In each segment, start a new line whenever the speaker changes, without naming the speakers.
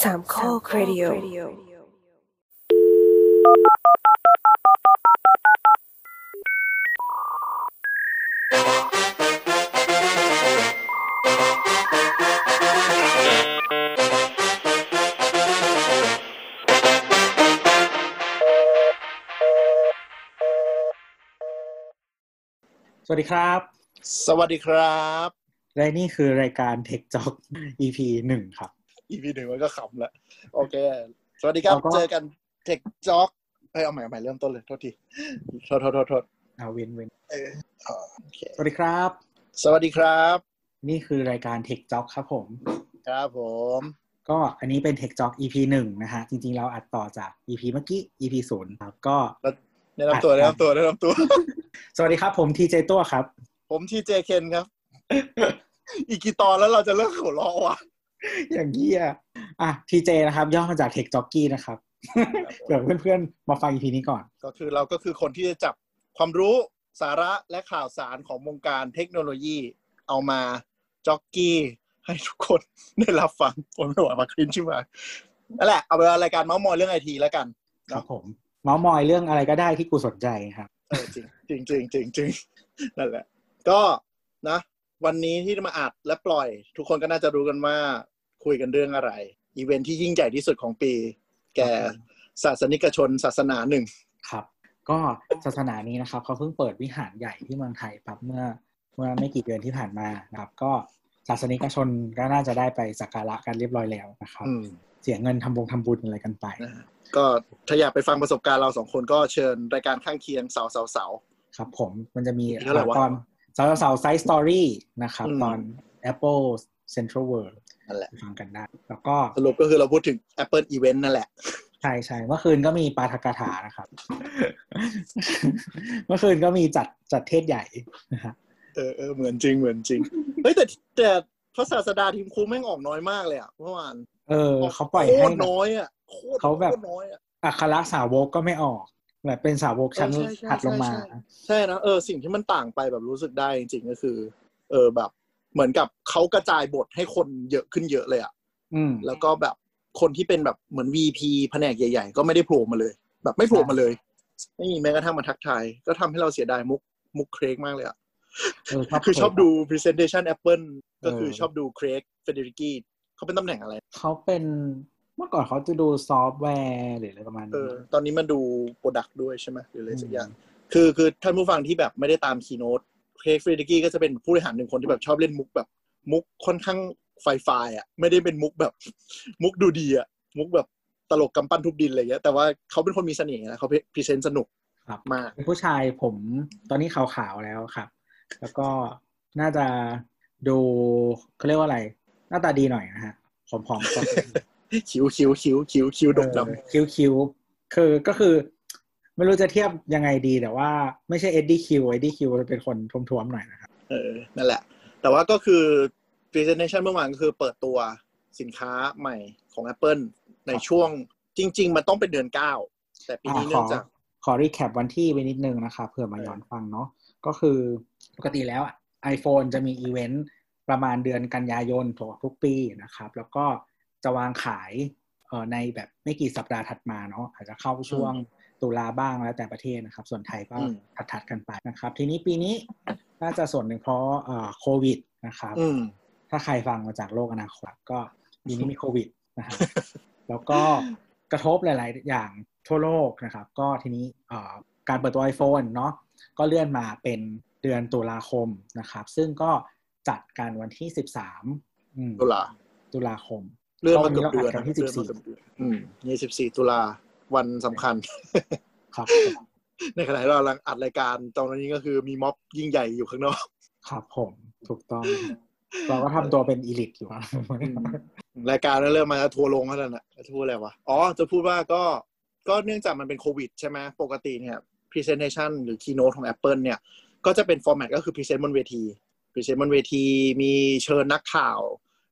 สามข้อครดิโอ
สวัสดีครับ
สวัสดีครับ
และนี่คือรายการ Tech Talk EP หนึ่งครับ
EP หนึ่งมันก็ขำละโอเค สวัสดีครับ
แล้วก็
เจอกันเทคจ็อกเฮ้ยเอาใหม่เอาใหม่เริ่มต้นเลยโทษทีโทษโทษโทษโทษ
เอาเวนเวน
เอ่อโอเค
สวัสดีครับ
สวัสดีครับ
นี่คือรายการ Tech Talk ครับผม
ครับผม
ก็อันนี้เป็น Tech Talk EP หนึ่งนะฮะ จริงๆ เราอัดต่อจาก EP เมื่อกี้ EP ศูนย์ครับ ก็
แนะนำตัว
อ่ะ
แนะนำตัวแนะนำตัว
สวัสดีครับผมทีเจตัวครับ
ผมทีเจเคนครับ อีกกี่ตอนแล้วเราจะเลิกหัวเราะวะ
อย่างเงี้ยอ่ะทีเจนะครับ ย่อมาจาก Tech Jockey นะครับเดี๋ยวเพื่อนๆ มาฟัง EP นี้ก่อน
ก็คือเราก็คือคนที่จะจับความรู้สาระและข่าวสารของวงการเทคโนโลยี เอามาจ็อกกี้ ให้ทุกคนได้รับฟังผมไม่ไหวมาคลินชิบหายนั่นแหละเอาเวลารายการเมาส์มอยเรื่องไอทีแล้วกัน
ครับผม เมาส์มอยเรื่องอะไรก็ได้ที่กูสนใจครับ
เออจริงจริงจริงจริงๆ นั่นแหละ ก็นะ วันนี้ที่มาอัดและปล่อย ทุกคนก็น่าจะรู้กันว่าคุยกันเรื่องอะไร อีเวนท์ที่ยิ่งใหญ่ที่สุดของปี แก่ศาสนิกชนศาสนาหนึ่ง
ครับ ก็ศาสนานี้นะครับเขาเพิ่งเปิดวิหารใหญ่ที่เมืองไทยครับเมื่อเมื่อไม่กี่เดือนที่ผ่านมานะครับ ก็ศาสนิกชนก็น่าจะได้ไปสักการะกันเรียบร้อยแล้วนะครับ
อืม
เสียเงินทำบงทำบุญอะไรกันไป
นะฮะก็ถ้าอยากไปฟังประสบการณ์เราสองคนก็เชิญรายการข้างเคียงเสาเสาเสา
ครับผมมันจะมี
เท่าไหร่วะ
ตอนสาวสาวไซส์สตอรี่นะครับ
อืม
ตอน Apple Central World
นั่นแหละ
ฟังกันได้ แล้วก็
สรุปก็คือเราพูดถึง Apple Event นั่นแหละ
ใช่ใช่เมื่อคืนก็มีปาทกถา นะครับ เมื่อคืนก็มีจัดจัดเทศใหญ่นะฮะ
เออเออเหมือนจริงเหมือนจริง เฮ้ยแต่แต่พระศาสดาทีมครูแม่งออกน้อยมากเลยอะเมื่อวาน
เออเขาปล่อย
โค
ให้
ตร
แบบ
น้อยอะโคตร
เขาแบบ
โคตรน้อยอะ
อัคระสาวกก็ไม่ออกแบบเป็นสาวกชั้น
เออใช่ใช่
ถัดลงมา
ใช่ใช่ ใช่นะเออสิ่งที่มันต่างไปแบบรู้สึกได้จริงๆก็คือ เออแบบ เหมือนกับเขากระจายบทให้คนเยอะขึ้นเยอะเลยอะ
อืม
แล้วก็แบบคนที่เป็นแบบเหมือน VP แผนกใหญ่ ๆ ก็ไม่ได้โผล่มาเลย แบบไม่โผล่มาเลยไม่มีแม้กระทั่งมาทักทาย ก็ทำให้เราเสียดายมุกมุกเครกมากเลยอะ
เออ
คือชอบ
เปิ
ดู presentation Apple ก็คือ
เออ
ชอบดูเครกเฟเดริกีเขาเป็นตำแหน่งอะไร
เขาเป็นเมื่อก่อนเขาจะดูซอฟต์แวร์หรืออะไรประมาณ
เอ
นี้
อ ตอนนี้มาดูโปรดักต์ด้วยใช่ไหมหรืออะไรสักอย่าง คือคือท่านผู้ฟังที่แบบไม่ได้ตามคีโนตเคฟรีดกี้ก็จะเป็นผู้บริหารหนึ่งคนที่แบบชอบเล่นมุกแบบ มุกค่อนข้างไฟฟายอ่ะ ไม่ได้เป็นมุกแบบ มุกดูดีอ่ะ มุกแบบตลกกำปั้นทุบดินอะไรเงี้ยแต่ว่าเขาเป็นคนมีเสน่ห์นะเขาพรีเซนต์สนุก
ครับ
มาก
เป็นผู้ชายผมตอนนี้ขาวๆแล้วครับ แล้วก็น่าจะดูเขาเรียกว่าอะไร หน้าตาดีหน่อยนะฮะผอ มๆก็
คิ้วคิ้วคิ้วคิ้วคิ้วดกดำ
คิ้วคิ้วๆคือก็คือ ไม่รู้จะเทียบยังไงดีแต่ว่าไม่ใช่เอ็ดดี้คิวเอ็ดดี้คิวเป็นคนท้วมๆหน่อยนะครับ
เออนั่นแหละ แต่ว่าก็คือ presentation เมื่อวานก็คือเปิดตัวสินค้าใหม่ของ Apple ในช่วงจริง ๆ มันต้องเป็นเดือนเก้าแต่ปีนี้
อ่า
เนื่อง
ขอ
จาก
ขอรีแคปวันที่ไปนิดนึงนะคะเผื่อมาย้อนฟังเนาะก็คือปกติแล้วอะ iPhone จะมีอีเวนต์ประมาณเดือนกันยายนของทุกปีนะครับ แล้วก็จะวางขายเอ่อในแบบไม่กี่สัปดาห์ถัดมาเนาะอาจจะเข้าช่วงตุลาบ้างแล้วแต่ประเทศนะครับ ส่วนไทยก็
อืม
ถัดๆกันไปนะครับ ทีนี้ปีนี้น่าจะส่วนหนึ่งเพราะเอ่อโควิดนะครับ
อืม
ถ้าใครฟังมาจากโลกอนาคตก็ปีนี้มีโควิด นะครับ แล้วก็กระทบหลาย ๆ อย่างทั่วโลกนะครับ ก็ทีนี้เอ่อการเปิดตัว iPhone เนาะก็เลื่อนมาเป็นเดือนตุลาคมนะครับ ซึ่งก็จัดการวันที่ 13อืม
ตุลา
ตุลาคม
เลื่อนมาเกือบเดือน
เราอัดกันที่
เลื่อน
14
มาเกือบเดือนอืมยี่สิบสี่ตุลาวันสำคัญ
ครับ
ในขณะที่เรากำลังอัดรายการตอนนี้ก็คือมีม็อบยิ่งใหญ่อยู่ข้างนอก
ครับผมถูกต้อง เราก็ทำตัวเป็นอีลิทอยู่นะ
รายการนั้นเริ่มมาจะทัวร์ลงแล้วนะจะพูดอะไรวะ อ๋อ จะพูดว่าก็ก็เนื่องจากมันเป็นโควิดใช่ไหมปกติเนี่ย Presentation หรือ Keynote ของ Apple เนี่ย ก็จะเป็นฟอร์แมตก็คือ Present บนเวที Present บนเวทีมีเชิญนักข่าว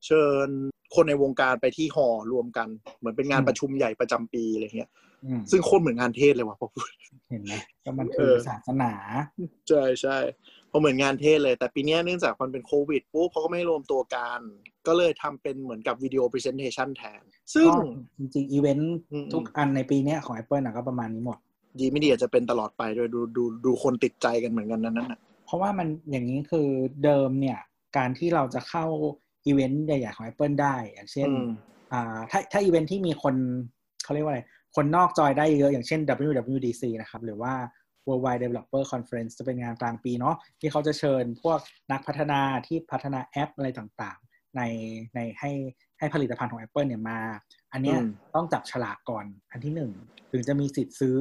เชิญคนในวงการไปที่หอรวมกัน เหมือนเป็นงานประชุมใหญ่ประจำปีอะไรเงี้ย
อืม
ซึ่งโคตรเหมือนงานเทศเลยว่ะพอพูด
เห็นไหมก็มันคือ
เออ
ศาสนา
ใช่ใช่ พอเหมือนงานเทศเลย แต่ปีเนี้ยเนื่องจากมันเป็นโควิดปุ๊บเขาก็ไม่ให้รวมตัวกัน ก็เลยทำเป็นเหมือนกับวิดีโอพรีเซนเทชันแทน ซึ่ง
ก็จริงๆอีเวนต์
อืม
ทุกอันในปีเนี้ยของ Apple นะก็ประมาณนี้หมด
ดีไม่ดีอาจจะเป็นตลอดไปโดวยดูดูดูคนติดใจกันเหมือนกันนั้นน่ะ
เพราะว่ามันอย่างนี้คือเดิมเนี่ยการที่เราจะเข้าอีเวนต์ใหญ่ๆของ Apple ได้ อย่างเช่น
อืม
อ่าถ้าถ้าอีเวนต์ที่มีคนเขาเรียกว่าอะไร คนนอกจอยได้เยอะอย่างเช่น WWDC นะครับ หรือว่า Worldwide Developer Conference จะเป็นงานกลางปีเนาะที่เขาจะเชิญพวกนักพัฒนาที่พัฒนาแอปอะไรต่างๆ ในในให้ให้ผลิตภัณฑ์ของ Apple เนี่ยมา อันเนี้ย
อืม
ต้องจับฉลากก่อนอันที่หนึ่งถึงจะมีสิทธิ์ซื้อ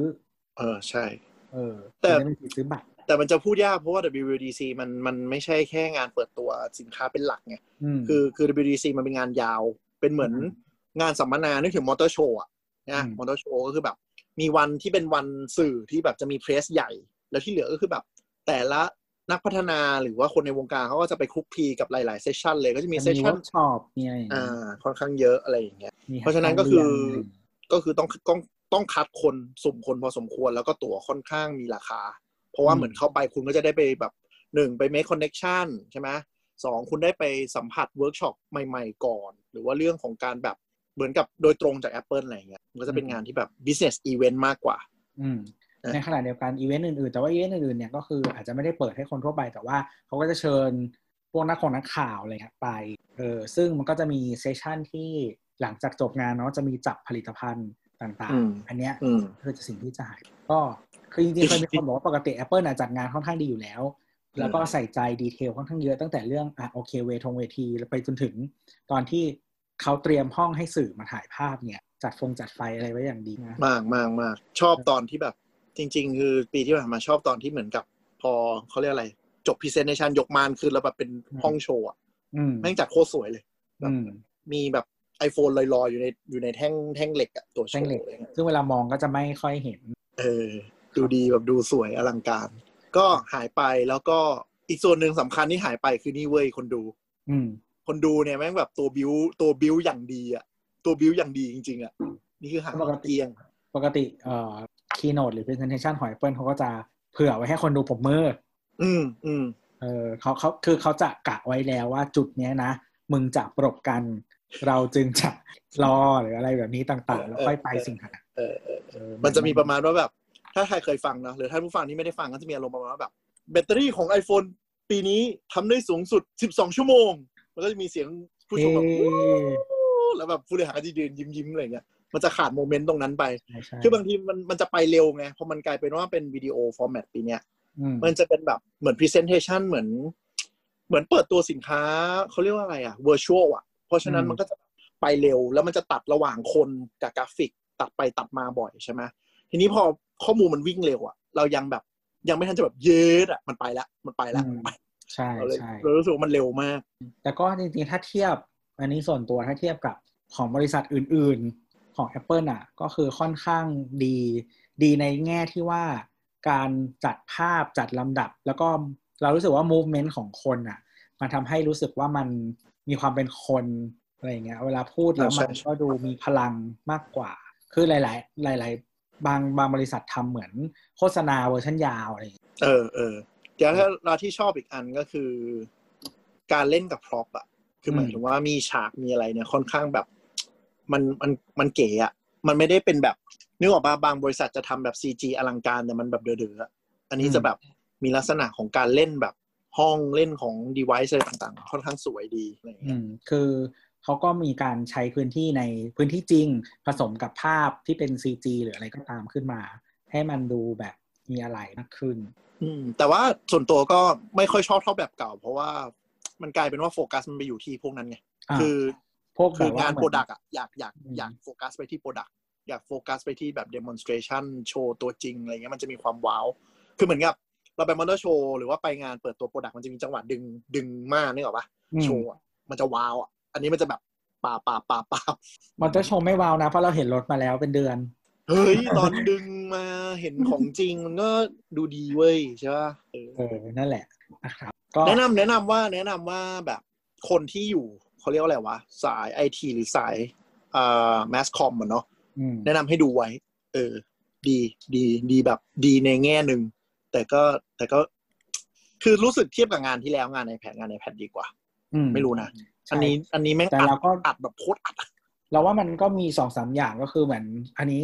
เออใช่
เออ
แต่
ถึงจะมีสิทธิ์ซื้อบัตร
แต่มันจะพูดยากเพราะว่า WWDC มันมันไม่ใช่แค่งานเปิดตัวสินค้าเป็นหลักไง
ม
คือคือ WDC มันเป็นงานยาว เป็นเหมือน
อืม
งานสัมมนานึกถึงมอเตอร์โชว์อะนะ
อืม
มอเตอร์โชว์ก็คือแบบ มีวันที่เป็นวันสื่อที่แบบจะมีเพรสใหญ่ แล้วที่เหลือก็คือแบบ แต่ละนักพัฒนาหรือว่าคนในวงการเขาก็จะไปคลุกคลีกับหลายๆเซสชันเลยก็จะมีเซ
จะ
ส
มี
ชั
เวิ
น
ร์กช็อปมีอะไรอย่างเงี้ย
อ่าค่อนข้างเยอะอะไรอย่างเงี้ย
มี
เพราะฉะนั้นก็คือ ก็คือต้องต้องต้องคัดคนสุ่มคนพอสมควรแล้วก็ตั๋วค่อนข้างมีราคา เพราะว่าเหมือนเข้าไปคุณก็จะได้ไปแบบหนึ่งไป make connection ใช่ไหมสองคุณได้ไปสัมผัสเวิร์กช็อปใหม่ๆ ก่อน หรือว่าเรื่องของการแบบเหมือนกับโดยตรงจาก Apple อะไรอย่างเงี้ยมันก็จะเป็นงานที่แบบ business event มากกว่า
อืม
อ่ะ
ในขณะเดียวกันอีเวนต์อื่นๆ แต่ว่าอีเวนต์อื่นๆเนี่ยก็คืออาจจะไม่ได้เปิดให้คนทั่วไป แต่ว่าเขาก็จะเชิญพวกนักของนักข่าวอะไรครับไปเออซึ่งมันก็จะมีเซสชันที่หลังจากจบงานเนาะจะมีจับผลิตภัณฑ์ต่าง
อืม
ๆ อันเนี้ย
อืม
คือจะสิ่งที่จะหายก็คือจริงๆเคยมีคนบอกว่าปกติ Apple น่ะจัดงานค่อนข้างดีอยู่แล้ว แล้วก็ใส่ใจดีเทลค่อนข้างเยอะตั้งแต่เรื่องอ่ะโอเคเวทงเวทีแล้วไปจนถึง ตอนที่เขาเตรียมห้องให้สื่อมาถ่ายภาพเนี่ยจัดฟงจัดไฟอะไรไว้อย่างดีนะ
มากมากมากชอบตอนที่แบบจริง ๆ คือปีที่ผ่านมาชอบตอนที่เหมือนกับ พอเขาเรียกอะไร จบ presentation ยกมานขึ้นแล้วแบบเป็นห้องโชว์อะ
อืม
แม่งจัดโคตรสวยเลย
อืม
มีแบบ iPhone ลอยๆ อยู่ในอยู่ในแท่งแท่งเหล็กอะตัวโช
แท่ง
ว์
เหล็ก
อะไรเงี้ย
ซึ่งเวลามองก็จะไม่ค่อยเห็น
เออ ดูดีแบบดูสวยอลังการ ก็หายไปแล้วก็อีกส่วนหนึ่งสำคัญที่หายไปคือนี่เว้ยคนดู
อืม
คนดูเนี่ยแม่งแบบตัวบิวตัวบิวอย่างดีอะตัวบิวอย่างดีจริง ๆอะนี่คือหาง
ปกติ
เกียง
ปกติเอ่อคีโนดหรือ presentation ของ Apple เขาก็จะเผื่อไว้ให้คนดูผมมือ
อืมอืม
เออเขาเขาคือเขาจะกะไว้แล้วว่าจุดเนี้ยนะ มึงจะปรบกัน เราจึงจะรอหรืออะไรแบบนี้ต่างๆ แล้วค่อยไปสิ่งหา
เออเออ
เออ
มันจะมีประมาณว่าแบบ ถ้าใครเคยฟังนะหรือท่านผู้ฟังที่ไม่ได้ฟังก็จะมีอารมณ์ประมาณว่าแบบแบตเตอรี่ของ iPhone ปีนี้ทำได้สูงสุด 12 ชั่วโมง มันก็จะมีเสียงผู้ชมแบบ
เอ๊ะ
แล้วแบบผู้บริหารก็จะยืนยิ้มยิ้มๆอะไรเงี้ย มันจะขาดโมเมนต์ตรงนั้นไป
ใช่ใช่
คือบางทีมันมันจะไปเร็วไง เพราะมันกลายเป็นว่าเป็นวิดีโอฟอร์แมตปีเนี้ย
อืม
มันจะเป็นแบบเหมือนพรีเซนเทชันเหมือน เหมือนเปิดตัวสินค้าเขาเรียกว่าอะไรอะเวอร์ชวลอะเพราะฉะนั้นมันก็จะไปเร็ว แล้วมันจะตัดระหว่างคนกับกราฟิก ตัดไปตัดมาบ่อยใช่ไหมทีนี้พอข้อมูลมันวิ่งเร็วอะเรายังแบบยังไม่ทันจะแบบเยดอะมันไปละมันไปละมันไป
ใช่
เราเลย
ใช่
เรารู้สึกว่ามันเร็วมาก
แต่ก็จริงๆ ถ้าเทียบ อันนี้ส่วนตัวถ้าเทียบกับของบริษัทอื่นๆ ของ Apple อ่ะ ก็คือค่อนข้างดี ดีในแง่ที่ว่าการจัดภาพจัดลำดับ แล้วก็เรารู้สึกว่า movement ของคนอ่ะ มันทำให้รู้สึกว่ามันมีความเป็นคนอะไรอย่างเงี้ย เวลาพูดแล้ว
ใช่
มัน
ใช่
ก็ดูมีพลังมากกว่า คือหลาย ๆ หลาย ๆ บางบางบริษัททำเหมือนโฆษณาเวอร์ชันยาวอะไรอย่างเงี้ย
เออเออเดี๋ยวถ้าเราที่ชอบอีกอันก็คือ การเล่นกับพร็อพอะคือหมายถึงว่ามีฉากมีอะไรเนี่ยค่อนข้างแบบ มันมันมันเก๋อะมันไม่ได้เป็นแบบนึกออกปะบางบริษัทจะทำแบบซีจีอลังการแต่มันแบบเดือดๆอะอันนี้จะแบบมีลักษณะของการเล่นแบบห้องเล่นของ device อะไรต่างๆ ค่อนข้างสวยดีอะไรอย่าง
อื
เงี้ย
มคือเขาก็มีการใช้พื้นที่ในพื้นที่จริง ผสมกับภาพที่เป็น CG หรืออะไรก็ตามขึ้นมา ให้มันดูแบบมีอะไรมากขึ้น
อืม แต่ว่าส่วนตัวก็ไม่ค่อยชอบเท่าแบบเก่า เพราะว่ามันกลายเป็นว่าโฟกัสมันไปอยู่ที่พวกนั้นไง
อ่า
คือ
พวกแบ
คือบ
ว่
งาน
เหมื
โปร
อ
ดักต์อะอยากอยาก
อืม
อยากโฟกัสไปที่โปรดักต์อยากโฟกัสไปที่แบบ demonstration โชว์ตัวจริงอะไรเงี้ยมันจะมีความว้าว คือเหมือนกับ เราไปมอนเตอร์โชว์หรือว่าไปงานเปิดตัวโปรดักต์มันจะมีจังหวะดึงดึงมานึกออกปะ
อืม
โชว์อะมันจะว้าวอะอันนี้มันจะแบบป่าป่าป่าป่าม
อนเตอร์โชว์ไม่วาวนะ เพราะเราเห็นรถมาแล้วเป็นเดือน
เฮ้ย ตอนดึงมาเห็นของจริงมันก็ดูดีเว้ยใช่ปะเออ
เออ นั่นแหละนะครับ ก็
แนะนำแนะนำว่าแนะนำว่าแบบคนที่อยู่เขาเรียกว่าอะไรวะสายไอทีหรือสายอ่าแมสคอมอะเนาะ
อืม
แนะนำให้ดูไว้ เออ ดี ดี ดีแบบ ดีในแง่หนึ่ง แต่ก็ แต่ก็ คือรู้สึกเทียบกับงานที่แล้วงานในแพดงานในแพดดีกว่า
อื
ไม่รู้นะ
ใช่
อันนี้อันนี้แม่ง
แต่
อัด
เราก็
อัดแบบโคตรอัดอะ
เราว่ามันก็มีสองสามอย่างก็คือเหมือนอันนี้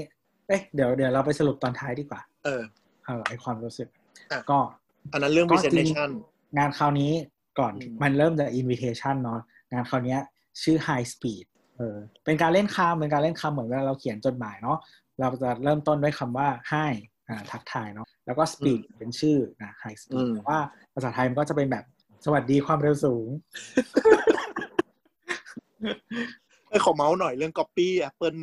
เอ๊ะเดี๋ยวเดี๋ยวเราไปสรุปตอนท้ายดีกว่า
เออ
เออไอความรู้สึก
อ่ะ
ก็
อันนั้นเรื่อง
ก็จริง
presentation
งานคราวนี้ก่อน
อืม
มันเริ่มจาก invitation เนาะงานคราวเนี้ยชื่อ high speed เออเป็นการเล่นคำเป็นการเล่นคำเหมือนเวลาเราเขียนจดหมายเนาะเราจะเริ่มต้นด้วยคำว่า hi อ่าทักทายเนาะแล้วก็ speed เป็นชื่อนะ high
อื
speed
ม
แต่ว่าภาษาไทยมันก็จะเป็นแบบสวัสดีความเร็วสูง
เออขอเมาส์หน่อยเรื่อง copy Apple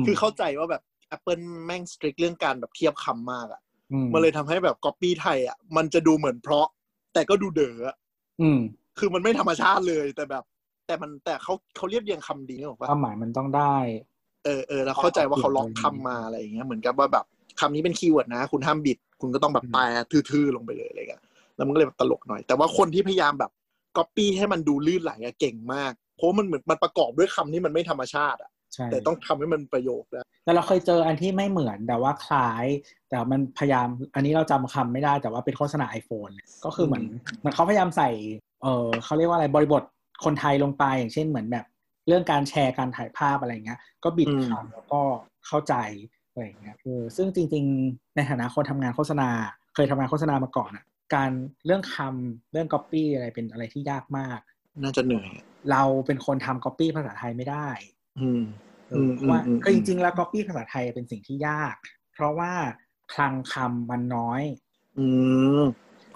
ม
คือเข้าใจว่าแบบ Apple แม่ง strict เรื่องการแบบเทียบคำมากอะ
อืม
มันเลยทำให้แบบ copy ไทยอะมันจะดูเหมือนเพราะ แต่ก็ดูเด๋ออะ
อืม
คือมันไม่ธรรมชาติเลยแต่แบบ แต่มันแต่เขาเขาเรียบเรียงคำดีนึกออกปะ
ความหมายมันต้องได้
เออเออเราเข้าใจว่าเขาล็อกคำมาอะไรอย่างเงี้ยเหมือนกับว่าแบบคำนี้เป็นคีย์เวิร์ดนะ คุณห้ามบิด คุณก็ต้องแบบแปลทื่อๆลงไปเลยอะไรเงี้ยแล้วมันก็เลยแบบตลกหน่อย แต่ว่าคนที่พยายามแบบก๊อปปี้ให้มันดูลื่นไหลอะเก่งมาก เพราะมันเหมือนมันประกอบด้วยคำที่มันไม่ธรรมชาติอะ
ใช่
แต่ต้องทำให้มันประโยคนะ
แต่เราเคยเจออันที่ไม่เหมือนแต่ว่าคล้าย แต่มันพยายามอันนี้เราจำคำไม่ได้แต่ว่าเป็นโฆษณา iPhone เนี่ยก็คือเหมือนเหมือนเขาพยายามใส่เออเขาเรียกว่าอะไรบริบทคนไทยลงไปอย่างเช่นเหมือนแบบ เรื่องการแชร์การถ่ายภาพอะไรเงี้ย ก็บิดคำแล้วก็เข้าใจอะไรอย่างเงี้ยเออซึ่งจริง ๆ ในฐานะคนทำงานโฆษณา เคยทำงานโฆษณามาก่อนอ่ะการเรื่องคำเรื่อง Copy อะไรเป็นอะไรที่ยากมาก
น่าจะเหนื่อยอะ
เราเป็นคนทำ Copy ภาษาไทยไม่ได้
อืม
เออเพราะว่า
อืมอืม
คือจริงๆ แล้ว copy ภาษาไทยเป็นสิ่งที่ยาก เพราะว่าคลังคำมันน้อย
อืม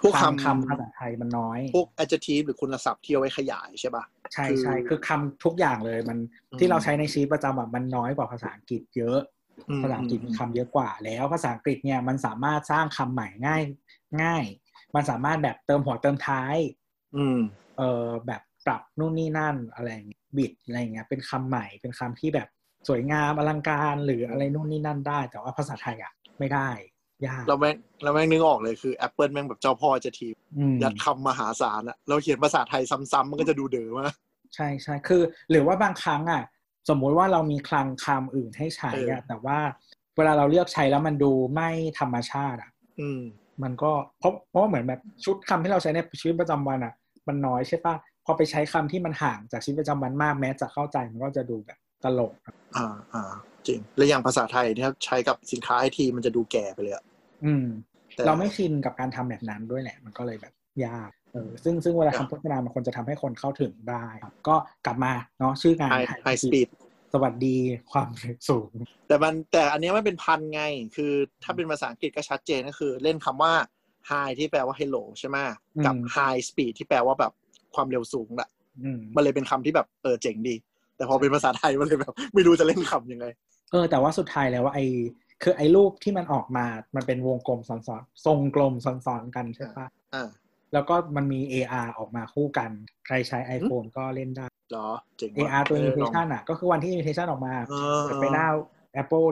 พวก
คลัง
คำ
คำภาษาไทยมันน้อย
พวก adjective หรือคุณศัพท์ที่เอาไว้ขยายใช่ป่ะ
ใช่
คือ
ใช่คือคำทุกอย่างเลยมัน
อืม
ที่เราใช้ในชีวิตประจำอะมันน้อยกว่าภาษาอังกฤษเยอะ
อืม
ภาษาอังกฤษมีคำเยอะกว่า แล้วภาษาอังกฤษเนี่ยมันสามารถสร้างคำใหม่ง่ายง่าย มันสามารถแบบเติมหัวเติมท้าย
อืม
เออแบบปรับนู่นนี่นั่นอะไรอย่างเงี้ยบิดอะไรอย่างเงี้ยเป็นคำใหม่เป็นคำที่แบบสวยงามอลังการหรืออะไรนู่นนี่นั่นได้ แต่ว่าภาษาไทยอ่ะไม่ได้ยาก
เราแม่งเราแม่งนึกออกเลยคือ Apple แม่งแบบเจ้าพ่อ adjective
อืม
ยัดคำมหาศาลอะเราเขียนภาษาไทยซ้ำๆมันก็จะดูเด๋อมาก
ใช่ใช่คือ หรือว่าบางครั้งอ่ะ สมมุติว่าเรามีคลังคำอื่นให้ใช้อ่ะ
เออ
แต่ว่าเวลาเราเลือกใช้แล้วมันดูไม่ธรรมชาติอ่ะ
อืม
มันก็เพราะเพราะว่าเหมือนแบบชุดคำที่เราใช้ในชีวิตประจำวันอ่ะ มันน้อยใช่ปะพอไปใช้คำที่มันห่างจากชีวิตประจำวันมากแม้จะเข้าใจมันก็จะดูแบบตลกอะ
อ่าอ่าจริง และอย่างภาษาไทยเนี่ยใช้กับสินค้าไอทีมันจะดูแก่ไปเลยอะ
อืม
แต่
เราไม่ชินกับการทำแบบนั้นด้วยแหละ มันก็เลยแบบยากเออซึ่งซึ่งเวลา
ครับ
ทำโฆษณามันควรจะทำให้คนเข้าถึงได้ครับก็กลับมาเนาะชื่องาน
ไฮไฮสปีด
สวัสดีความเร็วสูง
แต่มันแต่อันเนี้ยมันเป็นพันไง คือถ้าเป็นภาษาอังกฤษก็ชัดเจนก็คือ เล่นคำว่า high ที่แปลว่า hello ใช่ไหม
อืม
กับ high speed ที่แปลว่าแบบความเร็วสูงแหละ
อืม
มันเลยเป็นคำที่แบบเออเจ๋งดี แต่พอเป็นภาษาไทยมันเลยแบบ ไม่รู้จะเล่นคำยังไง
เออแต่ว่าสุดท้ายแล้วว่าไอ้คือไอ้รูปที่มันออกมา มันเป็นวงกลมซ้อนๆทรงกลมซ้อนๆกันใช่ปะ
อ่า
แล้วก็มันมี AR ออกมาคู่กัน ใครใช้ iPhone ก็เล่นได้
เหรอเจ๋งว่ะ
AR ตัว
เออลอง
invitation อ่ะ ก็คือวันที่ invitation ออกมา
เออ
เปิดไปหน้า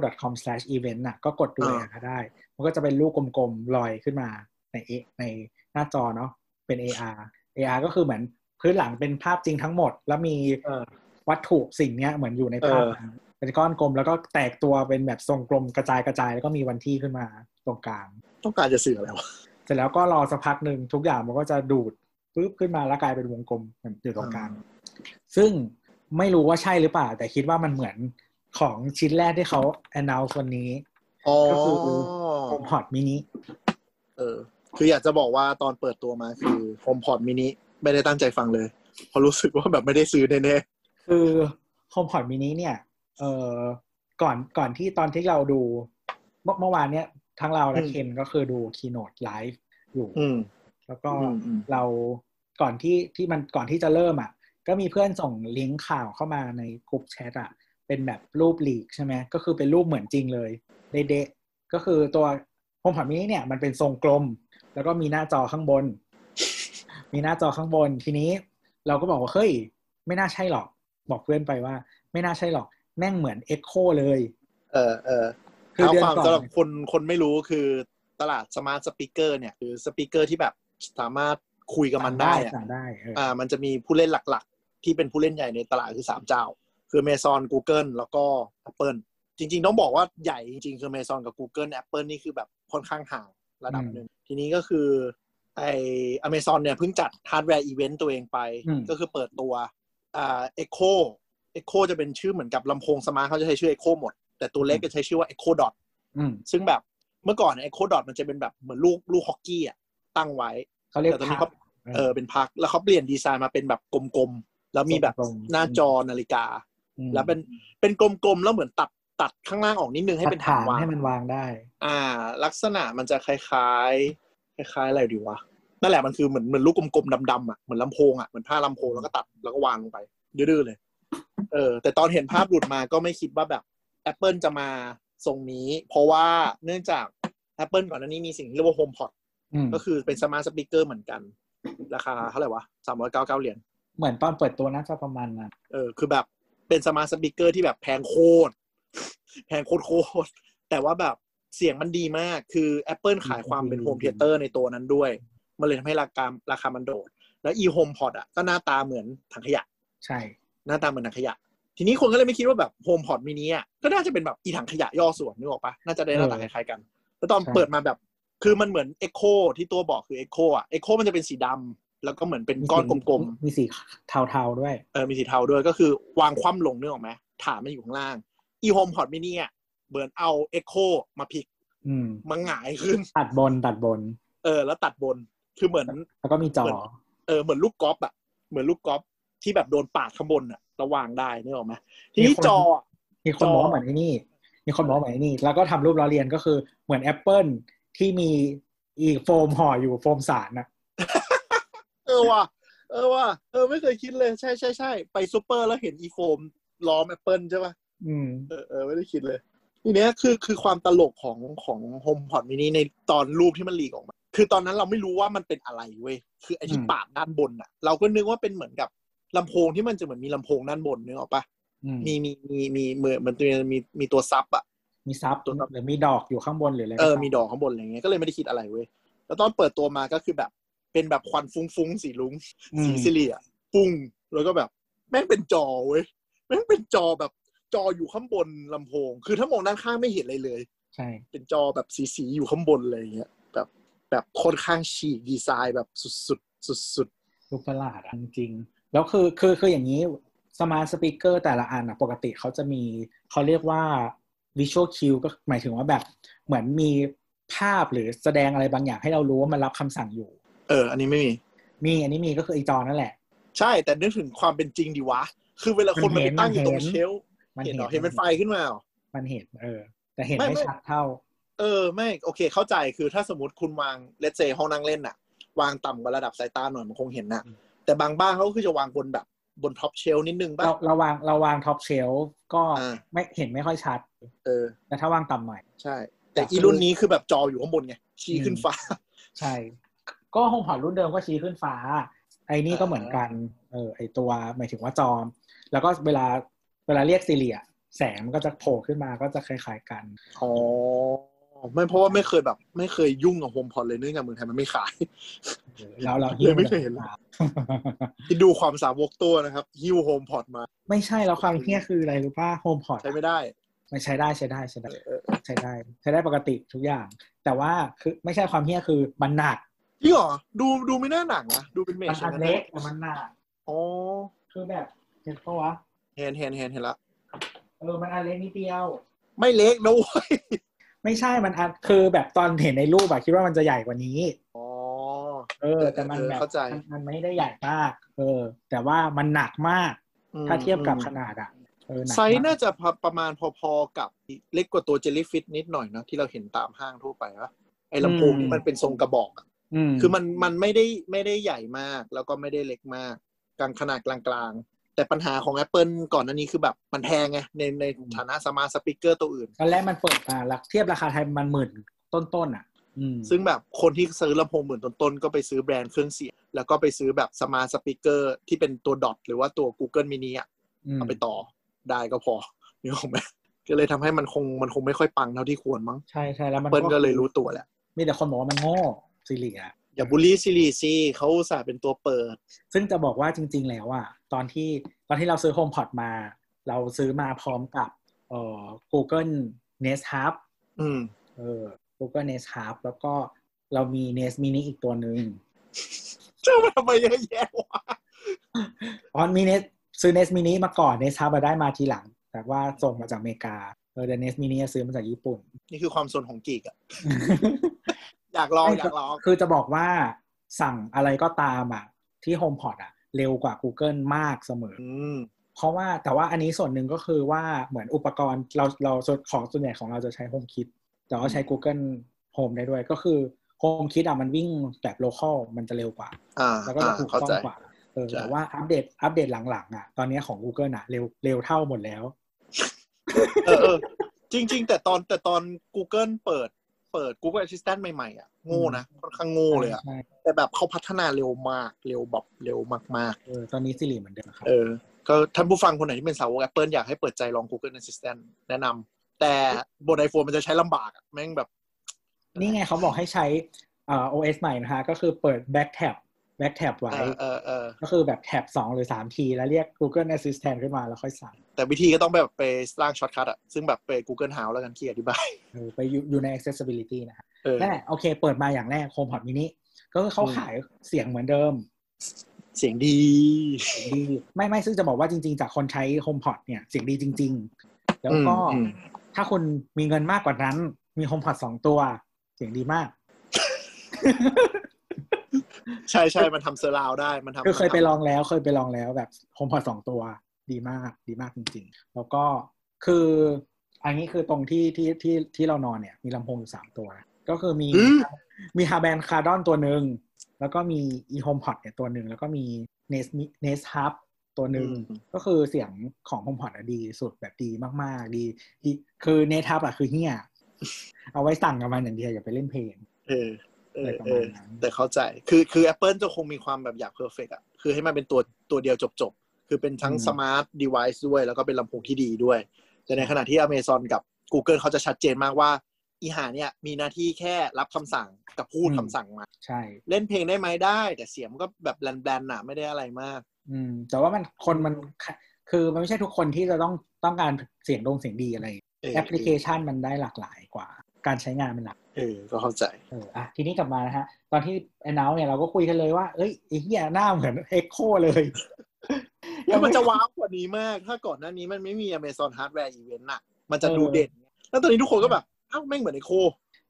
apple.com/event น่ะ ก็กดดู
อ่า
AR ได้ มันก็จะเป็นลูกกลมๆลอยขึ้นมาในเอในหน้าจอเนาะเป็น AR AR ก็คือเหมือนพื้นหลังเป็นภาพจริงทั้งหมด แล้วมี
เออ
วัตถุสิ่งเนี้ยเหมือนอยู่ในภาพ
เออ
นั้นเป็นก้อนกลมแล้วก็แตกตัวเป็นแบบทรงกลมกระจายกระจายแล้วก็มีวันที่ขึ้นมาตรงกลาง
ต้องการจะสื่ออะไรวะ
เสร็จแล้วก็รอสักพักหนึ่งทุกอย่างมันก็จะดูดปึ๊บขึ้นมาแล้วกลายเป็นวงกลมอยู่ตรงกลาง ซึ่งไม่รู้ว่าใช่หรือเปล่า แต่คิดว่ามันเหมือนของชิ้นแรกที่เขาแอนน c e วันนี้
อ๋อ
ก็คือ โฮมพอดมินิ
เออคืออยากจะบอกว่าตอนเปิดตัวมาคือ HomePod mini ไม่ได้ตั้งใจฟังเลยเพราะรู้สึกว่าแบบไม่ได้ซื้อแน่
คือโฮมพอดมินิเนี่ยเออก่อนก่อนที่ตอนที่เราดูเมื่อเมื่อวานเนี้ยทั้งเราและเคนก็คือดูคีโนดไลฟ์อยู่
ๆอืม
แล้วก็
อืมอืม
เราก่อนที่ที่มันก่อนที่จะเริ่มอ่ะ ก็มีเพื่อนส่งลิงก์ข่าวเข้ามาในกลุ่มแชทอ่ะ เป็นแบบรูปลีกใช่ไหมก็คือเป็นรูปเหมือนจริงเลยเดะๆก็คือตัวโฮมพอดมินิเนี่ยมันเป็นทรงกลม แล้วก็มีหน้าจอข้างบน มีหน้าจอข้างบนทีนี้ เราก็บอกว่าเฮ้ย ไม่น่าใช่หรอก บอกเพื่อนไปว่า ไม่น่าใช่หรอกแม่งเหมือนเอ็กโคเลย
เออเออ
คือ
เท้าความสำหรับคนคนไม่รู้คือตลาดสมาร์ทสปีกเกอร์เนี่ยคือสปีกเกอร์ที่แบบสามารถคุยกับมันได้อะ
สั่งได้เออ
อ่า มันจะมีผู้เล่นหลักๆ ที่เป็นผู้เล่นใหญ่ในตลาดคือ 3 เจ้า คือ Amazon Google แล้วก็ Apple จริงๆ ต้องบอกว่าใหญ่จริงๆ คือ Amazon กับ Google Apple นี่คือแบบค่อนข้างห่างระดับหนึ่ง ทีนี้ก็คือ ไออเมซอนเนี่ยเพิ่งจัดฮาร์ดแวร์อีเวนต์ตัวเองไป
อืม
ก็คือเปิดตัวอ่าเอ็กโคเอ็กโคจะเป็นชื่อเหมือนกับลำโพงสมาร์ทเขาจะใช้ชื่อเอ็กโคหมด แต่ตัวเล็กจะใช้ชื่อว่าเอ็กโคดอท
อืม
ซึ่งแบบเมื่อก่อนเอ็กโคดอทมันจะเป็นแบบเหมือนลูกลูกฮอกกี้อ่ะตั้งไว้
เขาเรียก
แต่ตอนนี้
พับ
เขาเออเป็นพักแล้วเขาเปลี่ยนดีไซน์มาเป็นแบบกลมๆ แล้วมีแบบ
กลมๆ
หน้าจอนาฬิกา
ม
แล้วเป็นเป็นกลมๆ แล้วเหมือนตัดตัดข้างล่างออกนิดนึงให้เป็น
ตัดฐาน
วาง
ให้มันวางได้
อ่า ลักษณะมันจะคล้ายๆ คล้ายๆ อะไรดีวะนั่นแหละมันคือเหมือนเหมือนลูกกลมๆดำๆอ่ะเหมือนลำโพงอ่ะเหมือนผ้าลำโพงแล้วก็ตัดแล้วก็วางลงไปดื้อๆเลย เออ แต่ตอนเห็นภาพหลุดมาก็ไม่คิดว่าแบบ Apple จะมาทรงนี้ เพราะว่าเนื่องจาก Apple ก่อนหน้านี้มีสิ่งที่เรียกว่า HomePod
อืม
ก็คือเป็นสมาร์ทสปีกเกอร์เหมือนกัน ราคาเท่าไหร่วะสามร้อยเก้าเก้าเหรียญ
เหมือนตอนเปิดตัวน่าจะประมาณนั้น
เออ คือแบบเป็นสมาร์ทสปีกเกอร์ที่แบบแพงโคตร แพงโคตรโคตร แต่ว่าแบบเสียงมันดีมาก คือ Apple ขายความเป็นโฮมเ h เตอร์ในตัวนั้นด้วย มันเลยทำให้ราคาราคามันโดด แล้วอีโฮมพอดอ่ะ ก็หน้าตาเหมือนถังขยะ
ใช่
หน้าตาเหมือนถังขยะ ทีนี้คนก็เลยไม่คิดว่าแบบโฮมพอดมินิอ่ะ ก็น่าจะเป็นแบบอีถังขยะย่อส่วนนึกออกปะน่าจะได้หน้าตาคล้ายๆกัน แล้วตอนเปิดมาแบบ คือมันเหมือนเอ็กโคที่ตัวบอกคือเอ็กโคอ่ะ เอ็กโคมันจะเป็นสีดำแล้วก็เหมือนเป็นก้อนกลมๆ
มีสีเทาๆด้วย
เออมีสีเทาด้วยก็คือวางคว่ำลงนึกออกไหมฐานมันอยู่ข้างล่างอีโฮมพอดมินิอ่ะเหมือนเอาเอ็กโคมาพลิก
อืม
มันหงายขึ้น
ตัดบนตัดบน
เออ แล้วตัดบนคือเหมือน
แล้วก็มีจอ
เหมือน เออเหมือนลูกกอล์ฟอ่ะเหมือนลูกกอล์ฟที่แบบโดนปาดข้างบนอ่ะระวางได้นึกออกไหมทีนี้จอ
มีคน
จอ
บอกว่าเหมือนไอ้นี่ มีคนบอกว่าเหมือนไอ้นี่ แล้วก็ทำรูปล้อเลียนก็คือเหมือนแอปเปิลที่มีอีโฟมห่ออยู่โฟมสารนะ
เออว่ะเออว่ะเออไม่เคยคิดเลยใช่ใช่ใช่ไปซูเปอร์แล้วเห็นอีโฟมล้อมแอปเปิลใช่ปะ
อืม
เออเออไม่ได้คิดเลยทีเนี้ยคือคือความตลกของของโฮมพอดมินิในตอนรูปที่มันหลีกออกมา คือตอนนั้นเราไม่รู้ว่ามันเป็นอะไรเว้ยคือไอที่
อืม
ปากด้านบนอ่ะ เราก็นึกว่าเป็นเหมือนกับลำโพงที่มันจะเหมือนมีลำโพงด้านบนนึกออกปะ
อืม
มีมีมีมีเหมือนมันจะมีมีตัวซับอ่ะ
มีซับ
ตัวซับ
หรือมีดอกอยู่ข้างบนหรืออะไรก็
เออ
ตา
มีดอกข้างบนอะไรเงี้ยก็เลยไม่ได้คิดอะไรเว้ยแล้วตอนเปิดตัวมาก็คือแบบเป็นแบบควันฟุ้งๆสีลุง
อื
สี
ม
ซิเลียปุ้งแล้วก็แบบ แม่งเป็นจอเว้ยแม่งเป็นจอแบบจออยู่ข้างบนลำโพง คือถ้ามองด้านข้างไม่เห็นอะไรเลย
ใช่
เป็นจอแบบสี ๆ อยู่ข้างบนเลยอย่างเงี้ยแบบแบบค่อนข้างฉีกดีไซน์แบบสุดๆสุด
รูปประหลาดอะจริงๆแล้วคือคือคืออย่างนี้สมาร์ทสปีกเกอร์แต่ละอันอะปกติเขาจะมีเขาเรียกว่าวิชวลคิวก็หมายถึงว่าแบบ เหมือนมีภาพหรือแสดงอะไรบางอย่างให้เรารู้ว่ามันรับคำสั่งอยู่
ๆเออ อันนี้ไม่มี
มีอันนี้มีก็คือไอจอนั่นแหละ
ใช่ แต่นึกถึงความเป็นจริงดีวะ คือเวลาคน
มั
มัน
นเห็
ไป
น
ตั้งอยู่ตร
มัน
ง
เห็น
เชลฟ์เห็นเหรอเห็นเป็นไฟขึ้นมาเหรอ
มันเห็นเออ แต่เห็น
ไม่
ไม่
ไม่
ชัดเท่า
เออ ไม่ โอเค เข้าใจคือถ้าสมมติคุณวางเลเซห้องนั่งเล่นน่ะ วางต่ำกว่าระดับสายตาหน่อยมันคงเห็นน่ะ
อืม
แต่บางบ้านเขาก็คือจะวางบนแบบบนท็อปเชลนิดนึงป่ะ
เราเราวางเราวางท็อปเชลก็
อ่า
ไม่เห็นไม่ค่อยชัด
เออ
แต่ถ้าวางต่ำหน่อย
ใช่ แต่
แต่คือ
อี
อี
รุ่นนี้คือแบบจออยู่ข้างบนไงชี้ขึ้นฟ้า
ใช่ ก็โฮมพอดรุ่นเดิมก็ชี้ขึ้นฟ้า ไอ้นี่ก็
อ่า
เหมือนกัน เออไอตัวหมายถึงว่าจอม แล้วก็เวลาเวลาเรียกซีเรียแสงมันก็จะโผล่ขึ้นมาก็จะคล้ายๆกัน
อ๋อไม่เพราะว่าไม่เคยแบบ ไม่เคยยุ่งกับโฮมพอดเลยเนื่องจากเมืองไทยมันไม่ขาย
แล้วเรา
เลยไม่เคยเห็นเลย ที่ดูความสาวกตัวนะครับฮิวโฮมพอดมา
ไม่ใช่แล้วความเฮี้ยคืออะไรรู้ป่ะโฮมพอด
ใช้ไม่ได้
มันใช้ได้ใช้ได้ใช้ได้
เออเออ
ใช้ได้ ใช้ได้ปกติทุกอย่าง แต่ว่าคือไม่ใช่ความเฮี้ยคือมันหนัก
จริงเหรอดูดูไม่น่าหนังนะดูเป็นเม
มัน
ช
อันเล็กแต่มันหนัก
อ๋อ
คือแบบเห็นปะวะ
เห็นเห็นเห็นเห็นละ
เออมันอันเล็กนิดเดียว
ไม่เล็กนะเว้ย
ไม่ใช่มันอันคือแบบตอนเห็นในรูปอะคิดว่ามันจะใหญ่กว่านี้
อ๋อ
เออ แต่มัน
เออ
แบบ
เข้าใจ
มันมันไม่ได้ใหญ่มากเออ แต่ว่ามันหนักมาก
อืม
ถ้าเทียบกับข
อืม
นาดอะเออหนัก
ไซส์
มาก
น่าจะประมาณพอๆกับเล็กกว่าตัวเจลลี่ฟิตนิดหน่อยเนาะที่เราเห็นตามห้างทั่วไปวะไอ้ลำโพงนี่มันเป็นทรงกระบอกอะ
อืม
คือมันมันไม่ได้ไม่ได้ใหญ่มากแล้วก็ไม่ได้เล็กมากกลางขนาดกลางๆ แต่ปัญหาของ Apple ก่อนหน้านี้คือแบบมันแพงไงในในฐานะสมาร์ทสปีกเกอร์ตัวอื่น
ตอนแรกมันเปิดมาลักเทียบราคาไทยมันหมื่นต้นๆอ่ะ อืม
ซึ่งแบบคนที่ซื้อลำโพงหมื่นต้นๆ ก็ไปซื้อแบรนด์เครื่องเสียง แล้วก็ไปซื้อแบบสมาร์ทสปีกเกอร์ที่เป็นตัวดอทหรือว่าตัว Google Mini อ่ะ
ม
เอาไปต่อได้ก็พอนี่ออกไหมก็เลยทำให้มันคงมันคงไม่ค่อยปังเท่าที่ควรมั้ง
ใช่ใช่แล้วมัน
เปิ้ลก็เลยรู้ตัวแหละ
มีแต่คนบอกว่ามันโง่ซีเรียส
อย่าบูลลี่ซีรีส์สิเขาอุตส่าห์เป็นตัวเปิด
ซึ่งจะบอกว่าจริง ๆ แล้วอะตอนที่ตอนที่เราซื้อ HomePod มา เราซื้อมาพร้อมกับเอ่อ Google Nest Hub
อืม
เออ Google Nest Hub แล้วก็เรามี Nest Mini อีกตัวหนึ่ง
เจ้ามาทำไมเยอะแยะวะ
อ๋อมีเนสซื้อเนสมินิมาก่อนเนสฮาบได้มาทีหลัง แต่ว่าส่งมาจากอเมริกาเออแต่เนสมินิซื้อมาจากญี่ปุ่น
นี่คือความสนของกีกอะอยากล องอยากลอง
คือจะบอกว่าสั่งอะไรก็ตามอ่ะ ที่ HomePod อ่ะ เร็วกว่า Google มากเสมอ
อืม
เพราะว่าแต่ว่าอันนี้ส่วนหนึ่งก็คือว่าเหมือนอุปกรณ์เราเราของส่วนใหญ่ของเราจะใช้ HomeKit แต่ว่าใช้ Google Home ได้ด้วยก็คือ HomeKit อ่ะมันวิ่งแบบ local มันจะเร็วกว่า
อ่า
แล้วก็
อ่า
จะถูก
เข้า
ต้อ
ใจ
งกว่าเออ
ใช่
แต่ว่าอัปเดตอัปเดตหลังๆอ่ะตอนนี้ของ Google อ่ะเร็วเร็วเท่าหมดแล้ว
เออเออจริง ๆ แต่ตอนแต่ตอน Google เปิดเปิด Google Assistant ใหม่ ๆ อ่ะ โง่นะ ค่อนข้างโง่เลยอ่ะ
ใช่
แต่แบบเขาพัฒนาเร็วมาก เร็วแบบเร็วมาก
เออตอนนี้สิริเหมือนเดิมครับ
ๆ เออ ก็ท่านผู้ฟังคนไหนที่เป็นสาวก Apple อยากให้เปิดใจลอง Google Assistant แนะนำแต่บน iPhone มันจะใช้ลำบากอะแม่งแบบ
นี่ไงเขาบอกให้ใช้เอ่อ OS ใหม่นะคะก็คือเปิด back tab back tab ไว้
เออเออเออ
ก็คือแบบแท็บสองหรือสามทีแล้วเรียก Google Assistant ขึ้นมาแล้วค่อยสั่ง
แต่วิธีก็ต้องแบบไปสร้างช็อตคัทอ่ะ ซึ่งแบบไป Google House แล้วกันที่อธิบาย
เออไปอยู่อยู่ใน accessibility นะฮะ
เออ
นั่นแหละโอเค เปิดมาอย่างแรก HomePod mini ก็คือเขาขายเสียงเหมือนเดิม
เสียงดี
ดีไม่ไม่ซึ่งจะบอกว่าจริง ๆ จากคนใช้ HomePod เนี่ยเสียงดีจริง ๆ แล้วก็
อืมอืม
ถ้าคุณมีเงินมากกว่านั้น มี HomePod สองตัว เสียงดีมาก
ใช่ใช่มันทำเซอร์ราวได้มันทำ
คือเคยไปลองแล้วเคยไปลองแล้วแบบโฮมพอดสองตัวดีมากดีมากจริงๆ แล้วก็คืออันนี้คือตรงที่ที่ที่ที่เรานอนเนี่ยมีลำโพงอยู่สามตัวนะก็คือมีมีฮาแบนคาร์ดอนตัวหนึ่งแล้วก็มีอีโฮมพอดเนี่ยตัวหนึ่งแล้วก็มีเนสเนสฮับตัวหนึ่งก็คือเสียงของโฮมพอดดีสุดแบบดีมากๆ ดีดีคือเนสฮับอะคือเฮียเอาไว้สั่งกับมันอย่างเดียวอย่าไปเล่นเพลง
เออเอ
อะไร
อ
ประ
เอ
มา
อ
ณนั้น
แต่เข้าใจ คือ คือ Apple จะคงมีความแบบอยากเพอร์เฟกอะคือให้มันเป็นตัว ตัวเดียวจบจบๆคือเป็นทั้ง
อืม
สมาร์ทเดเวิ์ด้วย แล้วก็เป็นลำโพงที่ดีด้วย แต่ในขณะที่ Amazon กับ Google เขาจะชัดเจนมากว่า อีหาเนี่ย มีหน้าที่แค่รับคำสั่งกับพูดคำสั่งมา
ใช่
เล่นเพลงได้ไหมได้ แต่เสียงมันก็แบบแบนๆน่ะ ไม่ได้อะไรมาก
อืมแต่ว่ามันคนมันคือมันไม่ใช่ทุกคนที่จะต้องต้องการเสียงดงเสียงดีอะไร
เออ
แอปพลิเคชันมันได้หลากหลายกว่า การใช้งานมันหลัก
เออ ก็เข้าใจ
เอออ่ะทีนี้กลับมานะฮะ ตอนที่แอนนาวเนี่ยเราก็คุยกันเลยว่า เอ้ยไอ้เหี้ยหน้าเหมือนเอ็กโคเลย
คือมันจะว้าวกว่านี้มาก ถ้าก่อนหน้านี้มันไม่มี Amazon Hardware Event น่ะ มันจะดูเด่น แล้วตอนนี้ทุกคนก็แบบ เอ้าแม่งเหมือนไอโค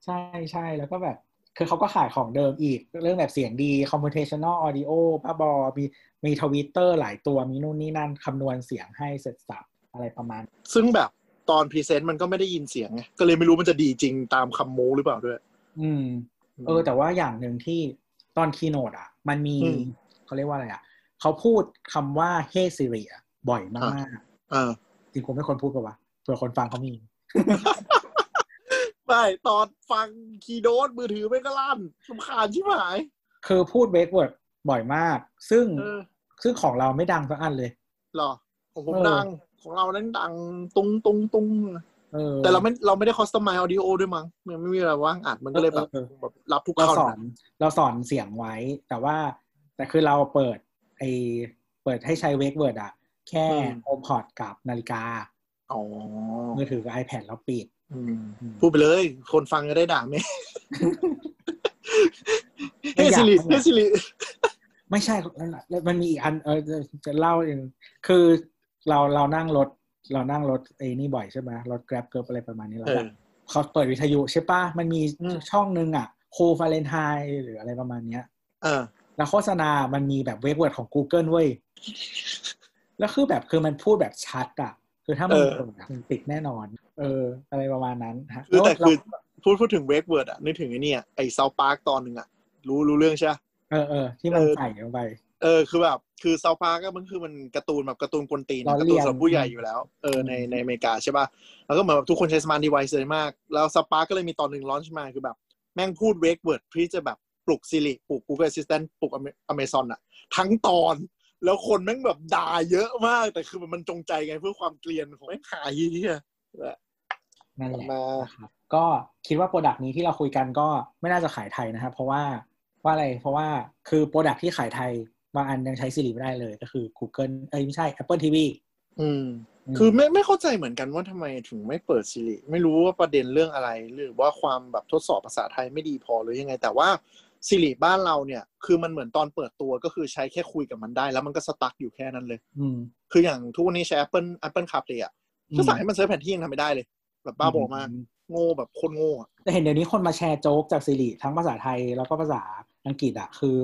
ใช่ใช่แล้วก็แบบ คือเขาก็ขายของเดิมอีก เรื่องแบบเสียงดี computational audio ป้าบอ มีมีทวิตเตอร์หลายตัวมีนู่นนี่นั่นคำนวณเสียงให้เสร็จสับอะไรประมาณ
ซึ่งแบบตอนพรีเซนต์มันก็ไม่ได้ยินเสียงไง ก็เลยไม่รู้มันจะดีจริงตามคำโม้หรือเปล่าด้วย
อืม เออแต่ว่าอย่างหนึ่งที่ตอนคีโนดอ่ะ มันมี
อืม
เขาเรียกว่าอะไรอ่ะเขาพูดคำว่าเฮซิเรียบ่อยมาก
อ่า
จริงคงไม่ควรพูดปะวะเผื่อคนฟังเขามี
ไม่ตอนฟังคีย์โดสมือถือไม่ก็ลั่นสำคาญชิบหาย
คือพูดเวกเวิร์ดบ่อยมาก ซึ่ง
เออ
ซึ่งของเราไม่ดังสักอันเลย
หรอ ของผม
เออ
ดัง ของเรานั้นดังตุงตุงตุง
เออ
แต่เราไม่เราไม่ได้คอสตอมไม d ์ออดิโอด้วยมั้งมันไม่มีอะไรว่างอัดมันก็เลยแบบ
เออเออ
แบบรับทุก
เรา
คำ
สอนเราสอนเสียงไว้ แต่ว่า แต่คือเราเปิดไอเปิดให้ใช้เวกเวิร์ดอ่ะ แค่โอมพอดกับนาฬิกา
อ๋อ
มือถือกับ iPad เราปิด
อืม
อืม
พูดไปเลย คนฟังจะได้ด่าไหม
ไม่
เฮ
อยาก
ซิลิ
ไม่อยาก
เฮซิลิ
ไม่ใช่แล้วมันมีอีกอันเออจะจะเล่าอย่างคือเราเรานั่งรถ เรานั่งรถไอ้นี่บ่อยใช่ไหมรถ grab เกิบอะไรประมาณนี้เราแบบเขาเปิดวิทยุใช่ปะมันมี
อืม
ช่องนึงอ่ะโคฟาเรนไฮหรืออะไรประมาณเนี้ย
เออ
แล้วโฆษณา มันมีแบบเวกเวิร์ดของ Google เว้ย แล้วคือแบบคือมันพูดแบบชัดอ่ะ คือถ้ามัน
เออ
เปิดอะมันติดแน่นอน เออ อะไรประมาณนั้นฮะ
คือแต่
ล้ว
คือพูดพูดถึงเวกเวิร์ดอะนึกถึงไอ้เนี่ยไอ้เซาพาร์คตอนหนึ่งอะรู้รู้เรื่องใช่ปะ
เออเออที่มันใส่ลงไป
เออคือแบบคือเซาพาร์กก็มันคือมันการ์ตูนแบบการ์ตูนกวนตีนอะ
ล้อเลียน
การ์ตูนสำหรับผู้ใหญ่อยู่แล้วเออในในอเมริกาใช่ป่ะแล้วก็เหมือนแบบทุกคนใช้สมาร์ทดีไวซ์เลยมาก แล้วเซาพาร์กก็เลยมีตอนหนึ่งร้อนขึ้นมาคือแบบ แม่งพูดเวกเวิร์ดที่จะแบบปลุกซิริปลุก Google Assistant ปลุกอเมซอนอะทั้งตอน แล้วคนแม่งแบบด่าเยอะมาก แต่คือมันจงใจไงเพื่อความเกลียนของแม่งหายเหี้ย
นั่นแหละ
มา
นะครับก็คิดว่าโปรดักต์นี้ที่เราคุยกันก็ไม่น่าจะขายไทยนะครับ เพราะว่าว่าอะไรเพราะว่าคือโปรดักต์ที่ขายไทย บางอันยังใช้ Siri ไม่ได้เลยก็คือ Google เอ้ยไม่ใช่ Apple TV
อืม
ม
คือไม่ไม่เข้าใจเหมือนกันว่าทำไมถึงไม่เปิดซีรีส์ไม่รู้ว่าประเด็นเรื่องอะไร หรือว่าความแบบทดสอบภาษาไทยไม่ดีพอหรือยังไง แต่ว่า สิริบ้านเราเนี่ย คือมันเหมือนตอนเปิดตัวก็คือใช้แค่คุยกับมันได้ แล้วมันก็สตั๊กอยู่แค่นั้นเลย
อืม
คืออย่างทุกวันนี้ใช้ Apple Apple CarPlay อ่ะถ้าสั่งให้มันเซิร์ชแผนที่ยังทำไม่ได้เลย แบบบ้าบอมากโง่แบบโคนโง่อะ
แต่เห็นเดี๋ยวนี้คนมาแชร์โจ๊กจากสิริทั้งภาษาไทยแล้วก็ภาษาอังกฤษอะคือ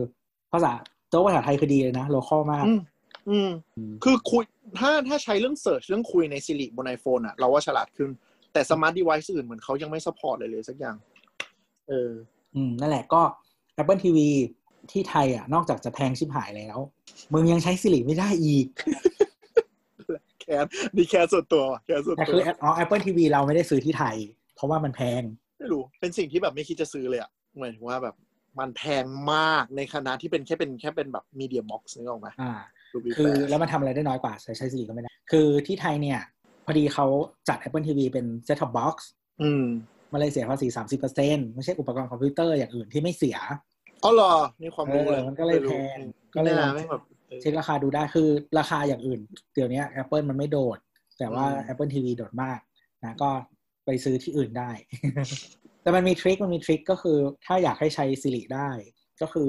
ภาษาโจ๊กภาษาไทยคือดีเลยนะโลคอลมาก
อืมอืม
อืม
คือคุยถ้าถ้าใช้เรื่องเสิร์ชเรื่องคุยใน Siri บน iPhone อ่ะ เราว่าฉลาดขึ้น แต่สมาร์ท e v i c e อื่นเหมือนเขายังไม่ u p p อร์ตเลยเลยสักอย่าง เออ
อืมนั่นแหละก็ Apple TV ที่ไทยอะนอกจากจะแพงชิบหายแล้วมึงยังใช้สิริไม่ได้อีก
แคนนี่แคนส่วนตัวว่ะแคนส่วน
แต่
ตั
คื
ว
ออ๋อ Apple TV เราไม่ได้ซื้อที่ไทย เพราะว่ามันแพง
ไม่รู้ เป็นสิ่งที่แบบไม่คิดจะซื้อเลยอ่ะเหมือนว่าแบบมันแพงมากในคณะที่เป็นแค่เป็นแค่เป็นแบบมีเดียม็อกซ์นึกออกไหม
อ่า
รูปแบบ
คือแล้วมันทำอะไรได้น้อยกว่า ใช้ใช้สิริก็ไม่ได้ คือที่ไทยเนี่ย พอดีเขาจัด Apple TV เป็น Set Top Box
อืม
มาเลยเสียภาษี 30%ไม่ใช่อุปกรณ์คอมพิวเตอร์อย่างอื่นที่ไม่เสีย
อ๋อเหรอนี่ความรู้เลย
เออมันก็เลยแพงก็
ก็
เล
เลย ยแบบเออ
เช็คราคาดูได้คือราคาอย่างอื่น เดี๋ยวนี้ Apple มันไม่โดด แต่ว่า
อืม
Apple TV โดดมากนะก็ไปซื้อที่อื่นได้ แต่มันมีทริคมันมีทริคก็คือ ถ้าอยากให้ใช้ Siri ได้ ก็คือ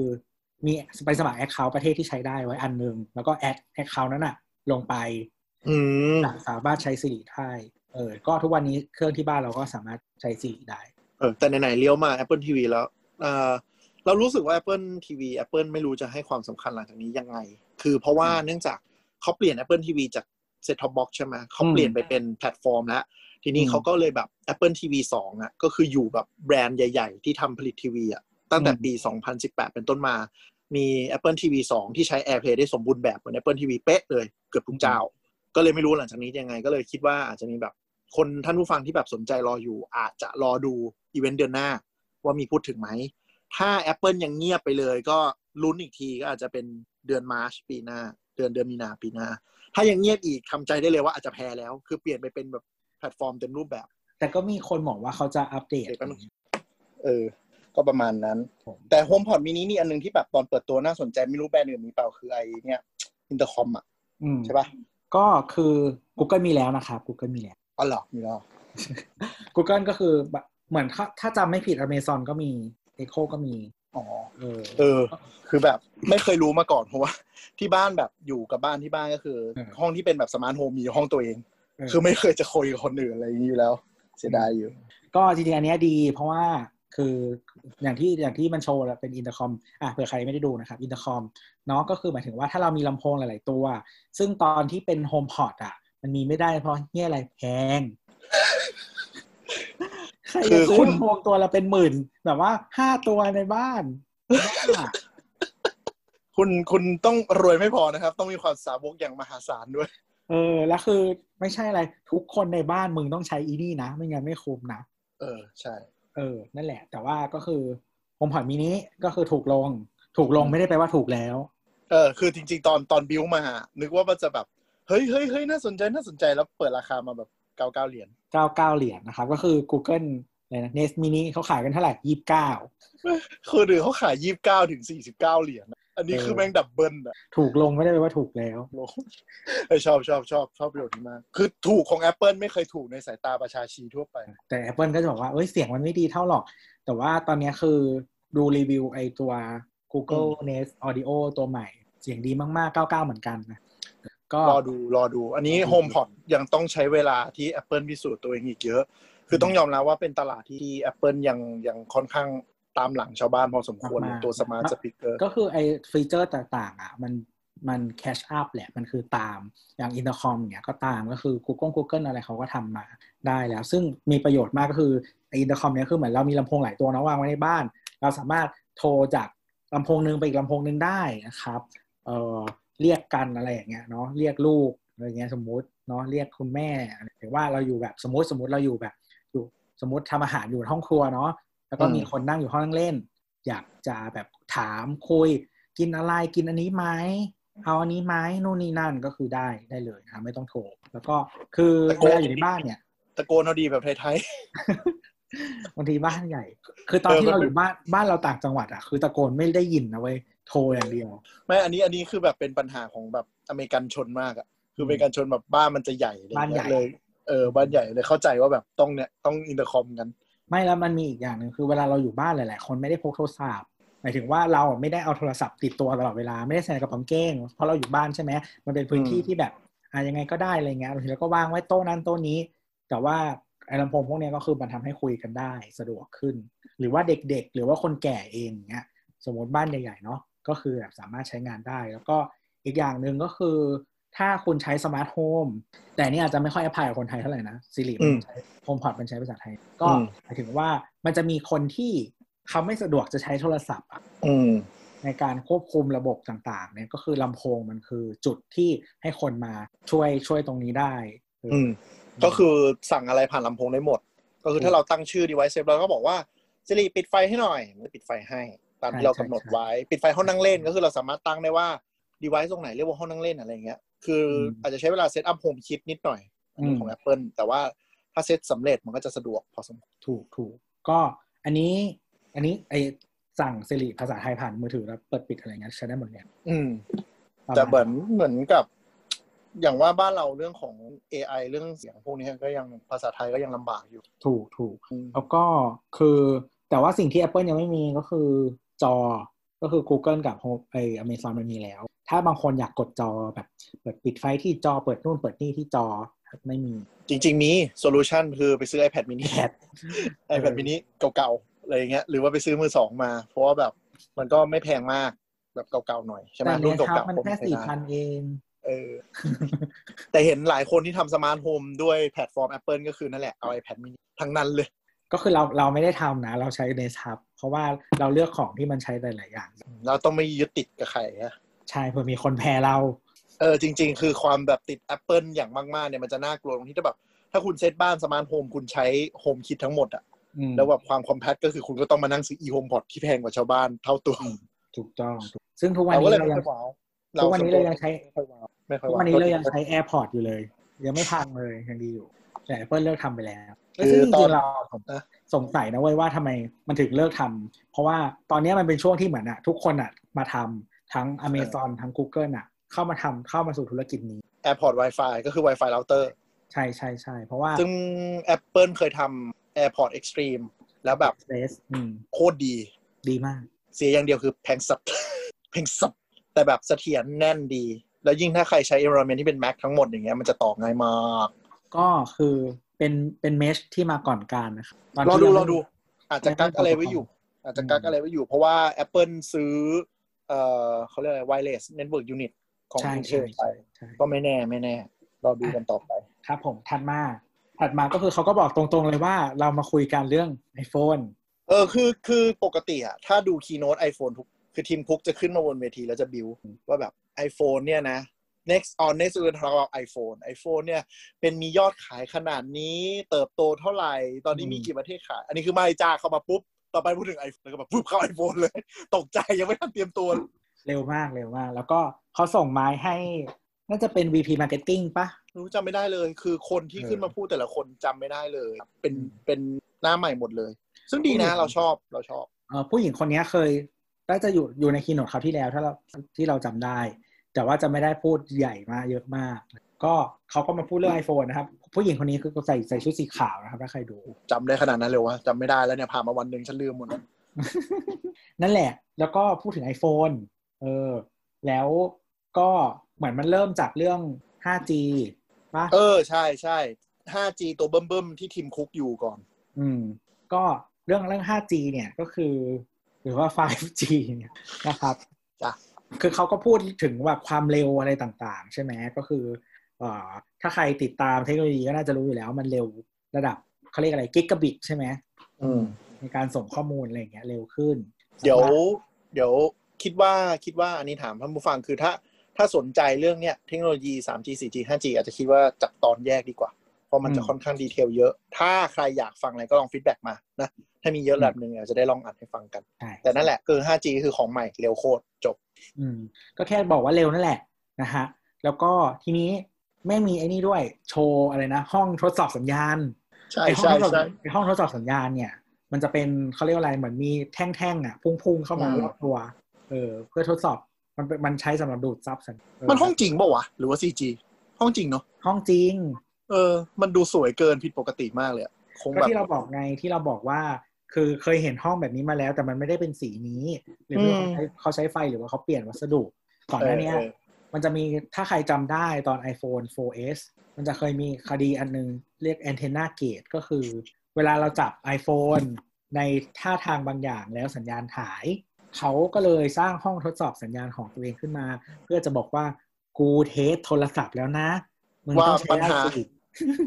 มีไปสมัคร Account ประเทศที่ใช้ได้ไว้อันหนึง แล้วก็แอด Account นั้นอะลงไป
อืม
สามารถใช้ Siri ได้เออก็ทุกวันนี้เครื่องที่บ้านเราก็สามารถใช้ Siri ได้
เออแต่ไหนๆเลี้ยวมา Apple TV แล้วเออเรารู้สึกว่า Apple TV Apple ไม่รู้จะให้ความสำคัญหลังจากนี้ยังไง คือเพราะว่าเนื่องจากเขาเปลี่ยน Apple TV จาก Set Top Box ใช่ไหมเขาเปลี่ยนไปเป็นแพลตฟอร์มแล้ว ทีนี้
อืม
เขาก็เลยแบบ Apple TV 2อ่ะก็คืออยู่แบบแบรนด์ใหญ่ ๆ ที่ทำผลิตทีวีอ่ะตั้งแต่ปี 2018 เป็นต้นมา มี Apple TV 2 ที่ใช้ AirPlay ได้สมบูรณ์แบบเหมือน Apple TV เป๊ะเลยเกือบทุกเจ้า ก็เลยไม่รู้หลังจากนี้ยังไง ก็เลยคิดว่าอาจจะมีแบบคนท่านผู้ฟังที่แบบสนใจรออยู่ อาจจะรอดูอีเวนต์เดือนหน้า ว่ามีพูดถึงไหม ถ้า Apple ยังเงียบไปเลย ก็ลุ้นอีกทีก็อาจจะเป็นเดือนมาร์ชปีหน้า เดือนเดือนมีนาปีหน้า ถ้ายังเงียบอีกทำใจได้เลยว่าอาจจะแพ้แล้ว คือเปลี่ยนไปเป็นแบบแพลตฟอร์มเต็มรูปแบบ
แต่ก็มีคนบอกว่าเขาจะอัปเดต
เดี๋ยวแป๊บนึง เออ ก็ประมาณนั้น
ผม
แต่ HomePod mini นี่อันนึงที่แบบตอนเปิดตัวน่าสนใจไม่รู้แบรนด์อื่นมีเปล่าคือไอเนี่ยอินเตอร์คอมอ่ะ
อืม
ใช่ปะ
ก็คือ Google มีแล้วนะครับ Google มีแล้ว
อ๋อเหรอมีแล้ว
Google ก็คือแบบเหมือนถ้าถ้าจำไม่ผิด Amazon ก็มี Echo ก็มี
อ๋อ
เออ
เออ คือแบบไม่เคยรู้มาก่อนเพราะว่า ที่บ้านแบบอยู่กับบ้านที่บ้านก็คือ
เออ
ห้องที่เป็นแบบสมาร์ทโฮมมีห้องตัวเอง
เออ
คือไม่เคยจะคุยกับคนอื่นอะไรอย่างนี้อยู่แล้ว เสียดายอยู่
ก็จริงๆอันเนี้ยดี เพราะว่าคืออย่างที่อย่างที่มันโชว์แล้วเป็นอินเตอร์คอมอ่ะเผื่อใครไม่ได้ดูนะครับอินเตอร์คอมเนาะก็คือหมายถึงว่าถ้าเรามีลำโพงหลาย ๆ ตัว ซึ่งตอนที่เป็น HomePod อ่ะ มันมีไม่ได้เพราะเงี้ยอะไรแพง ใคร
คื
จะ
อ
ซื้
คุ
อ
ณ
ลำโพงตัวละเป็นหมื่น แบบว่าห้าตัวในบ้านบ้า
คุณคุณต้องรวยไม่พอนะครับ ต้องมีความสาวกอย่างมหาศาลด้วย
เออ แล้วคือไม่ใช่อะไร ทุกคนในบ้านมึงต้องใช้อีนี่นะ ไม่งั้นไม่คุ้มนะ
เออ ใช่
เออ นั่นแหละ แต่ว่าก็คือผมผ่อนมินิก็คือถูกลง ถูกลงไม่ได้แปลว่าถูกแล้ว
เออ คือจริงๆ ตอนตอนบิวมา นึกว่ามันจะแบบ เฮ้ยเฮ้ยเฮ้ยน่าสนใจน่าสนใจแล้วเปิดราคามาแบบเก้าเก้าเหรียญ
99 เหรียญนะครับ ก็คือ Google เลยนะ Nest Mini เขาขายกันเท่าไหร่ 29
คือหรือเขาขายยี่สิบเก้าถึงสี่สิบเก้าเหรียญนะอันนี้คือแม่งดับเบิลอะ
ถูกลงไม่ได้แปลว่าถูกแล้ว
โลกเอ้ยชอบชอบชอบชอบประโยชน์นี้มาก คือถูกของ Apple ไม่เคยถูกในสายตาประชาชีทั่วไป
แต่ Apple ก็จะบอกว่า เอ้ย เสียงมันไม่ดีเท่าหรอก แต่ว่าตอนเนี้ยคือดูรีวิวไอตัว Google Nest Audio ตัวใหม่ เสียงดีมากๆ 99 เหมือนกันนะก็
รอดูรอดู อันนี้ HomePod ยังต้องใช้เวลาที่ Apple พิสูจน์ตัวเองอีกเยอะ คือต้องยอมรับว่าเป็นตลาดที่ Apple ยังยังค่อนข้างตามหลังชาวบ้านพอสมควร
มากๆ
ตัวสมาร์ท
มาก
สปีกเกอร์
ก็คือไอ้ฟีเจอร์ต่างๆอ่ะมันมันแคชอัพแหละ มันคือตามอย่างอินเตอร์คอมเนี่ยก็ตามก็คือ Google Google อะไรเขาก็ทำมาได้แล้ว ซึ่งมีประโยชน์มากก็คืออินเตอร์คอมเนี่ยคือเหมือนเรามีลำโพงหลายตัวนะวางไว้ในบ้าน เราสามารถโทรจากลำโพงหนึ่งไปอีกลำโพงหนึ่งได้นะครับเอ่อเรียกกันอะไรอย่างเงี้ยเนาะเรียกลูกอะไรอย่างเงี้ยสมมติเนาะเรียกคุณแม่อะไรหรือว่าเราอยู่แบบสมมติสมมติเราอยู่แบบอยู่สมมติทำอาหารอยู่ในห้องครัวเนาะ แล้วก็มีคนนั่งอยู่ห้องนั่งเล่น อยากจะแบบถามคุย กินอะไรกินอันนี้ไหมเอาอันนี้ไหมนู่นนี่นั่นก็คือได้ได้เลยนะไม่ต้องโทรแล้วก็คือเวลาอยู่ในบ้านเนี่ย
ตะโกนเอาดีแบบไทย
บางทีบ้านใหญ่ คือตอน
เออ
ที่เรา
มัน
อ
เป็น
ยู่บ้านบ้านเราต่างจังหวัดอ่ะคือตะโกนไม่ได้ยินนะเว้ยโทรอย่างเดียว
ๆ ไม่อันนี้อันนี้คือแบบเป็นปัญหาของแบบอเมริกันชนมากอะคืออเมริกันชนแบบบ้านมันจะใหญ่เลย
บ้านใหญ่
เลยเออบ้านใหญ่เลยเข้าใจว่าแบบต้องเนี่ยต้องอินเตอร์คอมกัน
ไม่แล้วมันมีอีกอย่างหนึ่งคือเวลาเราอยู่บ้านหลาย ๆ คนไม่ได้พกโทรศัพท์ หมายถึงว่าเราอะไม่ได้เอาโทรศัพท์ติดตัวตลอดเวลาไม่ได้ใส่กระเป๋าเก้งเพราะเราอยู่บ้านใช่ไหมมันเป็นพื้นที่
อืม
ที่แบบอ่ะยังไงก็ได้อะไรเงี้ยบางทีเราก็วางไว้โต๊ะนั้นโต๊ะนี้ แต่ว่าไอ้ลำโพงพวกเนี้ยก็คือมันทำให้คุยกันได้สะดวกขึ้น หรือว่าเด็กๆ หรือว่าคนแก่เองอย่างเงี้ย สมมติบ้านใหญ่ๆเนาะก็คือแบบสามารถใช้งานได้ แล้วก็อีกอย่างหนึ่งก็คือ ถ้าคุณใช้สมาร์ทโฮมแต่นี่อาจจะไม่ค่อยแอพพลายกับคนไทยเท่าไหร่นะสิริ
อื
มั
ม
นใช้โฮมพอดมันใช้ภาษาไทย ก็
อืม
หมายถึงว่ามันจะมีคนที่เขาไม่สะดวกจะใช้โทรศัพท์อะ
อืม
ในการควบคุมระบบต่างๆเนี่ยก็คือลำโพงมันคือจุดที่ให้คนมาช่วยช่วยตรงนี้ได้เออ
อืม ก็คือสั่งอะไรผ่านลำโพงได้หมด ก็คือถ้าเราตั้งชื่อ device เซฟเราก็บอกว่าสิริปิดไฟให้หน่อยมันจะปิดไฟให้ ตามที่เรากำหนดไว้ ปิดไฟห้องนั่งเล่นก็คือเราสามารถตั้งได้ว่า device ตรงไหนเรียกว่าห้องนั่งเล่นอะไรอย่างเงี้ย คืออาจจะใช้เวลาเซตอัพโฮมคิดนิดหน่อยอันนี้ของ Apple แต่ว่าถ้าเซตสำเร็จมันก็จะสะดวกพอสมควร
ถูกถูกก็อันนี้อันนี้ไอสั่งสิริภาษาไทยผ่านมือถือแล้วเปิดปิดอะไรเงี้ยใช้ได้หมดเลย
อืม
ประาณ
แต่เหมือนเหมือนกับ อย่างว่าบ้านเราเรื่องของ AI เรื่องเสียงพวกนี้ก็ยังภาษาไทยก็ยังลำบากอยู่
ถูกถูกแล้วก็คือแต่ว่าสิ่งที่ Apple ยังไม่มีก็คือจอก็คือ Google กับ Home ไอ Amazon มันมีแล้ว ถ้าบางคนอยากกดจอแบบเปิดปิดไฟที่จอเปิดนู่นเปิดนี่ที่จอไม่มี
จริง ๆ มีโซลูชันคือไปซื้อ iPad mini iPad mini เก่าๆอะไรอย่างเงี้ยหรือว่าไปซื้อมือสองมา เพราะว่าแบบมันก็ไม่แพงมาก แบบเก่าๆหน่อยใช่ไหม
แต่
รุ่
เนี่ยค
น
รับ
เก่า
มัน
ๆผม
แค่
ไม่
สี่
ได้
พันเอง
เออ แต่เห็นหลายคนที่ทำสมาร์ทโฮมด้วยแพลตฟอร์ม Apple ก็คือนั่นแหละเอา iPad mini ทั้งนั้นเลย
ก็คือเราเราไม่ได้ทำนะ เราใช้ในทับเพราะว่าเราเลือกของที่มันใช้หลาย ๆ อย่าง
เราต้องไม่ยึดติดกับใครนะ
ใช่เผื่อมีคนแพ้เรา
เออจริง ๆ คือความแบบติด Apple อย่างมาก ๆ เนี่ยมันจะน่ากลัวตรงที่ถ้าแบบ ถ้าคุณเซตบ้านสมาร์ทโฮมคุณใช้โฮมคิดทั้งหมดอะ
อืม
แล้วแบบความคอมแพตก็คือคุณก็ต้องมานั่งซื้อ e-home pod ที่แพงกว่าชาวบ้านเท่าตัว
ถูกต้องถูกซึ่งทุกวัน
เราก็
นี้
เลย
เรา
ไม่
ยั
ค่
ง
อยว้าว
ทุกวันนี้เรายังใช้
ไม่ค่อย
ทุก
ว้าว
วันนี้เรายังใช้ AirPods อยู่เลย ยังไม่พังเลยยังดีอยู่ แต่ Apple เลิกทำไปแล้ว
คือ
ซึ่งจ
ตอ
ริ
น
งๆเรา
อ่ะ
สงสัยนะเว้ยว่าทำไมมันถึงเลิกทำเพราะว่าตอนนี้มันเป็นช่วงที่เหมือนอะทุกคนอะมาทำทั้ง Amazon ทั้ง Google อะเข้ามาทำเข้ามาสู่ธุรกิจนี้
AirPod Wi-Fi ก็คือ Wi-Fi router
ใช่ใช่ใช่เพราะว่า
ซึ่ง Apple เคยทำ AirPod Extreme แล้วแบบ
Space อืม
โคตรดี
ดีมาก
เสียอย่างเดียวคือแพงสับ แพงสับแต่แบบเสถียรแน่นดี แล้วยิ่งถ้าใครใช้ environment ที่เป็น Mac ทั้งหมดอย่างเงี้ยมันจะต่อง่ายมาก
ก็คือเป็นเป็นเมชที่มาก่อนการนะครับตน
รอ
ที่
ดู
ยัง
รอ
ไม่
ดู อาจจะกักอะไรไว้อยู่ อาจจะกักอะไรไว้อยู่ เพราะว่า Apple ซื้อ เอ่อเขาเรียกอะไร wireless network unit ของ
ใช่
Intel ไป
ใช่ใช่
ก็ไม่แน่ไม่แน่ รอดูกันต่อไป
ครับผมถัดมา ถัดมาก็คือเขาก็บอกตรงๆเลยว่าเรามาคุยกันเรื่อง iPhone
เออคือคือปกติอะถ้าดู keynote iPhone ทุก คือทีมคุกจะขึ้นมาบนเวทีแล้วจะบิวว่าแบบ iPhone เนี่ยนะ next on next we talk about iPhone iPhone เนี่ยเป็นมียอดขายขนาดนี้เติบโตเท่าไหร่ ตอนนี้มี
อืม
กี่ประเทศขาย อันนี้คือไม่จ้าเข้ามาปุ๊บ ต่อไปพูดถึง iPhone แล้วก็แบบปุ๊บเข้า iPhone เลย ตกใจยังไม่ทันเตรียมตัว
เร็วมากเร็วมาก แล้วก็เขาส่งไม้ให้ น่าจะเป็น VP Marketing ปะ
รู้จำไม่ได้เลย คือคนที่
เออ
ขึ้นมาพูดแต่ละคนจำไม่ได้เลย เป็น
อืม
เป็นหน้าใหม่หมดเลย ซึ่งดีนะ
อืม
เราชอบเราชอบ
เอ่อผู้หญิงคนนี้เคยน่าจะอยู่อยู่ในคีโนดคราวที่แล้วถ้าเราที่เราจำได้ แต่ว่าจะไม่ได้พูดใหญ่มากเยอะมาก ก็เขาก็มาพูดเรื่อง iPhone นะครับ ผู้หญิงคนนี้คือใส่ใส่ชุดสีขาวนะครับ ถ้าใครดู
จำได้ขนาดนั้นเลยวะจำไม่ได้แล้วเนี่ยผ่านมาวันหนึ่งฉันลืมหมดแล้ว
นั่นแหละ แล้วก็พูดถึง iPhone เออ แล้วก็เหมือนมันเริ่มจากเรื่อง 5G ปะ
เออใช่ใช่ 5G ตัวเบิ่มๆที่ทีมคุกอยู่ก่อน
อืมก็เรื่องเรื่อง 5G เนี่ยก็คือ หรือว่า 5G เนี่ยนะครับ
จ้ะ
คือเขาก็พูดถึงแบบความเร็วอะไรต่างๆ ใช่ไหมก็คือเอ่อถ้าใครติดตามเทคโนโลยีก็น่าจะรู้อยู่แล้วมันเร็วระดับเขาเรียกอะไรกิกะบิตใช่ไหม
อืม
ในการส่งข้อมูลอะไรอย่างเงี้ยเร็วขึ้น
เดี๋ยวเดี๋ยวคิดว่าคิดว่าอันนี้ถามท่านผู้ฟังคือถ้าถ้าสนใจเรื่องเนี้ยเทคโนโลยี 3G 4G 5G อาจจะคิดว่าจับตอนแยกดีกว่า เพราะมันจะค่อนข้างดีเทลเยอะ ถ้าใครอยากฟังอะไรก็ลองฟีดแบ็กมานะ ถ้ามีเยอะระดับหนึ่งอาจจะได้ลองอัดให้ฟังกัน
ใช่
แต่นั่นแหละคือ 5G คือของใหม่เร็วโคตรจบ
อืมก็แค่บอกว่าเร็วนั่นแหละนะฮะแล้วก็ทีนี้ไม่มีไอ้นี่ด้วยโชว์อะไรนะ ห้องทดสอบสัญญาณ
ใช่
ไอห้อ
ใช่
งทดส
ใช่
อบไอห้องทดสอบสัญญาณเนี่ย มันจะเป็นเขาเรียกว่าอะไรเหมือนมีแท่งๆอ่ะ พุ่งๆเข้ามา
อืม
รอบตัวเออเพื่อทดสอบมันเป็นมันใช้สำหรับดูดซับสัญเ
มันห้องจริงเปล่าวะ หรือว่า 4G ห้องจริงเนาะ
ห้องจริง
เออ มันดูสวยเกินผิดปกติมากเลยอะคง
ก็
แบบ
ที่เราบอกไงที่เราบอกว่า คือเคยเห็นห้องแบบนี้มาแล้ว แต่มันไม่ได้เป็นสีนี้ หรือว่าเขาใช้เขาใช้ไฟหรือว่าเขาเปลี่ยนวัสดุ ก่อนหน้าเนี้ย
เออ
มันจะมีถ้าใครจำได้ตอน iPhone 4S มันจะเคยมีคดีอันนึงเรียก antenna gate ก็คือ เวลาเราจับ iPhone ในท่าทางบางอย่างแล้วสัญญาณหาย เขาก็เลยสร้างห้องทดสอบสัญญาณของตัวเองขึ้นมา เพื่อจะบอกว่ากูเทสโทรศัพท์แล้วนะมึงต้องใช้
ว่าปัญ
ได้
หา
สิ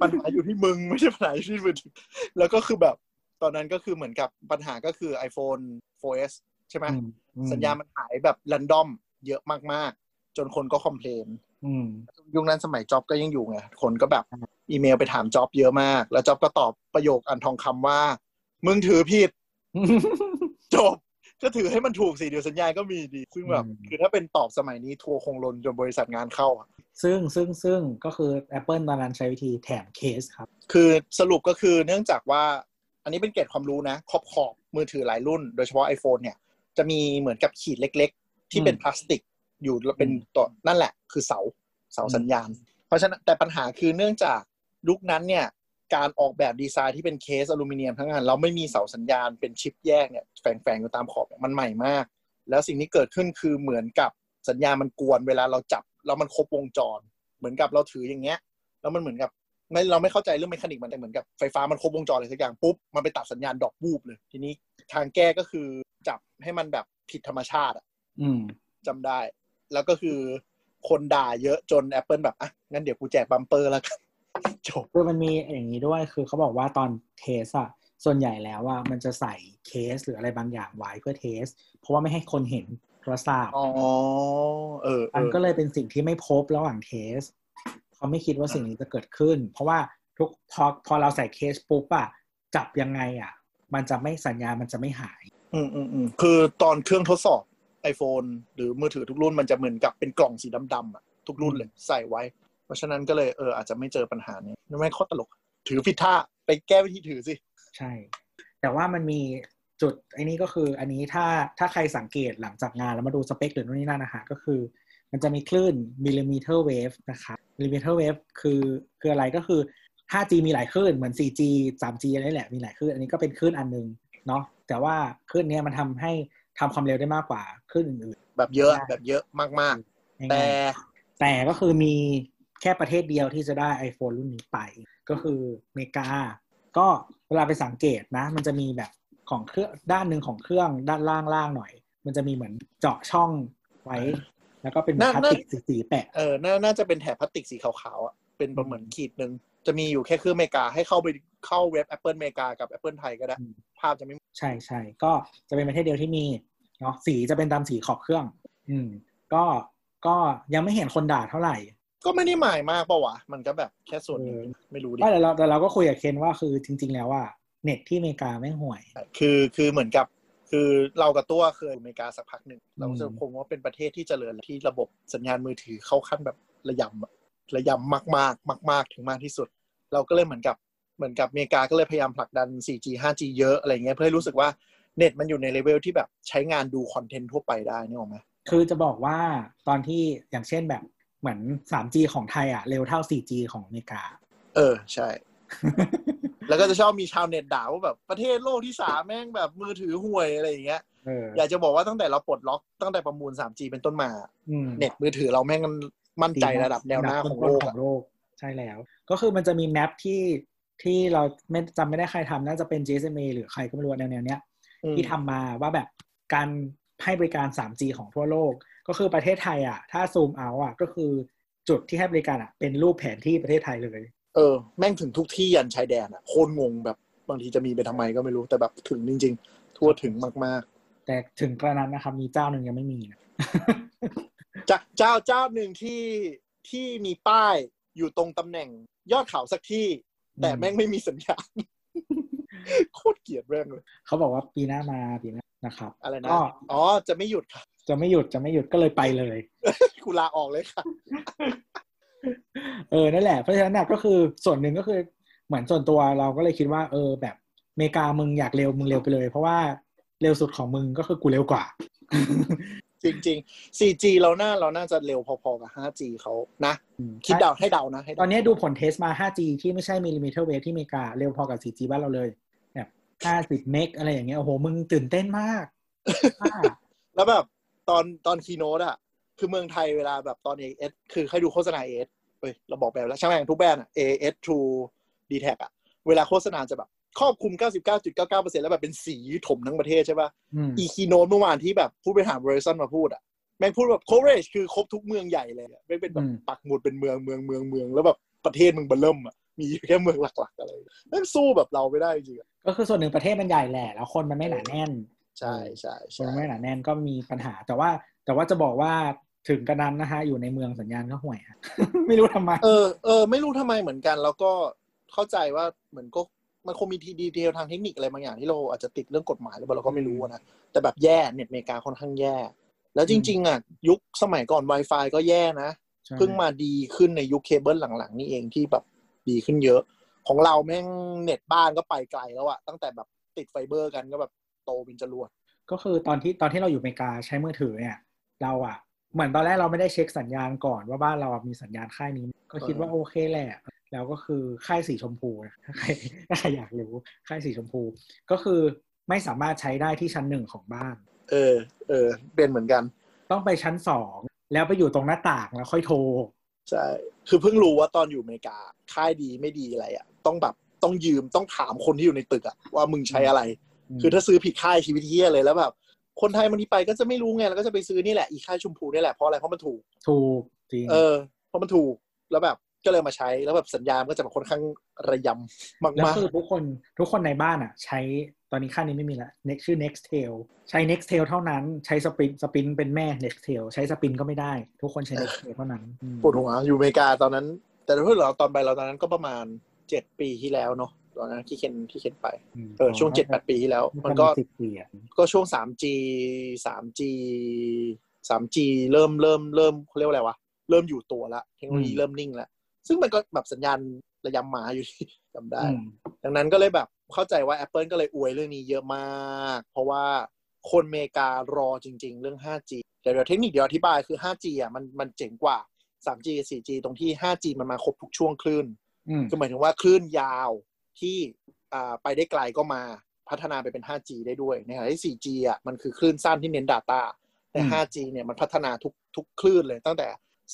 ปัญหาอยู่ที่มึง ไม่ใช่ปัญหาอยู่ที่มือถือแล้วก็คือแบบตอนนั้นก็คือเหมือนกับปัญหาก็คือ iPhone 4S ใช่ไหม
อืมอืม
สัญญาณมันหายแบบรันดอมเยอะมากๆ จนคนก็คอมเพลน
อืม
ยุคนั้นสมัยจ็อบก็ยังอยู่ไง คนก็แบบอีเมลไปถามจ็อบเยอะมาก แล้วจ็อบก็ตอบประโยคอันทองคำว่า มึงถือผิด จบ ก็ถือให้มันถูกสิ เดี๋ยวสัญญาณก็มีดี ซึ่งแบบ
อืม
คือถ้าเป็นตอบสมัยนี้ทัวร์คงลนจนบริษัทงานเข้าอะ
ซึ่งซึ่งซึ่งก็คือ Apple ตอนนั้นใช้วิธีแถมเคสครับ
คือสรุปก็คือเนื่องจากว่า อันนี้เป็นเกรดความรู้นะ ขอบขอบมือถือหลายรุ่น โดยเฉพาะ iPhone เนี่ย จะมีเหมือนกับขีดเล็ก ๆ ที่เป็น
อืม
พลาสติก อยู่แล้วเป็น
อืม
ตัวนั่นแหละ คือเสาเสาสัญญาณ เพราะฉะนั้นแต่ปัญหาคือเนื่องจากยุคนั้นเนี่ยการออกแบบดีไซน์ที่เป็นเคสอลูมิเนียมทั้งนั้นเราไม่มีเสาสัญญาณเป็นชิปแยกเนี่ยแฝงๆอยู่ตามขอบเนี่ยมันใหม่มาก แล้วสิ่งที่เกิดขึ้นคือเหมือนกับสัญญาณมันกวนเวลาเราจับแล้วมันครบวงจร เหมือนกับเราถืออย่างเงี้ยแล้วมันเหมือนกับไม่เราไม่เข้าใจเรื่องเมคานิกมันแต่เหมือนกับไฟฟ้ามันครบวงจรอะไรสักอย่างปุ๊บมันไปตัดสัญญาณดรอกวูบเลย ทีนี้ทางแก้ก็คือจับให้มันแบบผิดธรรมชาติอะ
อืม
จำได้ แล้วก็คือคนด่าเยอะจน Apple แบบ อ่ะ งั้นเดี๋ยวกูแจกบัมเปอร์แล้วกัน จบ
คือมันมีอย่างนี้ด้วย คือเขาบอกว่าตอนเทสอะส่วนใหญ่แล้วว่ามันจะใส่เคสหรืออะไรบางอย่างไว้เพื่อเทส เพราะว่าไม่ให้คนเห็นโทรศัพท์
อ๋อ เออเอ
มัน
อ
ก็เลยเป็นสิ่งที่ไม่พบระหว่างเทส เขาไม่คิดว่าสิ่งนี้จะเกิดขึ้น เพราะว่าทุกพอพอเราใส่เคสปุ๊บอะจับยังไงอะมันจะไม่สัญญาณมันจะไม่หาย
อืมอืมอืมคือตอนเครื่องทดสอบ iPhone หรือมือถือทุกรุ่นมันจะเหมือนกับเป็นกล่องสีดำๆอ่ะ ทุกรุ่นเลยใส่ไว้ เพราะฉะนั้นก็เลยเอออาจจะไม่เจอปัญหานี้ไม่โคตรตลก ถือผิดท่าไปแก้วิธีถือสิ
ใช่ แต่ว่ามันมีจุดไอ้นี่ก็คืออันนี้ถ้าถ้าใครสังเกตหลังจากงานแล้วมาดูสเปคหรือนู่นนี่นั่นนะคะก็คือ มันจะมีคลื่นมิลลิมิเตอร์เวฟนะคะมิลลิมิเตอร์เวฟคือคืออะไรก็คือ 5G มีหลายคลื่นเหมือน 4G 3G อะไรนี่แหละมีหลายคลื่นอันนี้ก็เป็นคลื่นอันหนึงเนาะแต่ว่าคลื่นเนี้ยมันทำให้ทำความเร็วได้มากกว่าคลื่นอื่น
แบบเยอะแบบเยอะมาก
ๆ
ๆ แต่
ง่ายๆ แต่ก็คือมีแค่ประเทศเดียวที่จะได้ iPhone รุ่นนี้ไป ก็คืออเมริกา ก็เวลาไปสังเกตนะ มันจะมีแบบของเครื่องด้านหนึ่งของเครื่องด้านล่างล่างหน่อย มันจะมีเหมือนเจาะช่องไว้ แล้วก็เป็นพลาสติกสีๆแปะ
เออน่าน่าจะเป็นแถบพลาสติกสีขาวๆอ่ะเป็นประเหมือนขีดหนึ่งจะมีอยู่แค่เครื่องอเมริกาให้เข้าไปเข้าเว็บ Apple อเมริกากับ Apple ไทยก็ได้
อืม
ภาพจะไม่
ใช่ใช่ก็จะเป็นประเทศเดียวที่มีเนาะสีจะเป็นตามสีขอบเครื่อง อืม ก็ก็ยังไม่เห็นคนด่าเท่าไหร่
ก็ไม่ได้หมายมากปะวะ มันก็แบบแค่ส่วนหนึง
เออ
ไม่รู้ดิ
ไม่แต่เราแต่เราก็คุยกับเคนว่าคือจริง ๆ แล้วว่าเน็ตที่อเมริกาไม่งห่วย
คือคือเหมือนกับ คือเรากับตัวเคยอยู่อเมริกาสักพักหนึ่ง เราจะ
อืม
คงว่าเป็นประเทศที่เจริญที่ระบบสัญญาณมือถือเข้าขั้นแบบระยำอะระยำมากมากมากมาก ๆ ถึงมากที่สุด เราก็เลยเหมือนกับเหมือนกับอเมริกาก็เลยพยายามผลักดัน 4G 5G เยอะอะไรเงี้ยเพื่อให้รู้สึกว่าเน็ตมันอยู่ในเลเวลที่แบบใช้งานดูคอนเทนต์ทั่วไปได้นี่หรอกไหม
คือจะบอกว่าตอนที่อย่างเช่นแบบเหมือน 3G ของไทยอ่ะ เร็วเท่า 4G ของอเมริกา
เออใช่ แล้วก็จะชอบมีชาวเน็ตด่าว่าแบบประเทศโลกที่สามแม่งแบบมือถือห่วยอะไรอย่างเงี้ย
เออ
อยากจะบอกว่าตั้งแต่เราปลดล็อกตั้งแต่ประมูล 3G เป็นต้นมา
อืม
เน็ตมือถือเราแม่งมั่นใจระดับแนวหน้า
ดับ
ของ
ต้
โลก
ๆขอ
อะ
งโลก ใช่แล้ว ก็คือมันจะมีแมปที่ที่เราไม่จำไม่ได้ใครทำน่าจะเป็น GSMA หรือใครก็ไม่รู้แนวแนวๆเนี้ย
อืม
ที่ทำมาว่าแบบการให้บริการ 3G ของทั่วโลก ก็คือประเทศไทยอ่ะ ถ้าซูมเอาอ่ะ ก็คือจุดที่ให้บริการอ่ะเป็นรูปแผนที่ประเทศไทยเลย
เออแม่งถึงทุกที่ยันชายแดนอะโคนงงแบบบางทีจะมีไปทำไมก็ไม่รู้แต่แบบถึงจริง ๆ ทั่วถึงมาก
แต่ถึงกระนั้นนะครับมีเจ้าหนึ่งยังไม่มีนะ
ๆจะเจ้าเจ้าหนึ่งที่ที่มีป้ายอยู่ตรงตำแหน่งยอดเขาสักที่ แต่แม่งไม่มีสัญญาณ โคตรเกลียดแม่งเลย
เขาบอกว่าปีหน้ามาปีหน้านะครับ
อะไรนะ
ก็
อ๋อจะไม่หยุดค่ะ
จะไม่หยุดจะไม่หยุดก็เลยไปเลย
กูลาออกเลยค่ะ
เออนั่นแหละเพราะฉะนั้นน่ะก็คือส่วนหนึ่งก็คือเหมือนส่วนตัวเราก็เลยคิดว่า เออ แบบอเมริกามึงอยากเร็วมึงเร็วไปเลย เพราะว่าเร็วสุดของมึงก็คือกูเร็วกว่า
จริง ๆ 4G เราน่าเราน่าจะเร็วพอๆกับ 5G เขานะ คิดเดาให้เดานะให้
ตอ
เดาน
นี้ดูผลเทสมา 5G ที่ไม่ใช่มิลลิเมตรเวฟที่อเมริกาเร็วพอกับ 4G บ้านเราเลยแบบ ห้าสิบเมกอะไรอย่างเงี้ยโอ้โหมึงตื่นเต้น มากมาก
แล้วแบบตอนตอนคีโนดอะคือเมืองไทยเวลาแบบตอนเอเอสคือให้ดูโฆษณาเอเอสเฮ้ยเราบอกแบบแล้วช่างแม่งทุกแบรนด์อะเอเอสทูดีแท็กอะเวลาโฆษณาจะแบบ ครอบคลุม 99.99%แล้วแบบเป็นสีถมทั้งประเทศใช่ป่ะ
อืม
อีคีโนดเมื่อวานที่แบบผู้บริหารบริษัทมาพูดอะแม่งพูดแบบ coverage คือครบทุกเมืองใหญ่เลยอะแม่งเป็นแบบปักหมุดเป็นเมืองเมืองเมืองเมืองแล้วแบบประเทศมึงเบอเริ่มอะมีแค่เมืองหลักๆอะไรแม่งสู้แบบเราไม่ได้จริงๆอะ
ก็คือส่วนหนึ่งประเทศมันใหญ่แหละ แล้วคนมันไม่หนาแน่น
ใช่ใช่
คน
ใช่
มันไม่หนาแน่นก็มีปัญหา แต่ว่าแต่ว่าจะบอกว่าถึงกระนั้นนะฮะ อยู่ในเมืองสัญญาณก็ห่วยอะ ไม่รู้ทำไม
เออเออไม่รู้ทำไมเหมือนกัน แล้วก็เข้าใจว่าเหมือนก็มันคงมีทีดีเทลทางเทคนิคอะไรบางอย่างที่เราอาจจะติดเรื่องกฎหมายหรือเปล่าเราก็ไม่รู้อะนะแต่แบบแย่เน็ตอเมริกาค่อนข้างแย่ แล้วจริง ๆอะยุคสมัยก่อน Wi-Fi ก็แย่นะ
ใช่
เพิ่งมาดีขึ้นในยุคเคเบิลหลังๆ นี่เองที่แบบดีขึ้นเยอะ ของเราแม่งเน็ตบ้านก็ไปไกลแล้วอะตั้งแต่แบบติดไฟเบอร์กันก็แบบโตเป็นจรวด
ก็คือตอนที่ตอนที่เราอยู่อเมริกาใช้มือถือเนี่ย เราอะเหมือนตอนแรกเราไม่ได้เช็คสัญญาณก่อนว่าบ้านเราอะมีสัญญาณค่ายนี้ ก็คิดว่าโอเคแหละ แล้วก็คือค่ายสีชมพูนะถ้าใครถ้าใครอยากรู้ค่ายสีชมพู ก็คือไม่สามารถใช้ได้ที่ชั้นหนึ่งของบ้าน
เออ เออ เป็นเหมือนกัน
ต้องไปชั้นสองแล้วไปอยู่ตรงหน้าต่างแล้วค่อยโทร
ใช่ คือเพิ่งรู้ว่าตอนอยู่อเมริกา ค่ายดีไม่ดีอะไรอะต้องแบบต้องยืมต้องถามคนที่อยู่ในตึกอะว่ามึงใช้อะไร คือถ้าซื้อผิดค่ายชีวิตเฮี้ยเลยแล้วแบบ คนไทยมันที่ไปก็จะไม่รู้ไงแล้วก็จะไปซื้อนี่แหละอีค่ายชมพูนี่แหละเพราะอะไรเพราะมันถูก
ถูกจริง
เออเพราะมันถูกแล้วแบบก็เลยมาใช้แล้วแบบสัญญาณก็จะแบบค่อนข้างระยำมากๆ
แล้วคือทุกคนทุกคนในบ้านอ่ะ ใช้ตอนนี้ค่านี้ไม่มีละ next ชื่อ nexttail ใช้ nexttail เท่านั้นใช้สปินสปินเป็นแม่ nexttail ใช้สปินก็ไม่ได้ ทุกคนใช้ nexttail เท่านั้นอืม
ปวดหัวอยู่อเมริกาตอนนั้น แต่ถ้าพูดเราตอนไปเราตอนนั้นก็ประมาณเจ็ดปีที่แล้วเนาะตอนนั้นที่เคนที่เคนไป
ม
เออช่วงเจ็ดแปดปีที่แล้ว มันก็
สิบปีอะ
ก็ช่วงสามจีสามจีสามจีเริ่มเริ่มเริ่มเขาเรียกว่าอะไรวะเริ่มอยู่ตัวละเทคโนโลยีเริ่มนิ่งละซึ่งมันก็แบบสัญญาณระยำหมาอยู่ที่ จำได้
อืม
ดังนั้นก็เลยแบบเข้าใจว่า Apple ก็เลยอวยเรื่องนี้เยอะมาก เพราะว่าคนอเมริการอจริง ๆ เรื่อง 5G เดี๋ยวเดี๋ยวเทคนิคเดี๋ยวอธิบายคือ 5G อ่ะมันมันเจ๋งกว่า 3G 4G ตรงที่ 5G มันมาครบทุกช่วงคลื่น
อืม
คือหมายถึงว่าคลื่นยาวที่อ่าไปได้ไกลก็มาพัฒนาไปเป็น 5G ได้ด้วยในขณะที่ 4G อ่ะมันคือคลื่นสั้นที่เน้น Data แต่ 5G เนี่ยมันพัฒนาทุกทุกคลื่นเลยตั้งแต่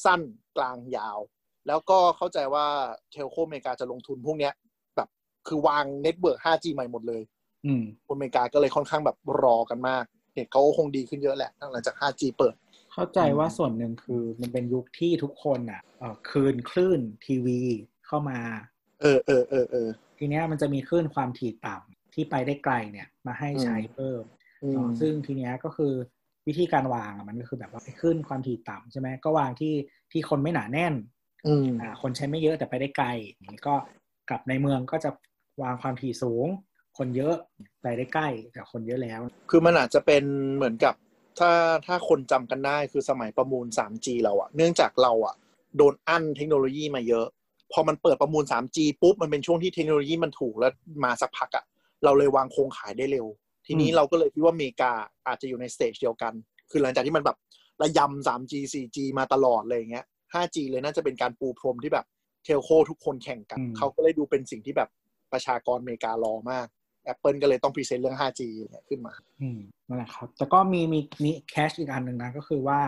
สั้นกลางยาว แล้วก็เข้าใจว่าเทลโคอเมริกาจะลงทุนพวกเนี้ยแบบคือวางเน็ตเวิร์ก 5G ใหม่หมดเลย
อืม
คนอเมริกาก็เลยค่อนข้างแบบรอกันมากเน็ตเขาก็คงดีขึ้นเยอะแหละหลังจาก 5G เปิด
เข้าใจว่าส่วนหนึ่งคือมันเป็นยุคที่ทุกคนอ่ะเอ่อคืนคลื่นทีวีเข้ามา
เออเออเออเออ
ทีเนี้ยมันจะมีคลื่นความถี่ต่ำที่ไปได้ไกลเนี่ยมาให้ใช้
อืม
เพิ่ม
อืม
เนาะซึ่งทีเนี้ยก็คือวิธีการวางอะมันก็คือแบบว่าไปขึ้นความถี่ต่ำใช่ไหมก็วางที่ที่คนไม่หนาแน่น
อืม
อ่าคนใช้ไม่เยอะแต่ไปได้ไกลอย่างนี้ก็กลับในเมืองก็จะวางความถี่สูง คนเยอะไปได้ใกล้แต่คนเยอะแล้ว
คือมันอาจจะเป็นเหมือนกับถ้าถ้าคนจำกันได้คือสมัยประมูล 3G เราอะเนื่องจากเราอะโดนอั้นเทคโนโลยีมาเยอะ พอมันเปิดประมูล 3G ปุ๊บ มันเป็นช่วงที่เทคโนโลยีมันถูกแล้วมาสักพักอะเราเลยวางโครงขายได้เร็ว ทีนี้
อืม
เราก็เลยคิดว่าอเมริกาอาจจะอยู่ในสเตจเดียวกัน คือหลังจากที่มันแบบระยำ 3G 4G มาตลอดเลยอย่างเงี้ย 5G เลยน่าจะเป็นการปูพรมที่แบบเทลโคทุกคนแข่งกัน
อืม
เขาก็เลยดูเป็นสิ่งที่แบบประชากรอเมริการอมาก Apple ก็เลยต้องพรีเซนต์เรื่อง 5G เนี่ยขึ้นมา
อืมนั่นแหละครับ แต่ก็มีมีมีแคชอีกอันหนึ่งนะก็คือว่า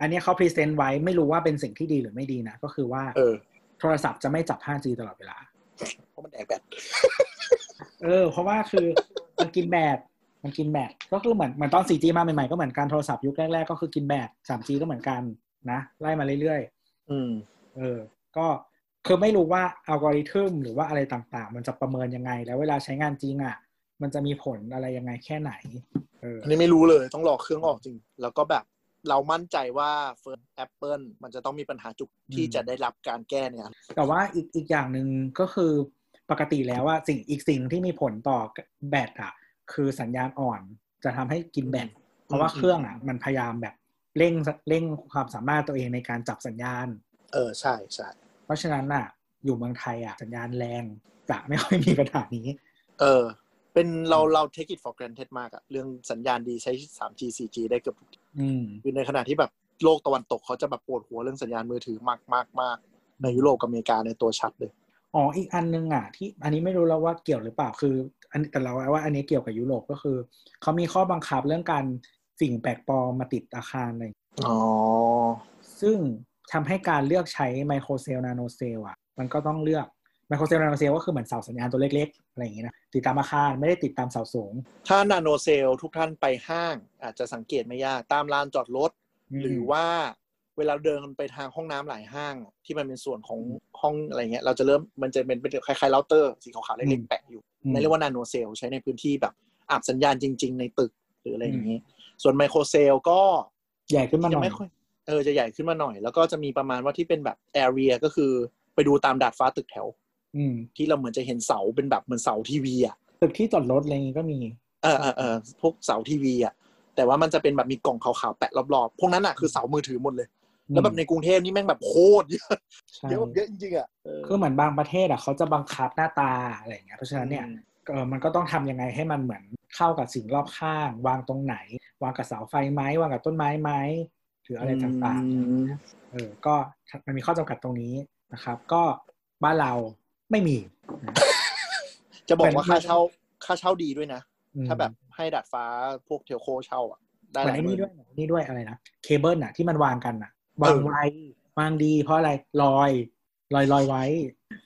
อันเนี้ยเขาพรีเซนต์ไว้ไม่รู้ว่าเป็นสิ่งที่ดีหรือไม่ดีนะ ก็คือว่า
เออ
โทรศัพท์จะไม่จับ 5G ตลอดเวลา
เพราะมันแอบแบต
เออเพราะว่าคือ มันกินแบตมันกินแบตก็คือเหมือนเหมือนตอน 4G มาใหม่ๆก็เหมือนกันโทรศัพท์ยุคแรกๆก็คือกินแบต 3G ก็เหมือนกันนะ ไล่มาเรื่อย
อืม
ๆเออ ก็คือไม่รู้ว่าอัลกอริทึมหรือว่าอะไรต่างๆ มันจะประเมินยังไง แล้วเวลาใช้งานจริงอ่ะ มันจะมีผลอะไรยังไงแค่ไหน เออ
อันนี้ไม่รู้เลยต้องรอเครื่องออกจริง แล้วก็แบบเรามั่นใจว่าเฟิร์นแอปเปิลมันจะต้องมีปัญหาจุกที่จะได้รับการแก้เนี่ย
แต่ว่าอีกอีกอย่างหนึ่งก็คือปกติแล้วว่าสิ่งอีกสิ่งที่มีผลต่อแบตอ่ะ คือสัญญาณอ่อนจะทำให้กินแบต เพราะว่าเครื่องอ่ะมันพยายามแบบเร่งเร่งความสามารถตัวเองในการจับสัญญาณ
เออใช่ใช่
เพราะฉะนั้นอ่ะ อยู่เมืองไทยอ่ะสัญญาณแรงจะไม่ค่อยมีปัญหานี้
เออ เป็นเราเรา take it for granted มากอะเรื่องสัญญาณดีใช้ 3G 4G ได้เกือบทุกที่
อืม
คือในขณะที่แบบโลกตะวันตกเขาจะแบบปวดหัวเรื่องสัญญาณมือถือมากมากมากในยุโรปกับอเมริกาในยตัวชัดเลย
อ๋ออีกอันนึงอ่ะที่อันนี้ไม่รู้แล้วว่าเกี่ยวหรือเปล่าคือ อันแต่เราว่าอันนี้เกี่ยวกับยุโรปก็คือ เขามีข้อบังคับเรื่องการสิ่งแปลกปลอมมาติดอาคารอะไรอย่างเงี้ย
อ๋อ
ซึ่งทำให้การเลือกใช้ไมโครเซลนาโนเซลอ่ะ มันก็ต้องเลือกไมโครเซลนาโนเซลก็คือเหมือนเสาสัญญาณตัวเล็กๆอะไรอย่างเงี้ยนะติดตามอาคารไม่ได้ติดตามเสาสูง
ถ้านาโนเซลทุกท่านไปห้าง อาจจะสังเกตไม่ยากตามลานจอดรถ หรือว่าเวลาเดินไปทางห้องน้ำหลายห้าง ที่มันเป็นส่วนของห้องอะไรเงี้ย เราจะเริ่มมันจะเป็นเป็นคล้ายๆเราเตอร์สีขาวๆเล็ก
อืม
ๆแปะอยู่
อืม
นั่นเรียกว่านาโนเซลใช้ในพื้นที่แบบอับสัญญาณจริง ๆ ในตึกหรืออะไรอย่างนี้ ส่วนไมโครเซลก็
ใหญ่ขึ้นมาหน่อย
จะไม่ค่อยเออจะใหญ่ขึ้นมาหน่อย แล้วก็จะมีประมาณว่าที่เป็นแบบแอเรียก็คือไปดูตามดาดฟ้าตึกแถว
อืม
ที่เราเหมือนจะเห็นเสาเป็นแบบเหมือนเสาทีวีอ่ะ
ตึกที่จอดรถอะไรอย่างงี้ก็มี
เออเออเออพวกเสาทีวีอ่ะ แต่ว่ามันจะเป็นแบบมีกล่องขาวๆแปะรอบๆ พวกนั้นอ่ะคือเสามือถือหมดเลย แล้วแบบในกรุงเทพนี่แม่งแบบโคตรเยอะ
ใช่
เยอะแบบเยอะจริงๆอ่ะเ
คือเหมือนบางประเทศอ่ะเขาจะบังคับหน้าตาอะไรอย่างเงี้ย เพราะฉะนั้นเนี่ย
อืม
เออมันก็ต้องทำยังไงให้มันเหมือนเข้ากับสิ่งรอบข้าง วางตรงไหน วางกับเสาไฟไหมวางกับต้นไม้ไหมหรืออะไรต่าง
อืม
ๆเออก็มันมีข้อจำกัดตรงนี้นะครับ ก็บ้านเราไม่มีนะ
จะบอกว่าค่าเช่าค่าเช่าดีด้วยนะ
อืม
ถ้าแบบให้ดัดฟ้าพวกเทลโคเช่าอ่ะ ได้
เห
ห
มือ
ลาน ย
ไอ้
หมื่
นี่ด้วย
น
เหมือนไอ้นี่ด้วยอะไรนะเคเบิลอ่ะที่มันวางกันอ่ะ วาง
เออ
ไว้วางดี เพราะอะไรลอยลอยลอยไว้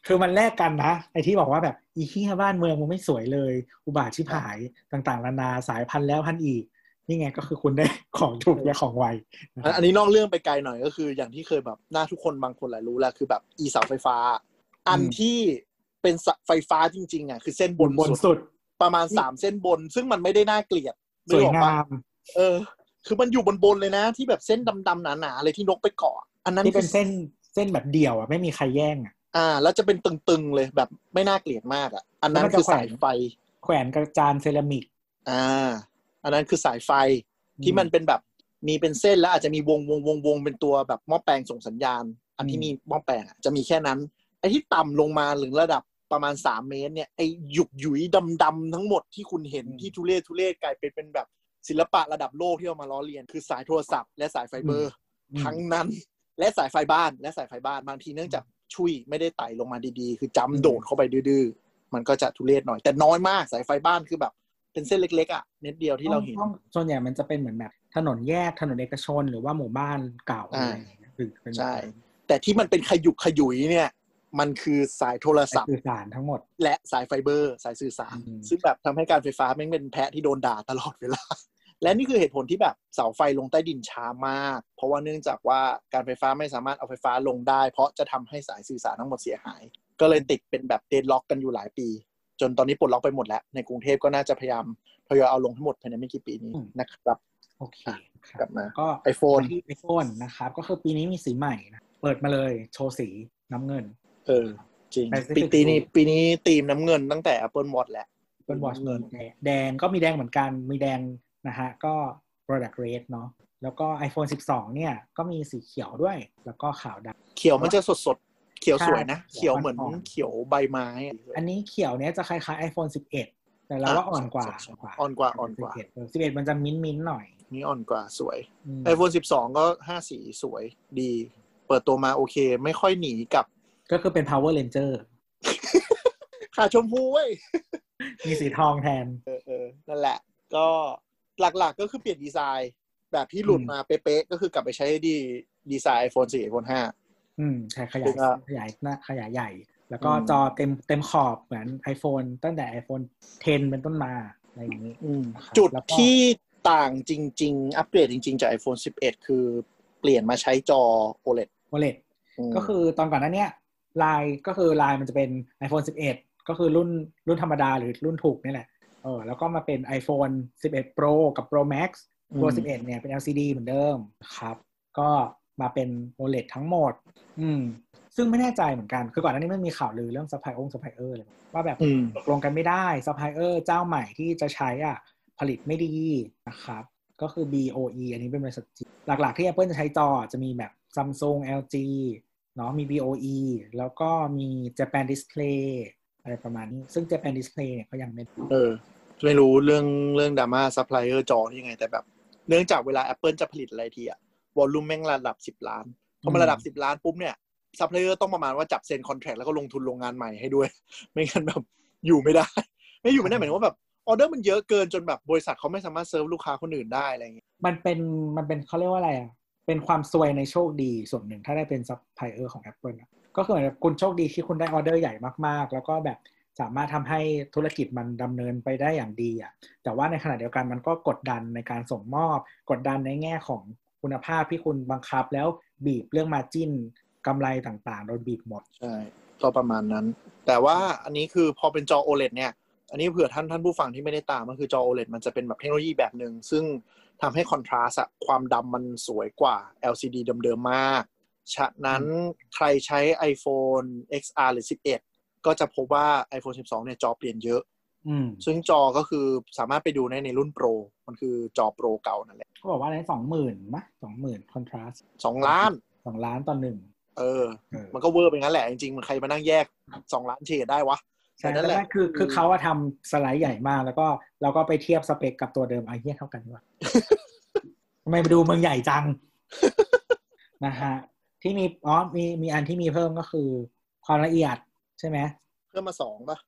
คือมันแลกกันนะไอ้ที่บอกว่าแบบอีเหี้ยบ้านเมืองมึงไม่สวยเลย อุบาทชิบหายต่างๆนานาสายพันธุ์แล้วพันธุ์อีก นี่ไงก็คือคุณได้ ของถูกและของไวนะครั
อัน
บ
อันนี้นอกเรื่องไปไกลหน่อยก็คืออย่างที่เคยแบบหน้าทุกคนบางคนหลายรู้แหละคือแบบอีเสาไฟฟ้า อันที่เป็นสะไฟฟ้าจริงๆอ่ะคือเส้น
บบ น
น
บน
สุด
สุด
ประมาณสามเส้นบน ซึ่งมันไม่ได้น่าเกลียด
สวย
นึกออกปะ
งาม
เออ คือมันอยู่บนบนๆเลยนะ ที่แบบเส้นดำๆหนาๆเลยที่นกไปเกาะ อันนั้น
ที่เป็น
คือ
เส้นเส้นแบบเดี่ยวอ่ะไม่มีใครแย่งอ่ะ
อ่า แล้วจะเป็นตึงๆเลยแบบไม่น่าเกลียดมากอ่ะ อันนั้น
แล้วมันจะ
คือสาย
แขวน
ไฟ
แขวนกระจานเซรามิก
อ่า อันนั้นคือสายไฟที่มันเป็นแบบมีเป็นเส้นแล้วอาจจะมีวงวงวงวงเป็นตัวแบบหม้อแปลงส่งสัญญาณ อันที่มีหม้อแปลงอะจะมีแค่นั้น ไอ้ที่ต่ำลงมาหรือระดับประมาณสามเมตรเนี่ยไอ้หยุกหยุยดำๆทั้งหมดที่คุณเห็นที่ทุเรศทุเรศกลายเป็นเป็นแบบศิลปะระดับโลกที่เอามาล้อเลียน คือสายโทรศัพท์และสายไฟเบอร์
อืม
ทั้งนั้นและสายไฟบ้านและสายไฟบ้านบางทีเนื่องจากชุยไม่ได้ไต่ลงมาดีๆ คือ
อืม
จำโดดเข้าไปดื้อๆมันก็จะทุเรศหน่อย แต่น้อยมากสายไฟบ้านคือแบบ เป็นเส้นเล็กๆอ่ะเน็ตเดียวที่เราเห็น
ต้องส่วนใหญ่มันจะเป็นเหมือนแบบถนนแยกถนนเอกชนหรือว่าหมู่บ้านเก่าอะไรอย่างเงี้ยคือเป็นแบบ
ใช่ แต่ที่มันเป็นขยุกขยุยเนี่ย มันคือสายโทรศัพท์
สื่อสารทั้งหมด
และสายไฟเบอร์ สายสื่อสาร
อืม
ซึ่งแบบทำให้การไฟฟ้าแม่งเป็นแพะที่โดนด่าตลอดเวลา และนี่คือเหตุผลที่แบบเสาไฟลงใต้ดินช้ามาก เพราะว่าเนื่องจากว่าการไฟฟ้าไม่สามารถเอาไฟฟ้าลงได้ เพราะจะทำให้สายสื่อสารทั้งหมดเสียหาย ก็เลยติดเป็นแบบเดดล็อกกันอยู่หลายปี จนตอนนี้ปลดล็อกไปหมดแล้ว ในกรุงเทพก็น่าจะพยายามทยอยเอาลงทั้งหมดภายในไม่กี่ปีนี้นะครับ
โอเคค
ก
รั
ลั
บบ
มา
ก็
ไอโฟน
ที่ไอโฟนนะครับ ก็คือปีนี้มีสีใหม่นะเปิดมาเลยโชว์สีน้ำเงิน
เออ จริง
Pacific
ปีตีนี้ปีนี้ตีมน้ำเงินตั้งแต่ Apple Watch แหละ
เป็นวอชเงินแดงก็มีแดงเหมือนกันมีแดงนะฮะก็ product red เนาะแล้วก็ iPhone 12 เนี่ย ก็มีสีเขียวด้วย แล้วก็ขาวดำ
เขียวมันจะสดสดๆเขียวสวยนะ
ใช่
เขียวเหมือน
อ่อนๆ
เขียวใบไม้อะ
อันนี้เขียวเนี่ยจะคล้ายๆ iPhone 11 แต่เราว่าอ่อนกว่า
ใช่ใช่อ่อนกว่าอ่อนกว่า
11เ11มันจะมิ้นมิ้นท์ๆหน่อย
นี่อ่อนกว่าสวย
อืม
iPhone 12 ก็ 5 สีสวยดี เปิดตัวมาโอเค ไม่ค่อยหนีกับ
ก็คือเป็น power ranger
ขาชมพูเว้ย
มีสีทองแทน
เออเออนั่นแหละ ก็หลักๆก็คือเปลี่ยนดีไซน์ แบบที่หลุด
อืม
มาเป๊ะๆ ก็คือกลับไปใช้ดีดีไซน์ iPhone 4 iPhone 5
อืมใช่ขยา
ถู
ย
กครับ
ขยายหน้าขยายใหญ่ แล้วก็
อืม
จอเต็มเต็มขอบเหมือน iPhone ตั้งแต่ iPhone 10 เป็นต้นมาอะไรอย่างนี้ นะครับ
จุด
แล้วก็
ที่ต่างจริง ๆ อัปเกรดจริง ๆ จาก iPhone 11 คือเปลี่ยนมาใช้จอ OLED
โ o เล d
ม
ก็คือตอนก่อนหนั้นเนี้ยลายก็คือลายมันจะเป็น iPhone 11 ก็คือรุ่นรุ่นธรรมดาหรือรุ่นถูกนี่แหละเออแล้วก็มาเป็น iPhone 11 Pro กับ Pro Max
อืม
Pro 11 เนี่ยเป็น LCD เหมือนเดิมครับ ก็มาเป็น OLED ทั้งหมด อืม ซึ่งไม่แน่ใจเหมือนกัน คือก่อนหน้านี้มันมีข่าวลือเรื่องซัพพลายองซัพพลายเออร์เลยว่าแบบ
อืม
ตกลงกันไม่ได้ซัพพลายเออร์เจ้าใหม่ที่จะใช้อ่ะ ผลิตไม่ดีนะครับ ก็คือ BOE อันนี้เป็นบริษัทจีนหลักๆที่ Apple จะใช้จอจะมีแบบ Samsung LG เนาะมี BOE แล้วก็มี Japan Display อะไรประมาณนี้ ซึ่ง Japan Display เนี่ยก็ยังไม่
เออไม่รู้เรื่องเรื่องดราม่าซัพพลายเออร์จอนี่ยังไง แต่แบบ เนื่องจากเวลา Apple จะผลิตอะไรทีอะวอลลุ่มแม่งระดับสิบ10 ล้านพอมาระดับสิบ10 ล้านปุ๊บเนี่ยซั พพลายเออร์ต้องประมาณว่าจับเซ็นคอนแทรคแล้วก็ลงทุนโรงงานใหม่ให้ด้วย ไม่งั้นแบบอยู่ไม่ได้ ไป ไม่อยู่ไม่ได้หมายถึงว่าแบบออเดอร์มันเยอะเกินจนแบบบริษัทเขาไม่สามารถเซิร์ฟลูกค้าคนอื่นได้อะไรอย่างเงี้ย
มันเป็นมันเป็นเขาเรียกว่าอะไรอ่ะ เป็นความซวยในโชคดีส่วนหนึ่งถ้าได้เป็นซัพพลายเออร์ของ Apple อะก็คือเหมือนกับคุณโชคดีที่คุณได้ออเดอร์ใหญ่มากๆ แล้วก็แบบสามารถทำให้ธุรกิจมันดำเนินไปได้อย่างดีอ่ะ แต่ว่าในขณะเดียวกันมันก็กดดันในการส่งมอบ กดดันในแง่ของคุณภาพที่คุณบังคับแล้วบีบเรื่องมาจิ้นกำไรต่างๆโดนบีบหมด
ใช่ก็ประมาณนั้น แต่ว่าอันนี้คือพอเป็นจอ OLED เนี่ย อันนี้เผื่อท่านท่านผู้ฟังที่ไม่ได้ตามก็คือจอ OLED มันจะเป็นแบบเทคโนโลยีแบบหนึ่งซึ่งทำให้คอนทราสต์อะความดำมันสวยกว่า LCD เดิมๆมาก ฉะนั้นใครใช้ iPhone XR หรือ 11 ก็จะพบว่า iPhone 12 เนี่ยจอเปลี่ยนเยอะ
อืม
ซึ่งจอก็คือสามารถไปดูได้ในรุ่นโปร มันคือจอโปรเก่านั่นแหละ
ก็บอกว่าอะไรสองหมื่นมะสองหมื่นคอนทราส
สองล้าน
สองล้านต่อหนึ่ง
เออ
เออ
มันก็เวอร์ไปงั้นแหละ จริงๆ มันใครมานั่งแยกสองล้านเฉดได้วะ
ใช่
แต่
นั่
นั่น
น
แห
แห
ละ
ละคือ
คือ
คือเขาอะทำสไลด์ใหญ่มากแล้วก็เราก็ไปเทียบสเปคกับตัวเดิมไอ้เหี้ยเท่ากันดี กว่า ทำไมมาดูเมืองใหญ่จัง นะฮะ ที่มีอ๋อมีมีอันที่มีเพิ่มก็คือ ความละเอียดใช่ไหม
เพิ่มมาสองปะ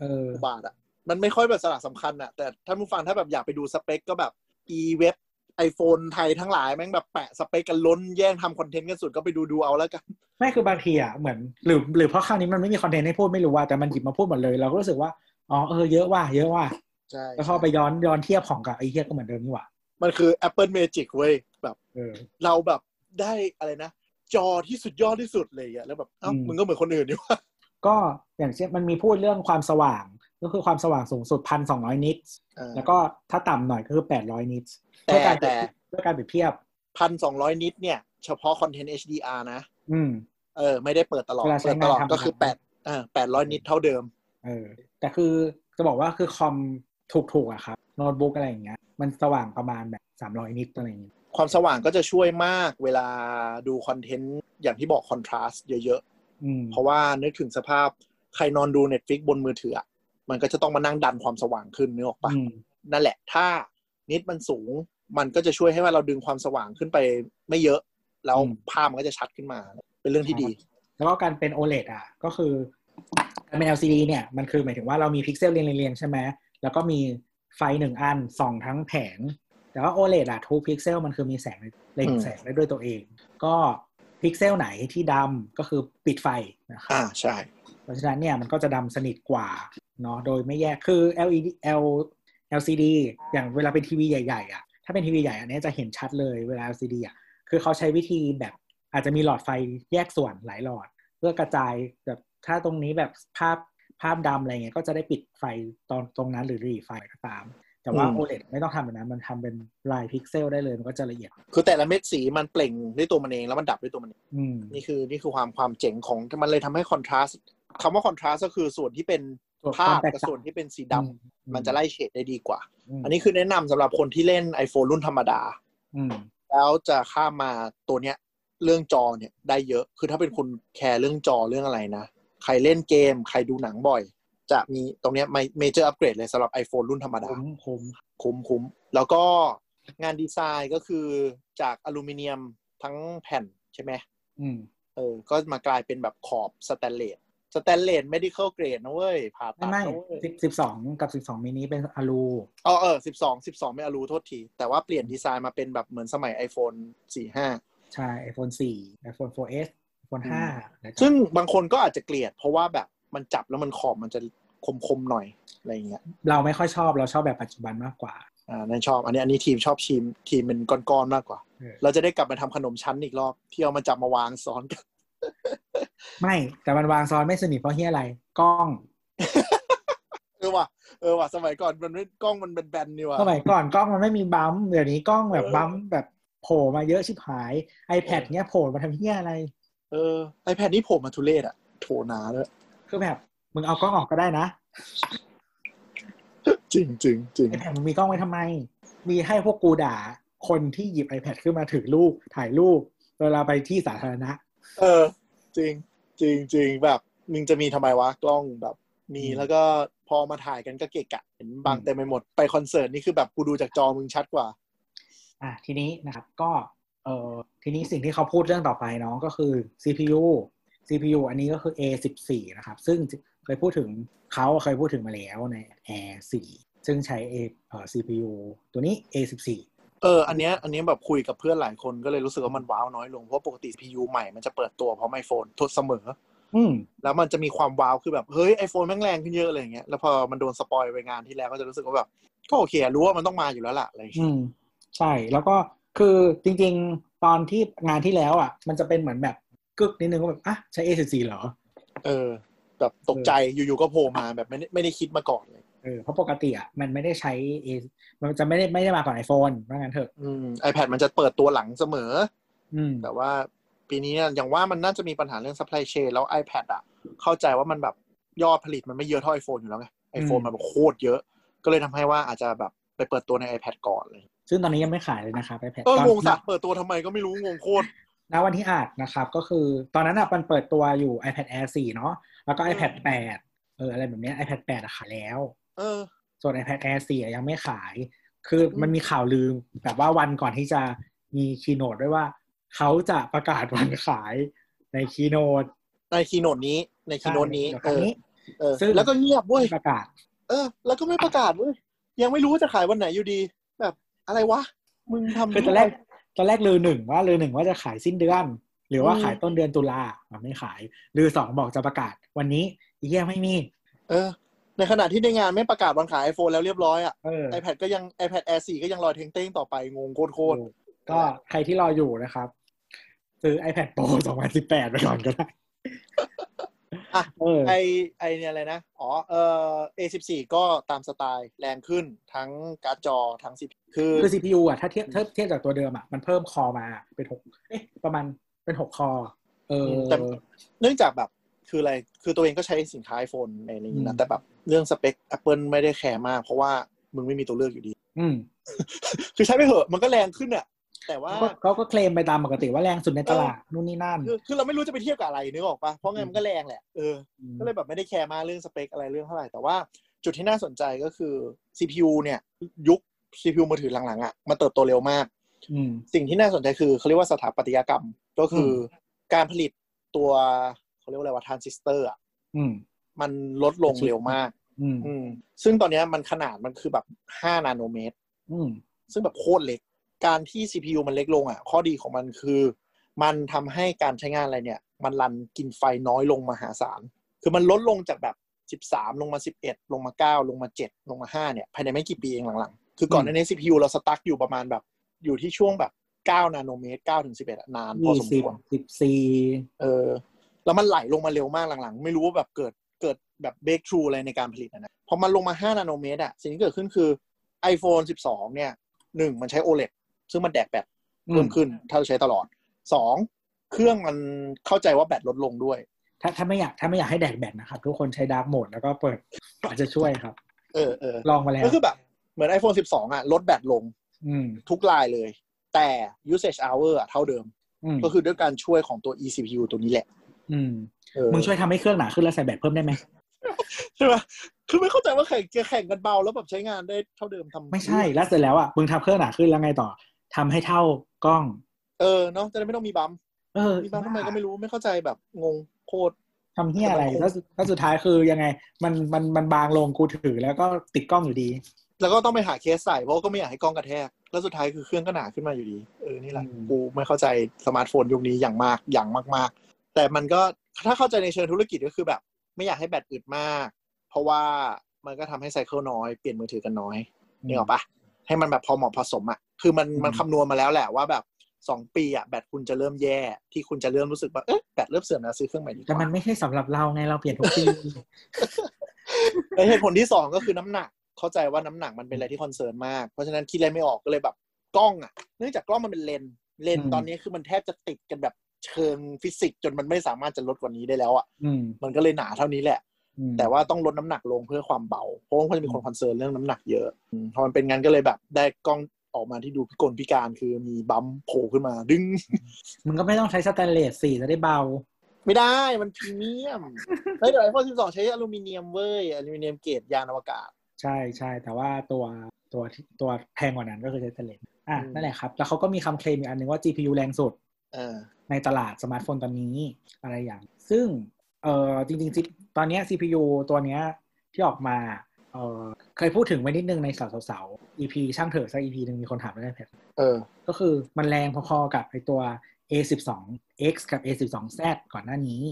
เออ
อุบาทอ่ะ มันไม่ค่อยแบบสระสำคัญอ่ะ แต่ท่านผู้ฟังถ้าแบบอยากไปดูสเปคก็แบบ e เว็บไอโฟนไทยทั้งหลายแม่งแบบแปะสเปคกันล้นแย่งทำคอนเทนต์กันสุดก็ไปดูดูเอาแล้วกัน
ไม่คือบางทีอ่ะเหมือนหรือหรือเพราะคราวนี้มันไม่มีคอนเทนต์ให้พูดไม่รู้ว่าแต่มันหยิบมาพูดหมดเลย เราก็รู้สึกว่าอ๋อเออเยอะว่ะเยอะว่ะ
ใช่
แล้วพอไปย้อนย้อนเทียบของกับไอ้เหี้ยก็เหมือนเดิมนี่หว่า
มันคือ Apple Magic เว้ย แบบ
เออ
เราแบบได้อะไรนะ จอที่สุดยอดที่สุดเลยอ่ะ แล้วแบบเอ้า
อืม
มึงก็เหมือนคนอื่นดิวะ
ก็อย่างเช่นมันมีพูดเรื่องความสว่าง ก็คือความสว่างสูงสุดพันสองร้อยนิต
อ่า
แล้วก็ถ้าต่ำหน่อยก็คือ 800 นิต
แต่
เพื่อการ
แต่
เพื่อการเปรียบเทียบ
พันสองร้อยนิดเนี่ย เฉพาะคอนเทนต์ HDR นะ
อืม
เออ ไม่ได้เปิดตลอด
เวลาใช้
เปิดตลอด
งานทำ
ก็คือ
ทำ
แปดอ่าแปดร้อยนิดเท่าเดิม
เออ แต่คือจะบอกว่าคือคอมถูกๆอะครับ โน้ตบุ๊กอะไรอย่างเงี้ย มันสว่างประมาณแบบ 300 นิตอะไรอย่างเงี้ย
ความสว่างก็จะช่วยมากเวลาดูคอนเทนต์ อย่างที่บอกคอนทราสต์เยอะ
อืม
ๆ เพราะว่านึกถึงสภาพใครนอนดู Netflix บนมือถืออะมันก็จะต้องมานั่งดันความสว่างขึ้นนึกออกปะ
อืม
นั่นแหละ ถ้านิดมันสูง มันก็จะช่วยให้ว่าเราดึงความสว่างขึ้นไปไม่เยอะ แล้ว
อืม
ภาพมันก็จะชัดขึ้นมา เป็นเรื่องที่ดี
แล้วก็การเป็น OLED อ่ะ ก็คือการเป็น LCD เนี่ย มันคือหมายถึงว่าเรามีพิกเซลเรียงๆ ใช่ไหม แล้วก็มีไฟหนึ่งอันส่องทั้งแผง แต่ว่า OLED อ่ะทุกพิกเซลมันคือมีแสงเล็ง
อืม
แสงได้ด้วยตัวเอง ก็พิกเซลไหนที่ดำก็คือปิดไฟนะครับ
อ่าใช่
เพราะฉะนั้นเนี่ยมันก็จะดำสนิทกว่าเนาะโดยไม่แยกคือ LED L LCD อย่างเวลาเป็นทีวีใหญ่ๆอ่ะถ้าเป็นทีวีใหญ่อันเนี้ยจะเห็นชัดเลยเวลา LCD อ่ะคือเขาใช้วิธีแบบอาจจะมีหลอดไฟแยกส่วนหลายหลอด เพื่อกระจายแบบถ้าตรงนี้แบบภาพภาพดำอะไรเงี้ยก็จะได้ปิดไฟตอนตรงนั้นหรือรีไฟก็ตาม แต่ว่า
อืม
OLED ไม่ต้องทำแบบนั้นมันทำเป็นลายพิกเซลได้เลยมันก็จะละเอียด
คือแต่ละเม็ดสีมันเปล่งด้วยตัวมันเองแล้วมันดับด้วยตัวมันเอง
อืม
นี่คือนี่คือความความเจ๋งของมันเลยทำให้คอนทราสต์คำว่าคอนทราสต์ก็คือส่วนที่เป็นภาพกับส่วนที่เป็นสีดำมันจะไล่เฉดได้ดีกว่า
ม
อันนี้คือแนะนำสำหรับคนที่เล่น iPhone รุ่นธรรมดา
อืม
แล้วจะข้ามมาตัวเนี้ยเรื่องจอเนี่ยได้เยอะ คือถ้าเป็นคนแคร์เรื่องจอเรื่องอะไรนะ ใครเล่นเกม ใครดูหนังบ่อย จะมีตรงเนี้ยเมเจอร์อัปเกรดเลยสำหรับ iPhone รุ่นธรรมดา
คุ้มคุ้ม
คุ้มคุ้มแล้วก็งานดีไซน์ก็คือจากอลูมิเนียมทั้งแผ่นใช่ไหม
อืม
เออ ก็มากลายเป็นแบบขอบสแตนเลส สแตนเลส medical grade นะเว้ย ผ่าตั
ไม่
ด
ไม่
นะเว้ย
สิบสองกับสิบสองมินิเป็นอะลู
อ๋อเออสิบสองสิบสองไม่เอารู้โทษที แต่ว่าเปลี่ยนดีไซน์มาเป็นแบบเหมือนสมัย iPhone สี่ห้า
ใช่ iPhone 4 iPhone 4S iPhone
อืม
5นะครับ
ซึ่งบางคนก็อาจจะเกลียด เพราะว่าแบบมันจับแล้วมันขอบมันจะคมๆหน่อย อะไรอย่างเงี้ย
เราไม่ค่อยชอบเราชอบแบบปัจจุบันมากกว่า
อ่านั่นชอบ อันนี้อันนี้ทีมชอบทีมทีมเป็นก้อนๆมากกว่า
เออ
เราจะได้กลับมาทำขนมชั้นอีกรอบ ที่เอามาจับมาวางซ้อนกัน
ไม่แต่มันวางซ้อนไม่สนิทเพราะเฮียอะไร กล้อง
เออว่ะ เออว่ะ สมัยก่อนมันไม่กล้องมันแบนๆนี่ว่ะ
สมัยก่อนกล้องมันไม่มีบัมป์เดี๋ยวนี้กล้องแบบ
เออ
บัมป์แบบโผล่มาเยอะชิบหาย iPad เนี้ยโผล่มาทำเฮียอะไร
เออ iPad นี่โผล่มาทุเรศอะโถนาเลย
คือแบบมึงเอากล้องออกก็ได้นะ
จริงจริงจริง
iPad มึงมีกล้องไว้ทำไม มีให้พวกกูด่าคนที่หยิบ iPad ขึ้นมาถือรูปถ่ายรูปเวลาไปที่สาธารณะ
เออ จริงจริงจริงแบบมึงจะมีทำไมวะกล้องแบบมี
อืม
แล้วก็พอมาถ่ายกันก็เกะกะเห็นบาง
อืม
เต็มไปหมดไปคอนเสิร์ตนี่คือแบบกูดูจากจอมึงชัดกว่า
อ่ะทีนี้นะครับก็เอ่อทีนี้สิ่งที่เขาพูดเรื่องต่อไปเนาะก็คือ CPU CPU อันนี้ก็คือ A14 นะครับ ซึ่ง เคยพูดถึงเขาเคยพูดถึงมาแล้วใน Air 4 ซึ่งใช้ A เอ่อ CPU ตัวนี้ A14
เออ อันเนี้ย อันเนี้ยแบบคุยกับเพื่อนหลายคนก็เลยรู้สึกว่ามันว้าวน้อยลง เพราะปกติ CPU ใหม่มันจะเปิดตัวพร้อมไอโฟนทดเสมอ
อืม
แล้วมันจะมีความว้าวคือแบบ เฮ้ยไอโฟนแม่งแรงขึ้นเยอะอะไรอย่างเงี้ย แล้วพอมันโดนสปอยไปงานที่แล้วก็จะรู้สึกว่าแบบ ก็โอเคอะรู้ว่ามันต้องมาอยู่แล้วล่ะอะไรอย่าง
อื
เงี้ย
ม ใช่แล้วก็คือจริงๆ ตอนที่งานที่แล้วอ่ะ มันจะเป็นเหมือนแบบกึกนิดนึงว่าแบบอ่ะใช้ A14 เหรอ
เออ แบบตกใจอยู่ๆก็โผล่มาแบบไม่ได้ไม่ได้คิดมาก่อนเลย
เออเพราะปกติอ่ะมันไม่ได้ใช้ A มันจะไม่ได้ไม่ได้มาก่อน iPhone ว่างั้นเถอะ
อืม iPad มันจะเปิดตัวหลังเสมอ
อืม
แต่ว่าปีนี้เนี่ยอย่างว่ามันน่าจะมีปัญหาเรื่อง supply chain แล้ว iPad อ่ะ เข้าใจว่ามันแบบยอดผลิตมันไม่เยอะเท่า iPhone อยู่แล้วไง iPhone
อืม
มันแบบโคตรเยอะ ก็เลยทำให้ว่าอาจจะแบบไปเปิดตัวใน iPad ก่อนเลย
ซึ่งตอนนี้ยังไม่ขายเลยนะครับไอแพด
ก็
ตอน
งงสัตว์เปิดตัวทำไมก็ไม่รู้งงโคตร
ณวันที่อาจนะครับ ก็คือตอนนั้นอ่ะมันเปิดตัวอยู่ iPad Air 4 เนาะแล้วก็ iPad 8 เอออะไรแบบเนี้ย iPad 8อะขายแล้ว
เออ
ส่วน iPad Air 4อะยังไม่ขาย คือมันมีข่าวลืมแบบว่าวันก่อนที่จะมีคีโนดด้วยว่า เขาจะประกาศวันขายในคีโนด
ในคีโนดนี้ในคีโนดนี้
ค
เอ
รั้ง
อ
นี้
เออแล้วก็เงียบเว้ย
ไม่ประกาศ
เออ แล้วก็ไม่ประกาศเว้ยยังไม่รู้ว่าจะขายวันไหนอยู่ดี แบบอะไรวะ มึงทำ
คือตอนแรกตอนแรกลือหนึ่งว่าลือหนึ่งว่าจะขายสิ้นเดือน หรือว่า
อืม
ขายต้นเดือนตุลามันไม่ขายลือสองบอกจะประกาศ วันนี้อีเหี้ยไม่มี
เออ ในขณะที่ในงานไม่ประกาศวันขาย iPhone แล้วเรียบร้อยอ่ะ
เออ
iPad ก็ยัง iPad Air 4 ก็ยังลอยเทงเต้งต่อไปงงโคตรโคตร
ก็ใครที่รออยู่นะครับ ซื้อ iPad Pro 2018 ไปก่อนก็ได้
อ่ะ
เออ
ไอไอเนี่ยอะไรนะ อ๋อ เออ A14 ก็ตามสไตล์แรงขึ้นทั้งการ์ดจอทั้ง CPU คือ
คือ CPU อ่ะถ้าเทียบถ้าเทียบจากตัวเดิมอ่ะมันเพิ่มคอมาเป็นหกเอ๊ะประมาณเป็นหกคอ เออ
แต่ เนื่องจากแบบคืออะไร คือตัวเองก็ใช้สินค้า iPhone ในอะไรอย่างนี้
อื
นะ
ม
แต่แบบเรื่องสเปค Apple ไม่ได้แคร์มาก เพราะว่ามึงไม่มีตัวเลือกอยู่ดี
อืม
คือใช้ไปเถอะมันก็แรงขึ้นอะแต่ว่า
ก็เขาก็เคลมไปตามปกติว่าแรงสุดในตลาดนู่นนี่นั่น
คือคือเราไม่รู้จะไปเทียบกับอะไรนึกออกปะเพราะไงมันก็แรงแหละเออ
ม
ก็เลยแบบไม่ได้แคร์มากเรื่องสเปคอะไรเรื่องเท่าไหร่ แต่ว่าจุดที่น่าสนใจก็คือ CPU เนี่ยยุค CPU มือถือหลังๆอ่ะมันเติบโตเร็วมาก
อืม
สิ่งที่น่าสนใจคือเขาเรียกว่าสถาปัตยกรรมก็คืออการผลิตตัวเขาเรียกว่าอะไรว่าทรานซิสเตอร์อ่ะ
อืม
มันลดลงเร็วมาก
อืม
อืมซึ่งตอนเนี้ยมันขนาดมันคือแบบ 5 นาโนเมตร
อืม
ซึ่งแบบโคตรเล็ก การที่ CPU มันเล็กลงอ่ะ ข้อดีของมันคือ มันทำให้การใช้งานอะไรเนี่ย มันรันกินไฟน้อยลงมหาศาล คือมันลดลงจากแบบ 13 ลงมา 11 ลงมา 9 ลงมา 7 ลงมา 5 เนี่ย ภายในไม่กี่ปีเองหลังๆ คือก่อนหน้านี้ CPU เราสตั๊กอยู่ประมาณแบบ อยู่ที่ช่วงแบบ 9 นาโนเมตร 9 ถึง 11อะนานพอ
ยี่
สม
สิบ
ควร
สิบสี่
เออแล้วมันไหลลงมาเร็วมากหลังๆ ไม่รู้ว่าแบบเกิดเกิดแบบเบรกทรูอะไรในการผลิตนะนะพอมันลงมา 5 นาโนเมตรอะสิ่งที่เกิดขึ้นคือ iPhone 12 เนี่ยหนึ่งมันใช้ OLED ซึ่งมันแดกแบตเพิ่มขึ้น ถ้าเราใช้ตลอดสองเครื่องมันเข้าใจว่าแบตลดลงด้วย
ถ้าถ้าไม่อยากถ้าไม่อยากให้แดกแบตนะครับ ทุกคนใช้ดาร์กโหมดแล้วก็เปิดอาจจะช่วยครับ
เออเออ
ลองมาแล้ว
ก็คือแบบ เหมือน iPhone 12 อ่ะ ลดแบตลง
อืม
ทุกลายเลย แต่ usage hour อะเท่าเดิม
อืม
ก็คือด้วยการช่วยของตัว eCPU ตัวนี้แหละ
อืม
เออ
มึงช่วยทำให้เครื่องหนาขึ้นแล้วใส่แบตเพิ่มได้ไหม
ใช่ไหมคือไม่เข้าใจว่าแข่งจะแข่งกันเบาแล้วแบบใช้งานได้เท่าเดิมทำ
ไม่ใช่แล้วเสร็จแล้วอ่ะมึงทำเครื่องหนาขึ้นแล้วไงต่อทำให้เท่ากล้อง
เออเนาะจะได้ไม่ต้องมีบัมป์
เออ
มีบัมป์ทำไมก็ไม่รู้ไม่เข้าใจแบบงงโคตร
ทำเฮียอะไรแล้วแล้วสุดท้ายคือยังไง มันมันมันบางลงกูถือแล้วก็ติดกล้องอยู่ดี
แล้วก็ต้องไปหาเคสใส่เพราะก็ไม่อยากให้กล้องกระแทก แล้วสุดท้ายคือเครื่องก็หนาขึ้นมาอยู่ดี เออนี่แหละกูไม่เข้าใจสมาร์ทโฟนยุคนี้อย่างมากอย่างมาก ๆ แต่มันก็ถ้าเข้าใจในเชิงธุรกิจก็คือแบบ ไม่อยากให้แบตอึดมาก เพราะว่ามันก็ทำให้ไซเคิลน้อยเปลี่ยนมือถือกันน้อย นึกออกปะให้มันแบบพอเหมาะพอสมอ่ะ คือมันมันคำนวณมาแล้วแหละว่าแบบสองปีอ่ะแบตคุณจะเริ่มแย่ ที่คุณจะเริ่มรู้สึกว่าเอ๊ะแบตเริ่มเสื่อมแล้วซื้อเครื่องใหม่ดีก
แต่
ว่า
มันไม่ใช่สำหรับเราไงเราเปลี่ยนทุกปี
และเหตุผลที่สองก็คือน้ำหนัก เข้าใจว่าน้ำหนักมันเป็นอะไรที่คอนเซิร์นมาก เพราะฉะนั้นคิดอะไรไม่ออกก็เลยแบบกล้องอ่ะ เนื่องจากกล้องมันเป็นเลนส์เลนส์
อืม
ตอนนี้คือมันแทบจะติดกันแบบเชิงฟิสิกส์จนมันไม่สามารถจะลดกว่านี้ได้แล้ว อ่ะ
อืม
มันก็เลยหนาเท่านี้แหละ
อืม
แต่ว่าต้องลดน้ำหนักลงเพื่อความเบา เพราะว่าเขาจะมีคนคอนเซิร์นเรื่องน้ำหนักเยอะอืมพอมันเป็นงั้นก็เลยแบบได้กล้องออกมาที่ดูพิกลพิการคือมีบัมป์โผล่ขึ้นมา ดึง
มึงก็ไม่ต้องใช้สแตนเลสสีจะได้เบา
ไม่ได้มันพรีเมียมเฮ้ยเดี๋ยวไอโฟน12 ใช้อลูมิเนียมเว้ยอลูมิเนียมเกรดยานอวกาศ
ใช่ใช่แต่ว่าตัวตัวที่ตัวแพงกว่านั้นก็คือเทสเลนอ่ะ
อืม
นั่นแหละครับ แล้วเขาก็มีคำเคลมอีกอันหนึ่งว่า GPU แรงสุด
เออ
ในตลาดสมาร์ทโฟนตอนนี้อะไรอย่าง ซึ่ง เออจริงๆ C- ตอนเนี้ย CPU ตัวเนี้ยที่ออกมาเออเคยพูดถึงไว้นิดนึงในสาวสาวๆ EP ช่างเถอะสัก EP หนึ่งมีคนถามมาได้แพท
เออ
ก็คือมันแรงพอๆกับไอตัว A12X กับ A12Z ก่อนหน้านี้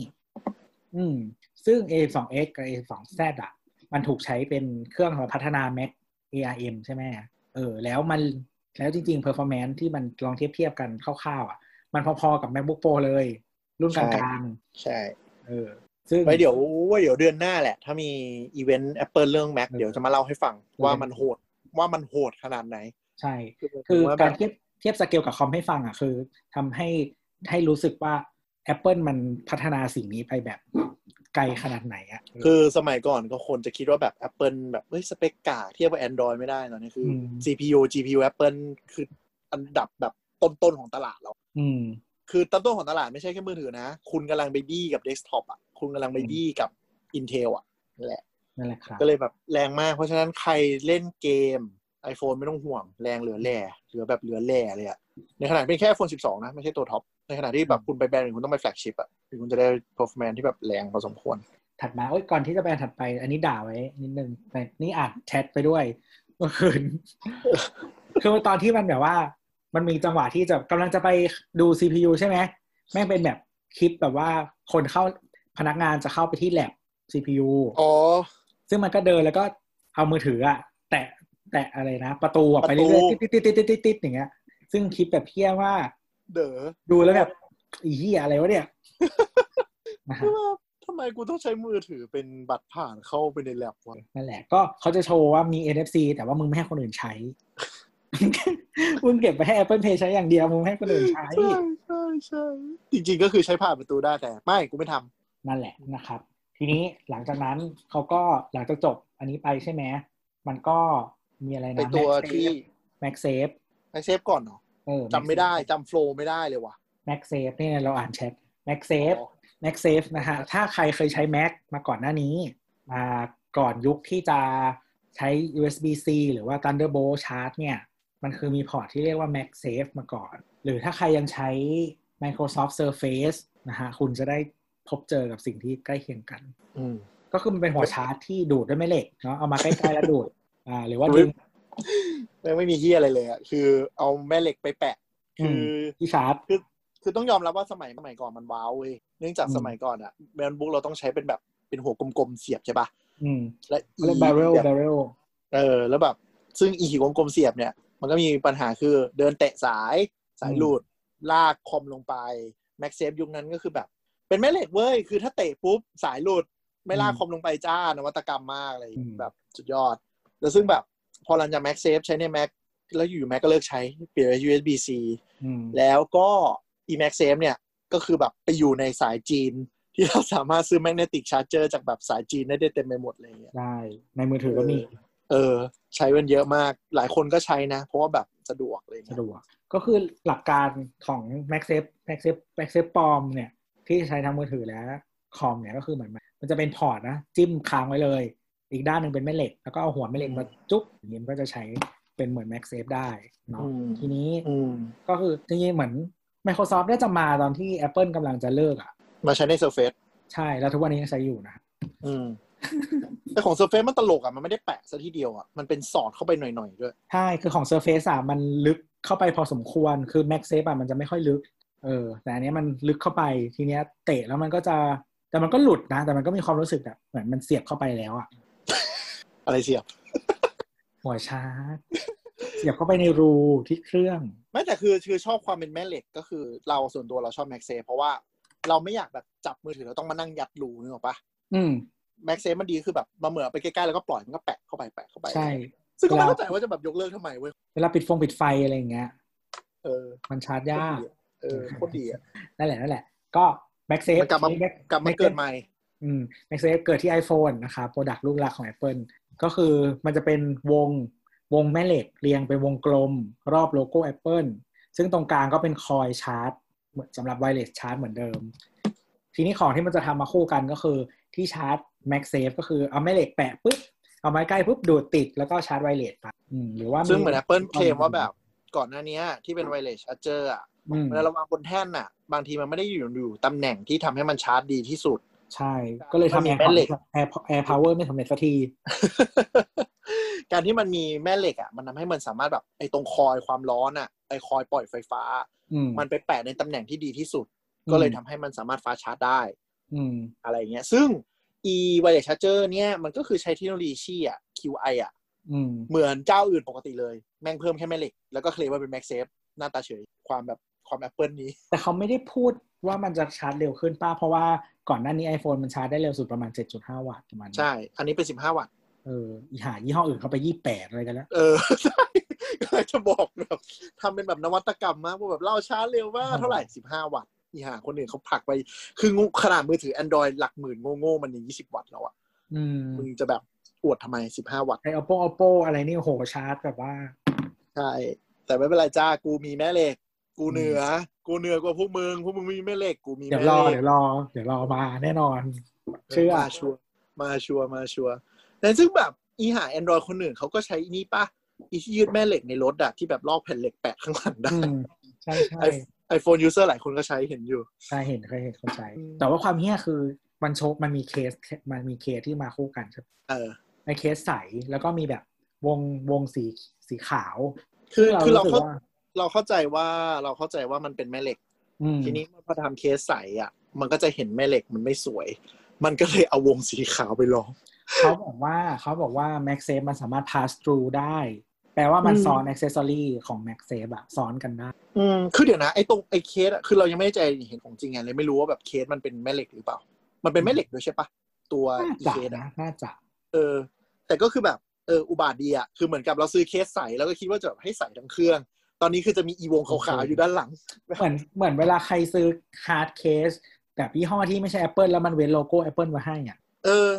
อืม ซึ่ง A12X กับ A12Z อ่ะ มันถูกใช้เป็นเครื่องสำหรับพัฒนา Mac ARM ใช่ไหมเออ แล้วมันแล้วจริงๆ performance ที่มันลองเทียบเทียบๆกันคร่าวๆอ่ะ มันพอๆกับ MacBook Pro เลย รุ่นกลาง
ใช่
ๆเออ ซึ่ง
ไว้เดี๋ยวไว้เดี๋ยวเดือนหน้าแหละ ถ้ามีอีเวนต์ Apple เรื่อง Mac
เออ
เดี๋ยวจะมาเล่าให้ฟังว่ามันโหดว่ามันโหดขนาดไหน
ใช่ คือ
ว่แบ
การ
บ
เทียบเทียบสเกลกับคอมให้ฟังอ่ะคือทำให้ให้รู้สึกว่า Apple มันพัฒนาสิ่งนี้ไปแบบไกลขนาดไหนอ่ะ
คือสมัยก่อนก็คนจะคิดว่าแบบ Apple แบบเฮ้ยสเปคกาเทียบกับ Android ไม่ได้ตอนนี้คือ
ม
CPU GPU Apple คืออันดับแบบต้นๆของตลาดแล้ว
อืม
คือต้นต้นของตลาดไม่ใช่แค่มือถือนะ คุณกำลังไปบี้กับเดสก์ท็อปอ่ะ คุณกำลังไปบี้กับ Intel อ่ะนั่นแหละ
นั่นแหละครับ
ก็เลยแบบแรงมาก เพราะฉะนั้นใครเล่นเกม iPhone ไม่ต้องห่วง แรงเหลือแหล่เหลือแบบเหลือแหล่เลยอ่ะ ในขณะเป็นแค่ iPhone 12 นะ ไม่ใช่ตัวท็อป ในขณะที่แบบคุณไปแบรนด์อื่นคุณต้องไปแฟลกชิพอ่ะถึงคุณจะได้ performance ที่แบบแรงพอสมควร
ถัดมาโอ้ยก่อนที่จะไปอันถัดไป อันนี้ด่าไว้นิดนึงแต่นี่อ่านแชทไปด้วยเมื่อคืน คือตอนที่มันแบบว่า มันมีจังหวะที่จะกำลังจะไปดู CPU ใช่ไหมแม่งเป็นแบบคลิปแบบว่าคนเข้าพนักงานจะเข้าไปที่แลบ CPU
อ๋อ
ซึ่งมันก็เดินแล้วก็เอามือถืออะแตะแตะอะไรนะ ประตูอะไป
ประตู
เรื่อยๆติดติดติดติดติดติดอย่างเงี้ย ซึ่งคลิปแบบเพี้ยว่า
เด๋อ
ดูแล้วแบบอีเหี้ยอะไรวะเนี่ย นะฮะ
คือว่าทำไมกูต้องใช้มือถือเป็นบัตรผ่านเข้าไปในแลบวะ
นั่นแหละ ก็เขาจะโชว์ว่ามี NFC แต่ว่ามึงไม่ให้คนอื่นใช้ มึงเก็บไปให้ Apple Pay ใช้อย่างเดียวมึงไม่ให้คนอื่นใช้
ใช่ใช่ใช่จริง ๆ ก็คือใช้ผ่านประตูได้แต่ไม่กูไม่ทำ
นั่นแหละนะครับ ทีนี้หลังจากนั้นเขาก็หลังจากจบอันนี้ไปใช่ไหมมันก็มีอะไรนะ
ไปตัว
MagSafe
ที่
MagSafe
ไอเซฟก่อนเนาะ
เออ
จำไม่ได้จำโฟล์ไม่ได้เลยว่ะ
m a g s a f e เนี่ยเราอ่านแชท m a g s a f e
อ๋อ
m a g s a f e นะฮะถ้าใครเคยใช้ Mac มาก่อนหน้านี้ มาก่อนยุคที่จะใช้ USB-C หรือว่า Thunderbolt ชาร์จเนี่ย มันคือมีพอร์ตที่เรียกว่า m a g s a f e มาก่อน หรือถ้าใครยังใช้ Microsoft Surface นะฮะคุณจะได้พบเจอกับสิ่งที่ใกล้เคียงกัน
อืม
ก็คือมันเป็นหัวชาร์จที่ดูดด้วยแม่เหล็กเนาะเอามาใกล้ๆแล้วดูดอ่าหรือว่าดึ
อุ๊ย
ง
แม่งไม่มีเฮียอะไรเลยอะคือเอาแม่เหล็กไปแปะ
อื
คื
ม
อ
ที่ชาร์จ
คือต้องยอมรับว่าสมัยสมัยก่อนมันว้าวเว้ยเนื่องจาก
อืม
สมัยก่อนอะแมนบุ๊กเราต้องใช้เป็นแบบเป็นหัวกลมๆเสียบใช่ปะ
อืม
และ
เขาเรียก barrel
แบบ
barrel
เออแล้วแบบ ซึ่งอีหัวกลมๆเสียบเนี่ย มันก็มีปัญหาคือเดินเตะสายสายหลุดลากคอมลงไปแม็กเซฟยุคนั้นก็คือแบบ เป็นแม่เหล็กเว้ยคือถ้าเตะปุ๊บสายหลุดไม่ลาก
อืม
คอมลงไปจ้านวัตกรรมมากเลย
อืม
แบบสุดยอด แล้วซึ่งแบบพอหลังจากแม็กเซฟใช้ในแม็กแล้วอยู่แม็กก็เลิกใช้เปลี่ยนไป USB C
อืม
แล้วก็ eMac Safe เนี่ยก็คือแบบไปอยู่ในสายจีน ที่เราสามารถซื้อ magnetic charger จากแบบสายจีนได้เต็มไปหมดเลยเนี่ย
ได้ในมือถือก็มี
เออ เออ ใช้มันเยอะมากหลายคนก็ใช้นะ เพราะว่าแบบสะดวกเลย
สะดวก ก็คือหลักการของ m a g s a f e m a g s a f e m a g s a f e ปลอมเนี่ย ที่ใช้ทั้งมือถือและคอมเนี่ยก็คือเหมือนมันมันจะเป็นพอร์ตนะ จิ้มค้างไว้เลย อีกด้านหนึ่งเป็นแม่เหล็ก แล้วก็เอาหัวแม่เหล็กมาจุ๊บอย่างนี้มันก็จะใช้เป็นเหมือน m a g s a f e ได้เนาะ
อืม
ทีนี้
อืม
ก็คือจริงๆเหมือน Microsoft ได้จะมาตอนที่ Apple กำลังจะเลิกอ่ะ
มาใช้ใน Surface
ใช่แล้วทุกวันนี้ยังใช้อยู่นะ
อืม แต่ของ Surface มันตลกอ่ะ มันไม่ได้แปะซะทีเดียวอ่ะ มันเป็นสอดเข้าไปหน่อยๆด้วย
ใช่ คือของ Surface อะมันลึกเข้าไปพอสมควร คือ MagSafe อะมันจะไม่ค่อยลึก เออ แต่อันเนี้ยมันลึกเข้าไป ทีเนี้ยเตะแล้วมันก็จะ แต่มันก็หลุดนะ แต่มันก็มีความรู้สึกแบบเหมือนมันเสียบเข้าไปแล้วอะ
อะไรเสียบ
หัวชาร์จ เสียบเข้าไปในรูที่เครื่อง
ไม่แต่คือคือชอบความเป็นแม่เหล็กก็คือเราส่วนตัวเราชอบ Mac Safe เพราะว่าเราไม่อยากแบบจับมือถือเราต้องมานั่งยัดรูนึกออกปะ
อืม
แม็กเซฟมันดีคือแบบมาเหมือไปใกล้ๆ แล้วก็ปล่อยมันก็แปะเข้าไปแปะเข้าไป
ใช่
ซึ่งก็ไม่เข้าใจว่าจะแบบยกเลิกทำไมเว้ย
เวลาปิดฟงปิดไฟอะไรอย่างเงี้ย
เออ
มันชาร์จยาก
เออโคตรดีอ่ะ
นั่นแหละ นั่นแหละ ก็ MagSafe
มันกลับมา
ใช้ Mag-
กลับมา
MagSafe
เกิดใหม่
อืม MagSafe เกิดที่ iPhone นะครับโปรดักต์ลูกหลักของ Apple ก็คือมันจะเป็นวงวงแม่เหล็กเรียงเป็นวงกลม รอบโลโก้ Apple ซึ่งตรงกลางก็เป็นคอยชาร์จเหมือนสำหรับไวเลสชาร์จเหมือนเดิม ทีนี้ของที่มันจะทำมาคู่กันก็คือที่ชาร์จ MagSafe ก็คือเอาแม่เหล็กแปะปุ๊บ เอาไม้ใกล้ปุ๊บ ดูดติดแล้วก็ชาร์จไวเลสไปอืมหรือว่า
ซึ่งเหมือน Apple เคลมว่าแบบก่อนหน้าเนี้ยที่เป็นไวเลสอเจอร์อ่ะ
อืม
เวลาเราวางบนแท่นอ่ะ บางทีมันไม่ได้อยู่อยู่ตำแหน่งที่ทำให้มันชาร์จดีที่สุด
ใช่ ก็เลยทำแอร์
มันมีแม่เหล็ก
แอร์แอร์พาวเวอร์ไม่สำเร็จสักที
การที่มันมีแม่เหล็กอ่ะมันทำให้มันสามารถแบบไอ้ตรงคอยความร้อนอ่ะไอ้คอยปล่อยไฟฟ้า
อืม
มันไปแปะในตำแหน่งที่ดีที่สุด ก็เลยทำให้มันสามารถฟ้าชาร์จได้
อืม
อะไรอย่างเงี้ย ซึ่ง e w i r e s s charger เนี่ยมันก็คือใช้เทคโนโลยีชี่อ่ะ QI อ่ะ
อืม
เหมือนเจ้าอื่นปกติเลย แม่งเพิ่มแค่แม่เหล็ก แล้วก็เคลมว่าเป็น MagSafe หน้าตาเฉยความแบบความ Apple นี้
แต่เขาไม่ได้พูดว่ามันจะชาร์จเร็วขึ้นป้าเพราะว่าก่อนหน้านี้ iPhone มันชาร์จได้เร็วสุดประมาณ 7.5 วัตต์ประมาณนั้น
ใช่ อันนี้เป็น 15 วัตต์
เอออีหายี่ห้ออื่นเข้าไป 28 อะไรกันแล้ว
เออ ใช่ก็เลยจะบอกแบบทำเป็นแบบนวัตกรรมมากว่าแบบเล่าช้าเร็วมากเท่าไหร่ 15 วัตต์อีห่าคนอื่นเขาผลักไป คืองงขนาดมือถือ Android หลักหมื่นโง่ๆมันยัง20 วัตต์แล้วอะ
อืม
มึงจะแบบอวดทำไม 15 วัตต์
ไอ oppo oppo อะไรนี่โอ้โหชาร์จแบบว่า
ใช่ แต่ไม่เป็นไรจ้า กูมีแม่เหล็ก กูเหนือ กูเหนือกว่าพวกมึง พวกมึงมีแม่เหล็ก กูมี
เดี๋ย
แม่
วรอ
เหล็ก
เดี๋ยวรอเดี๋ยวรอมาแน่นอน เชื่อ
มาชัวร์มาชัวร์มาชัวร์แต่ซึ่งแบบอีหาแอนดรอยคนหนึ่งเขาก็ใช้อีนี่ปะอีที่ยืดแม่เหล็กในรถอะที่แบบลอกแผ่นเหล็กแปะข้างหลังได้
อืมใช่ใช่
ไอโฟนยูเซอร์หลายคนก็ใช้เห็นอยู่
ใช่เห็นเคยเห็นเข้าใจ
อืม
แต่ว่าความเฮี้ยคือมันโชมันมีเคสมันมีเคสที่มาคู่กันใช่ปะ
เออ
ในเคสใสแล้วก็มีแบบวงวงสีสีขาว
คือ
ซึ่ง
คือเรา
สึก
เข้า
ว่
เราเข้าใจว่าเราเข้าใจว่ามันเป็นแม่เหล็ก
อืม
ทีนี้พอทำเคสใสอะมันก็จะเห็นแม่เหล็กมันไม่สวย มันก็เลยเอาวงสีขาวไปลอง
เขาบอกว่าเขาบอกว่า MagSafe มันสามารถ pass through ได้ แปลว่ามัน
อืม
ซ้อน accessory ของ MagSafe อะซ้อนกันได้
อืมคือเดี๋ยวนะไอตรงไอเคสอะคือเรายังไม่ได้ใจเห็นของจริงไงเลยไม่รู้ว่าแบบเคสมันเป็นแม่เหล็กหรือเปล่า มันเป็นแม่เหล็กด้วยใช่ปะตัว
น่าจะ
อีเคสอะ
นะน่าจะ
เออแต่ก็คือแบบเอออุบาทดีอะคือเหมือนกับเราซื้อเคสใส่แล้วก็คิดว่าจะแบบให้ใส่ทั้งเครื่อง ตอนนี้คือจะมีอีวงขาวๆอยู่ด้านหลัง
เหมือนเหมือนเวลาใครซื้อ hard case แบบยี่ห้อที่ไม่ใช่ Apple แล้วมันเว้นโลโก้ Apple ไว้ให้อะ
เออ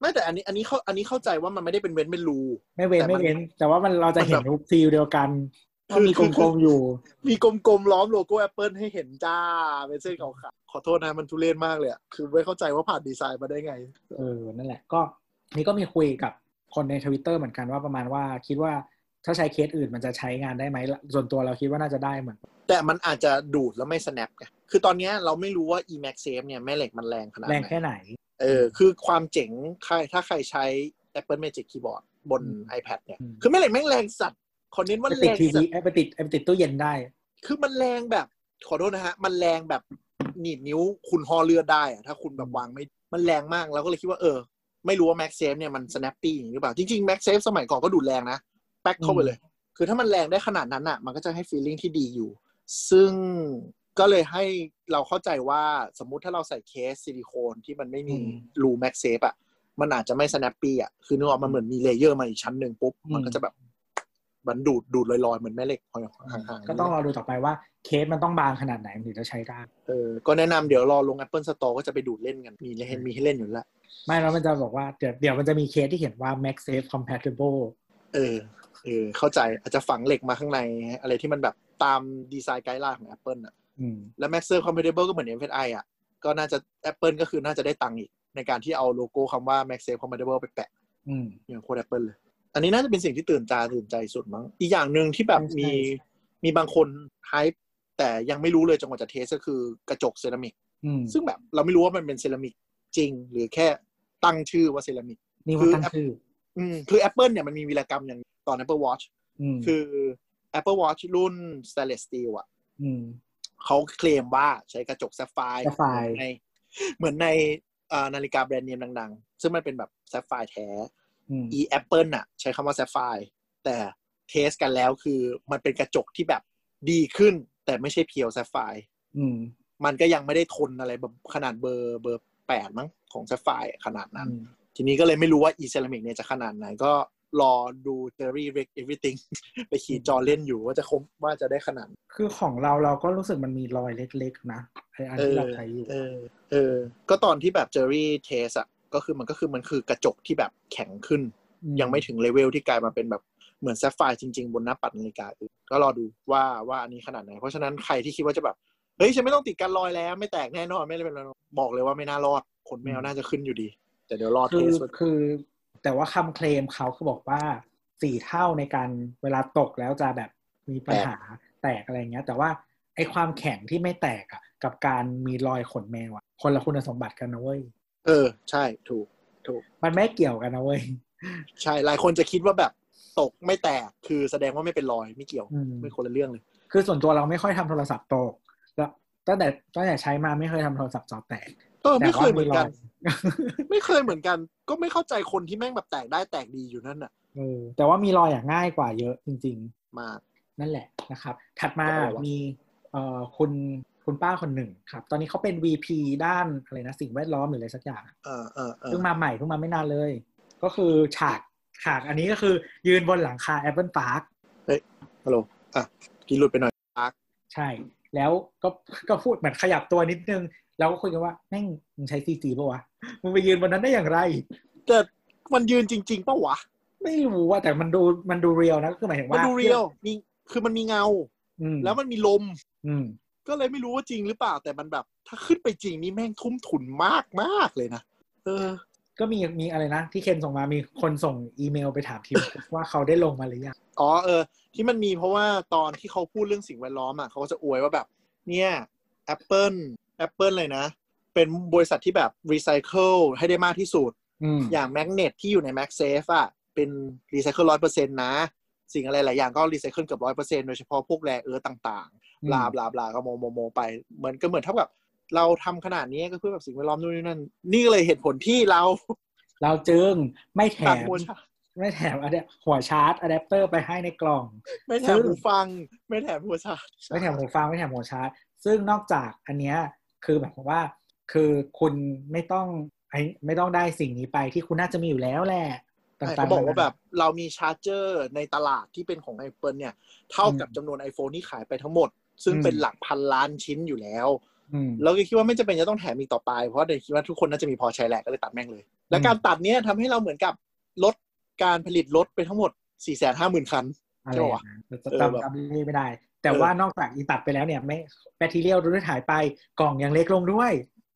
ไม่แต่อันนี้อันนี้เข้าอันนี้เข้าใจว่ามันไม่ได้เป็นเว้นเป็นรู
ไม่เว้น
แต่มัน
ไม่เว้น แต่ว่ามันเราจะเห็น
มันแบบ
รูปซีลเดียวกัน
คือ
ว่ามี
คือ
กลมๆอยู่
มีกลมๆล้อมโลโก้ Apple ให้เห็นจ้าเป็นเส้นขาวๆขอโทษนะมันทุเรศมากเลยอะคือไม่เข้าใจว่าผ่านดีไซน์มาได้ไง
เออ นั่นแหละ ก็นี่ก็มีคุยกับคนในทวิตเตอร์เหมือนกันว่าประมาณว่าคิดว่าถ้าใช้เคสอื่นมันจะใช้งานได้ไหมส่วนตัวเราคิดว่าน่าจะได้เหมือน
แต่มันอาจจะดูดแล้วไม่ snap ไงคือตอนเนี้ยเราไม่รู้ว่า e max safe เนี่ยแม่เหล็กมันแรงขนาด
แร
ไห
ง
น
แค่ไหน
เออคือความเจ๋งใครถ้าใครใช้ Apple Magic Keyboard บน
อืม
iPad เนี่ย
อืม
คือแม่เหล็กแม่งแรงสัตว์คอนเน้นต์ว่า
ไป
แร
ติด
ง
ที
สั
วี
ตว์
ไปติดไปติดตู้เย็นได้
คือมันแรงแบบ ขอโทษนะฮะ มันแรงแบบหนีบนิ้วคุณฮอเลือดได้อะถ้าคุณแบบวางไม่ มันแรงมากเราก็เลยคิดว่าเออ ไม่รู้ว่า Max Safe เนี่ยมัน snappy อย่างนี้หรือเปล่า จริงๆ Max Safe สมัยก่อนก็ดูดแรงนะ แป๊กเข้าไปเลย คือถ้ามันแรงได้ขนาดนั้นอ่ะ มันก็จะให้ feeling ที่ดีอยู่ ซึ่งก็เลยให้เราเข้าใจว่าสมมุติถ้าเราใส่เคสซิลิโคนที่มันไม่มี
อืม
รูแม็กเซฟอ่ะ มันอาจจะไม่ snappy อ่ะ คือนึกออกมันเหมือนมีเลเยอร์มาอีกชั้นหนึ่งปุ๊บ
อืม
มันก็จะแบบมันดูดดูดลอยๆ เหมือนแม่เหล็กห่างๆ
ก็ต้องรอดูต่อไปว่าเคสมันต้องบางขนาดไหนมันถึงจะใช้ได้
เออก็แนะนำเดี๋ยวรอลง Apple Store ก็จะไปดูดเล่นกัน มีให้มีให้เล่นอยู่แล้ว
ไม่แล้วมันจะบอกว่าเดี๋ยวเดี๋ยวมันจะมีเคสที่เขียนว่า Max Safe Compatible
เออเออเข้าใจอาจจะฝังเหล็กมาข้างใน อะไรที่มันแบบตามดีไซน์ไกด์ไลน์ของ Apple อ่ะ
อืม
แล้ว Max Serve Compatible ก็เหมือน MSI อ่ะ ก็น่าจะ Apple ก็คือน่าจะได้ตังค์อีก ในการที่เอาโลโก้คำว่า Max Serve Compatible ไปแปะ
อืม
อย่างโคด Apple เลย อันนี้น่าจะเป็นสิ่งที่ตื่นตาตื่นใจสุดมั้ง อีกอย่างหนึ่งที่แบบมี
ใช่ใช่
มีบางคนไฮป์แต่ยังไม่รู้เลยจนกว่าจะเทสก็คือกระจกเซรามิก
อืม
ซึ่งแบบเราไม่รู้ว่ามันเป็นเซรามิกจริง หรือแค่ตั้งชื่อว่าเซรามิก
นี่
คื
ว่า
อ
ตั้งชื่อ
อืมคือ Apple เนี่ยมันมีวีรกรรมอย่างตอน Apple Watch
อืม
คือ Apple Watch รุ่น stainless steel อ่ะ
อืม
เขาเคลมว่าใช้กระจกแซฟไฟร์
แซฟไฟร์
ในเหมือนในเอ่อนาฬิกาแบรนด์เนมดังๆ ซึ่งมันเป็นแบบแซฟไฟร์แท้
อืม
อีแอปเปิลน่ะ ใช้คำว่าแซฟไฟร์แต่เทสกันแล้วคือมันเป็นกระจกที่แบบดีขึ้น แต่ไม่ใช่เพียวแซฟไฟร์
อืม
มันก็ยังไม่ได้ทนอะไรแบบขนาดเบอร์เบอร์แปดมั้งของแซฟไฟร์ขนาดนั้น
อืม
ทีนี้ก็เลยไม่รู้ว่าอีเซรามิกเนี่ยจะขนาดไหน ก็รอดูเทอรี่เร็ก everything ไปขี่จอเล่นอยู่ว่าจะคมว่าจะได้ขนาด
คือของเราเราก็รู้สึกมันมีรอยเล็กๆนะไออันที่เราใช้อยู่
เออ เออ ก็ตอนที่แบบเจอรี่เทสอะก็คือมันก็คือมันคือกระจกที่แบบแข็งขึ้น ยังไม่ถึงเลเวลที่กลายมาเป็นแบบเหมือนแซฟไฟร์จริงๆ บนหน้าปัดนาฬิกาอื่นก็รอดูว่าว่าอันนี้ขนาดไหน เพราะฉะนั้นใครที่คิดว่าจะแบบ เฮ้ย ฉันไม่ต้องติดกันรอยแล้ว ไม่แตกแน่นอนไม่ได้เป็นไรหรอกบอกเลยว่าไม่น่ารอดขนแมวน่าจะขึ้นอยู่ดี แต่เดี๋ยวรอเท
คือ
ส
คือ แต่ว่าคำเคลมเขาคือบอกว่าสี่เท่าในการเวลาตกแล้วจะแบบมีปัญหาแตกอะไรเงี้ย แต่ว่าไอความแข็งที่ไม่แตกอ่ะ กับการมีรอยขนแมวอ่ะคนละคุณสมบัติกันนะเว้ย
เออ ใช่ถูก
มันไม่เกี่ยวกันนะเว้ย
ใช่หลายคนจะคิดว่าแบบตกไม่แตกคือแสดงว่าไม่เป็นรอยไม่เกี่ยว
อืม
ไม่คนละเรื่องเลย
คือส่วนตัวเราไม่ค่อยทำโทรศัพท์ตกแล้วตั้งแต่ตั้งแต่ใช้มาไม่เคยทำโทรศัพท์จอแตก
เออ
แต่
ไม่
ว่า
เคยเหมือนกัน
รย
ไม่เคยเหมือนกัน ก็ไม่เข้าใจคนที่แม่งแบบแตกได้แตกดีอยู่นั่นน่ะ
เออแต่ว่ามีรอย อ่ะง่ายกว่าเยอะจริง ๆ
มาก
นั่นแหละนะครับ ถัดมา
แล้วอะไรวะ
มีเอ่อคุณคุณป้าคนหนึ่งครับ ตอนนี้เขาเป็น VP ด้านอะไรนะสิ่งแวดล้อมหรืออะไรสักอย่าง
เออเออเออ
เพิ่งมาใหม่เพิ่งมาไม่นานเลย ก็คือฉากฉากอันนี้ก็คือยืนบนหลังคา Apple Park
ฮัลโหลอ่ะกินหลุดไปหน่อย
ใช่ แล้วก็ก็พูดเหมือนขยับตัวนิดนึง แล้วก็คุยกันว่าแม่งมึงใช้ซีจีปะวะมึงไปยืนบนนั้นได้อย่างไร
แต่มันยืนจริงๆป่าวะ
ไม่รู้ว่าแต่มันดูมันดูเรียลนะก็คือหมายถึง
มัน
ว่า
ดูเรียลมีคือมันมีเงา
อืม
แล้วมันมีลม
อืม
ก็เลยไม่รู้ว่าจริงหรือเปล่า แต่มันแบบ ถ้าขึ้นไปจริงนี่แม่งทุ่มทุนมากมากๆเลยนะเออ
ก็มีมีอะไรนะ ที่เคนส่งมามีคนส่งอีเมลไปถามทีมว่าเขาได้ลงมาหรือยัง
อ๋อเออ ที่มันมีเพราะว่าตอนที่เขาพูดเรื่องสิ่งแวดล้อมอ่ะเขาก็จะอวยว่าแบบ เนี่ย Apple Apple เลยนะ เป็นบริษัทที่แบบรีไซเคิลให้ได้มากที่สุด
อืม
อย่างแมกเนตที่อยู่ใน m a g s a f e อ่ะเป็นรีไซเคิลร้อยเปอร์เซ็นต์นะ สิ่งอะไรหลายอย่างก็รีไซเคิลเกือบร้อยเปอร์เซ็นต์โดยเฉพาะพวกแร่เอิร์ธต่างๆบลาบลาบลาก็โมโมโมไปเหมือนก็เหมือนเท่ากับ เราทำขนาดนี้ก็เพื่อแบบสิ่งแวดล้อมนู่นนี่นั่น นี่ก็เลยเหตุผลที่เรา
เราจึงไม่แถ
ตัด
ม
มวล
ไม่แถมอะแดปหัวชาร์จอะแดปเตอร์ไปให้ในกล่อง
ไม่แถมหูฟัง ไม่แถมหัวชาร์จ
ไม่แถมหูฟังไม่แถมหัวชาร์จ ซึ่งนอกจากอันเนี้ยคือแบบว่า คือคุณไม่ต้องไอ้ไม่ต้องได้สิ่งนี้ไปที่คุณน่าจะมีอยู่แล้วแหละต่างๆ
เขาบอกว่า
นะ
แบบเรามีชาร์จเจอร์ในตลาดที่เป็นของ Apple เนี่ย เท่ากับจำนวน iPhone ที่ขายไปทั้งหมด ซึ่ง
อืม
เป็นหลักพันล้านชิ้นอยู่แล้ว
อืม
เราก็คิดว่าไม่จำเป็นจะต้องแถมอีกต่อไป เพราะเดี๋ยวคิดว่าทุกคนน่าจะมีพอใช้แหละก็เลยตัดแม่งเลย และ
อืม
การตัดเนี้ยทำให้เราเหมือนกับลดการผลิตรถไปทั้งหมด 4 5 0 0 0 0 คัน
อะไร
เจ้า
อ
วะ
ย่างนั้นแต่
เออแบ
จำ
บ
จำเลขไม่ได้ แต่
เออ
ว่านอกจากอีตัดไปแล้วเนี่ยไม่แบตเตอรี่รุ่นหายไปกล่องยังเล็กลงด้วย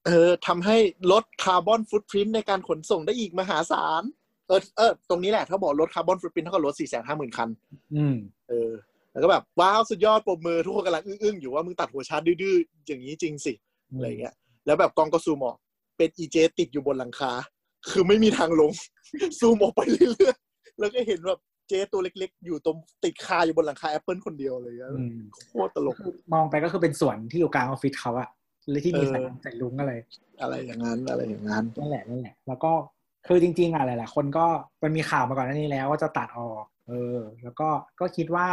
เออทำให้ลดคาร์บอนฟุตพิ้นในการขนส่งได้อีกมหาศาล เออเออตรงนี้แหละถ้าบอกลดคาร์บอนฟุตพิ้นเท่ากับลด 4 5 0 0 0 0 คัน
อืม
เออ แล้วก็แบบ ว้าวสุดยอดปรบมือทุกคนกำลังอึ้งๆอยู่ว่ามึงตัดหัวชาร์จดื้อๆอย่างนี้จริงสิ อะไรเงี้ย แล้วแบบกองก็ซูมออกเป็นอีเจติดอยู่บนหลังคา คือไม่มีทางล ง ซูมออกไปเรื่อยๆ แล้วก็เห็นแบบเจตัวเล็กๆ อยู่ตรงติดคาอยู่บนหลังคาแอปเปิลคนเดียวเลยอะ
อืม
โคตรตลก
คือมองไปก็คือเป็นสวนที่อยู่กลางออฟฟิศเขาอะเลยที่มี
เออ
สายน้ำสายลุงอะไร
อะไรอย่างนั้น อะไรอย่างนั้น
นั่นแหละนั่นแหละ แล้วก็คือจริง ๆอ่ะหลายๆคนก็มันมีข่าวมาก่อนหน้านี้แล้วว่าจะตัดออก เออ แล้วก็ก็คิดว่า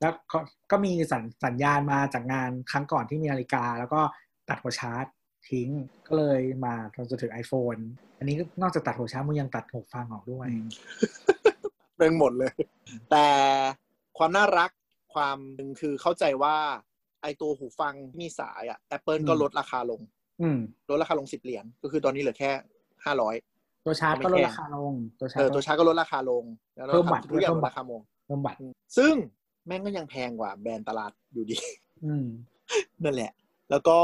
แล้วก็ก็มีสัญสัญญาณมาจากงานครั้งก่อนที่มีนาฬิกา แล้วก็ตัดหัวชาร์จทิ้งก็เลยมาจนถึง iPhone อันนี้ก็นอกจากตัดหัวชาร์จมึงยังตัดหูฟังออกด้วย
เป็นหมดเลย แต่ความน่ารักความหนึ่งคือเข้าใจว่า ไอตัวหูฟังที่มีสายอะ Apple ก็
อืม
ลดราคาลง
อืม
ลดราคาลงสิบเหรียญ ก็คือตอนนี้เหลือแค่ห้าร้อย
ตัวชาร์จก็ล
ไม่
ด
แพง
ราคาลงตัวชา
เอ
ร์จก็
อตัวชาร์จก็ลดราคาลง แล้ว
เพิ่มบัตร
ทุกอย่าง
เพิ่
ล
ม
ด
บัตร
ราคาลง
เพิ่มบัตร
ซึ่งแม่งก็ยังแพงกว่าแบรนด์ตลาดอยู่ดี
อืม
นั่นแหละ แล้วก็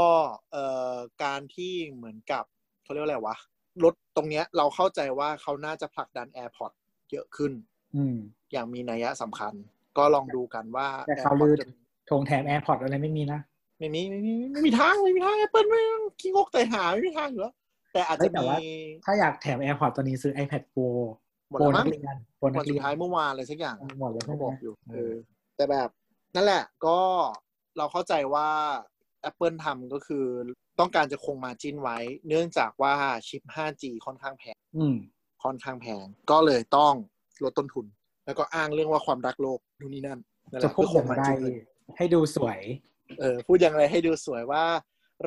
เอ่อการที่เหมือนกับเขาเรียกว่าอะไรวะรถตรงเนี้ยเราเข้าใจว่าเขาน่าจะผลักดัน AirPods เยอะขึ้น
อืม
อย่างมีนัยสำคัญ ก็ลองดูกันว่า
แต่เขา
AirPods
ลือ
จะ
ธงแถม AirPods อะไรไม่มีนะ
ไม่มีไม่มีไม่มีทางไม่มีทาง Apple ไม่ขี้งกแต่หาไม่มีทางอยู่แล้วแต่อาจ
เฮ้
จะ
ยแต่
มี
ว่า ถ้าอยากแถม AirPods ตัวนี้ซื้อ iPad Pro
หมด
โปร
แล้ว
นัก
มั้ง
เรียนโปรนั
วัน
ก
สุ
เรี
ด
ยน
ท้ายเมื่อวานอะไรสักอย่าง
หมดแล้ว
เขา
ใช่ไหม
บอกอยู่เออแต่แบบนั่นแหละก็เราเข้าใจว่า Apple ทำก็คือต้องการจะคงมาจิ้นไว้ เนื่องจากว่าชิป 5G ค่อนข้างแพง
อืม
ค่อนข้างแพง ก็เลยต้องลดต้นทุน แล้วก็อ้างเรื่องว่าความรักโลกนู่นนี่นั่นนั่นแหล
จะพูด
เพื่อ
อ
ค
ย่าง ง
มา
ไร
จิ้นเลย
ให้ดูสวย
เออพูดอย่างไรให้ดูสวยว่า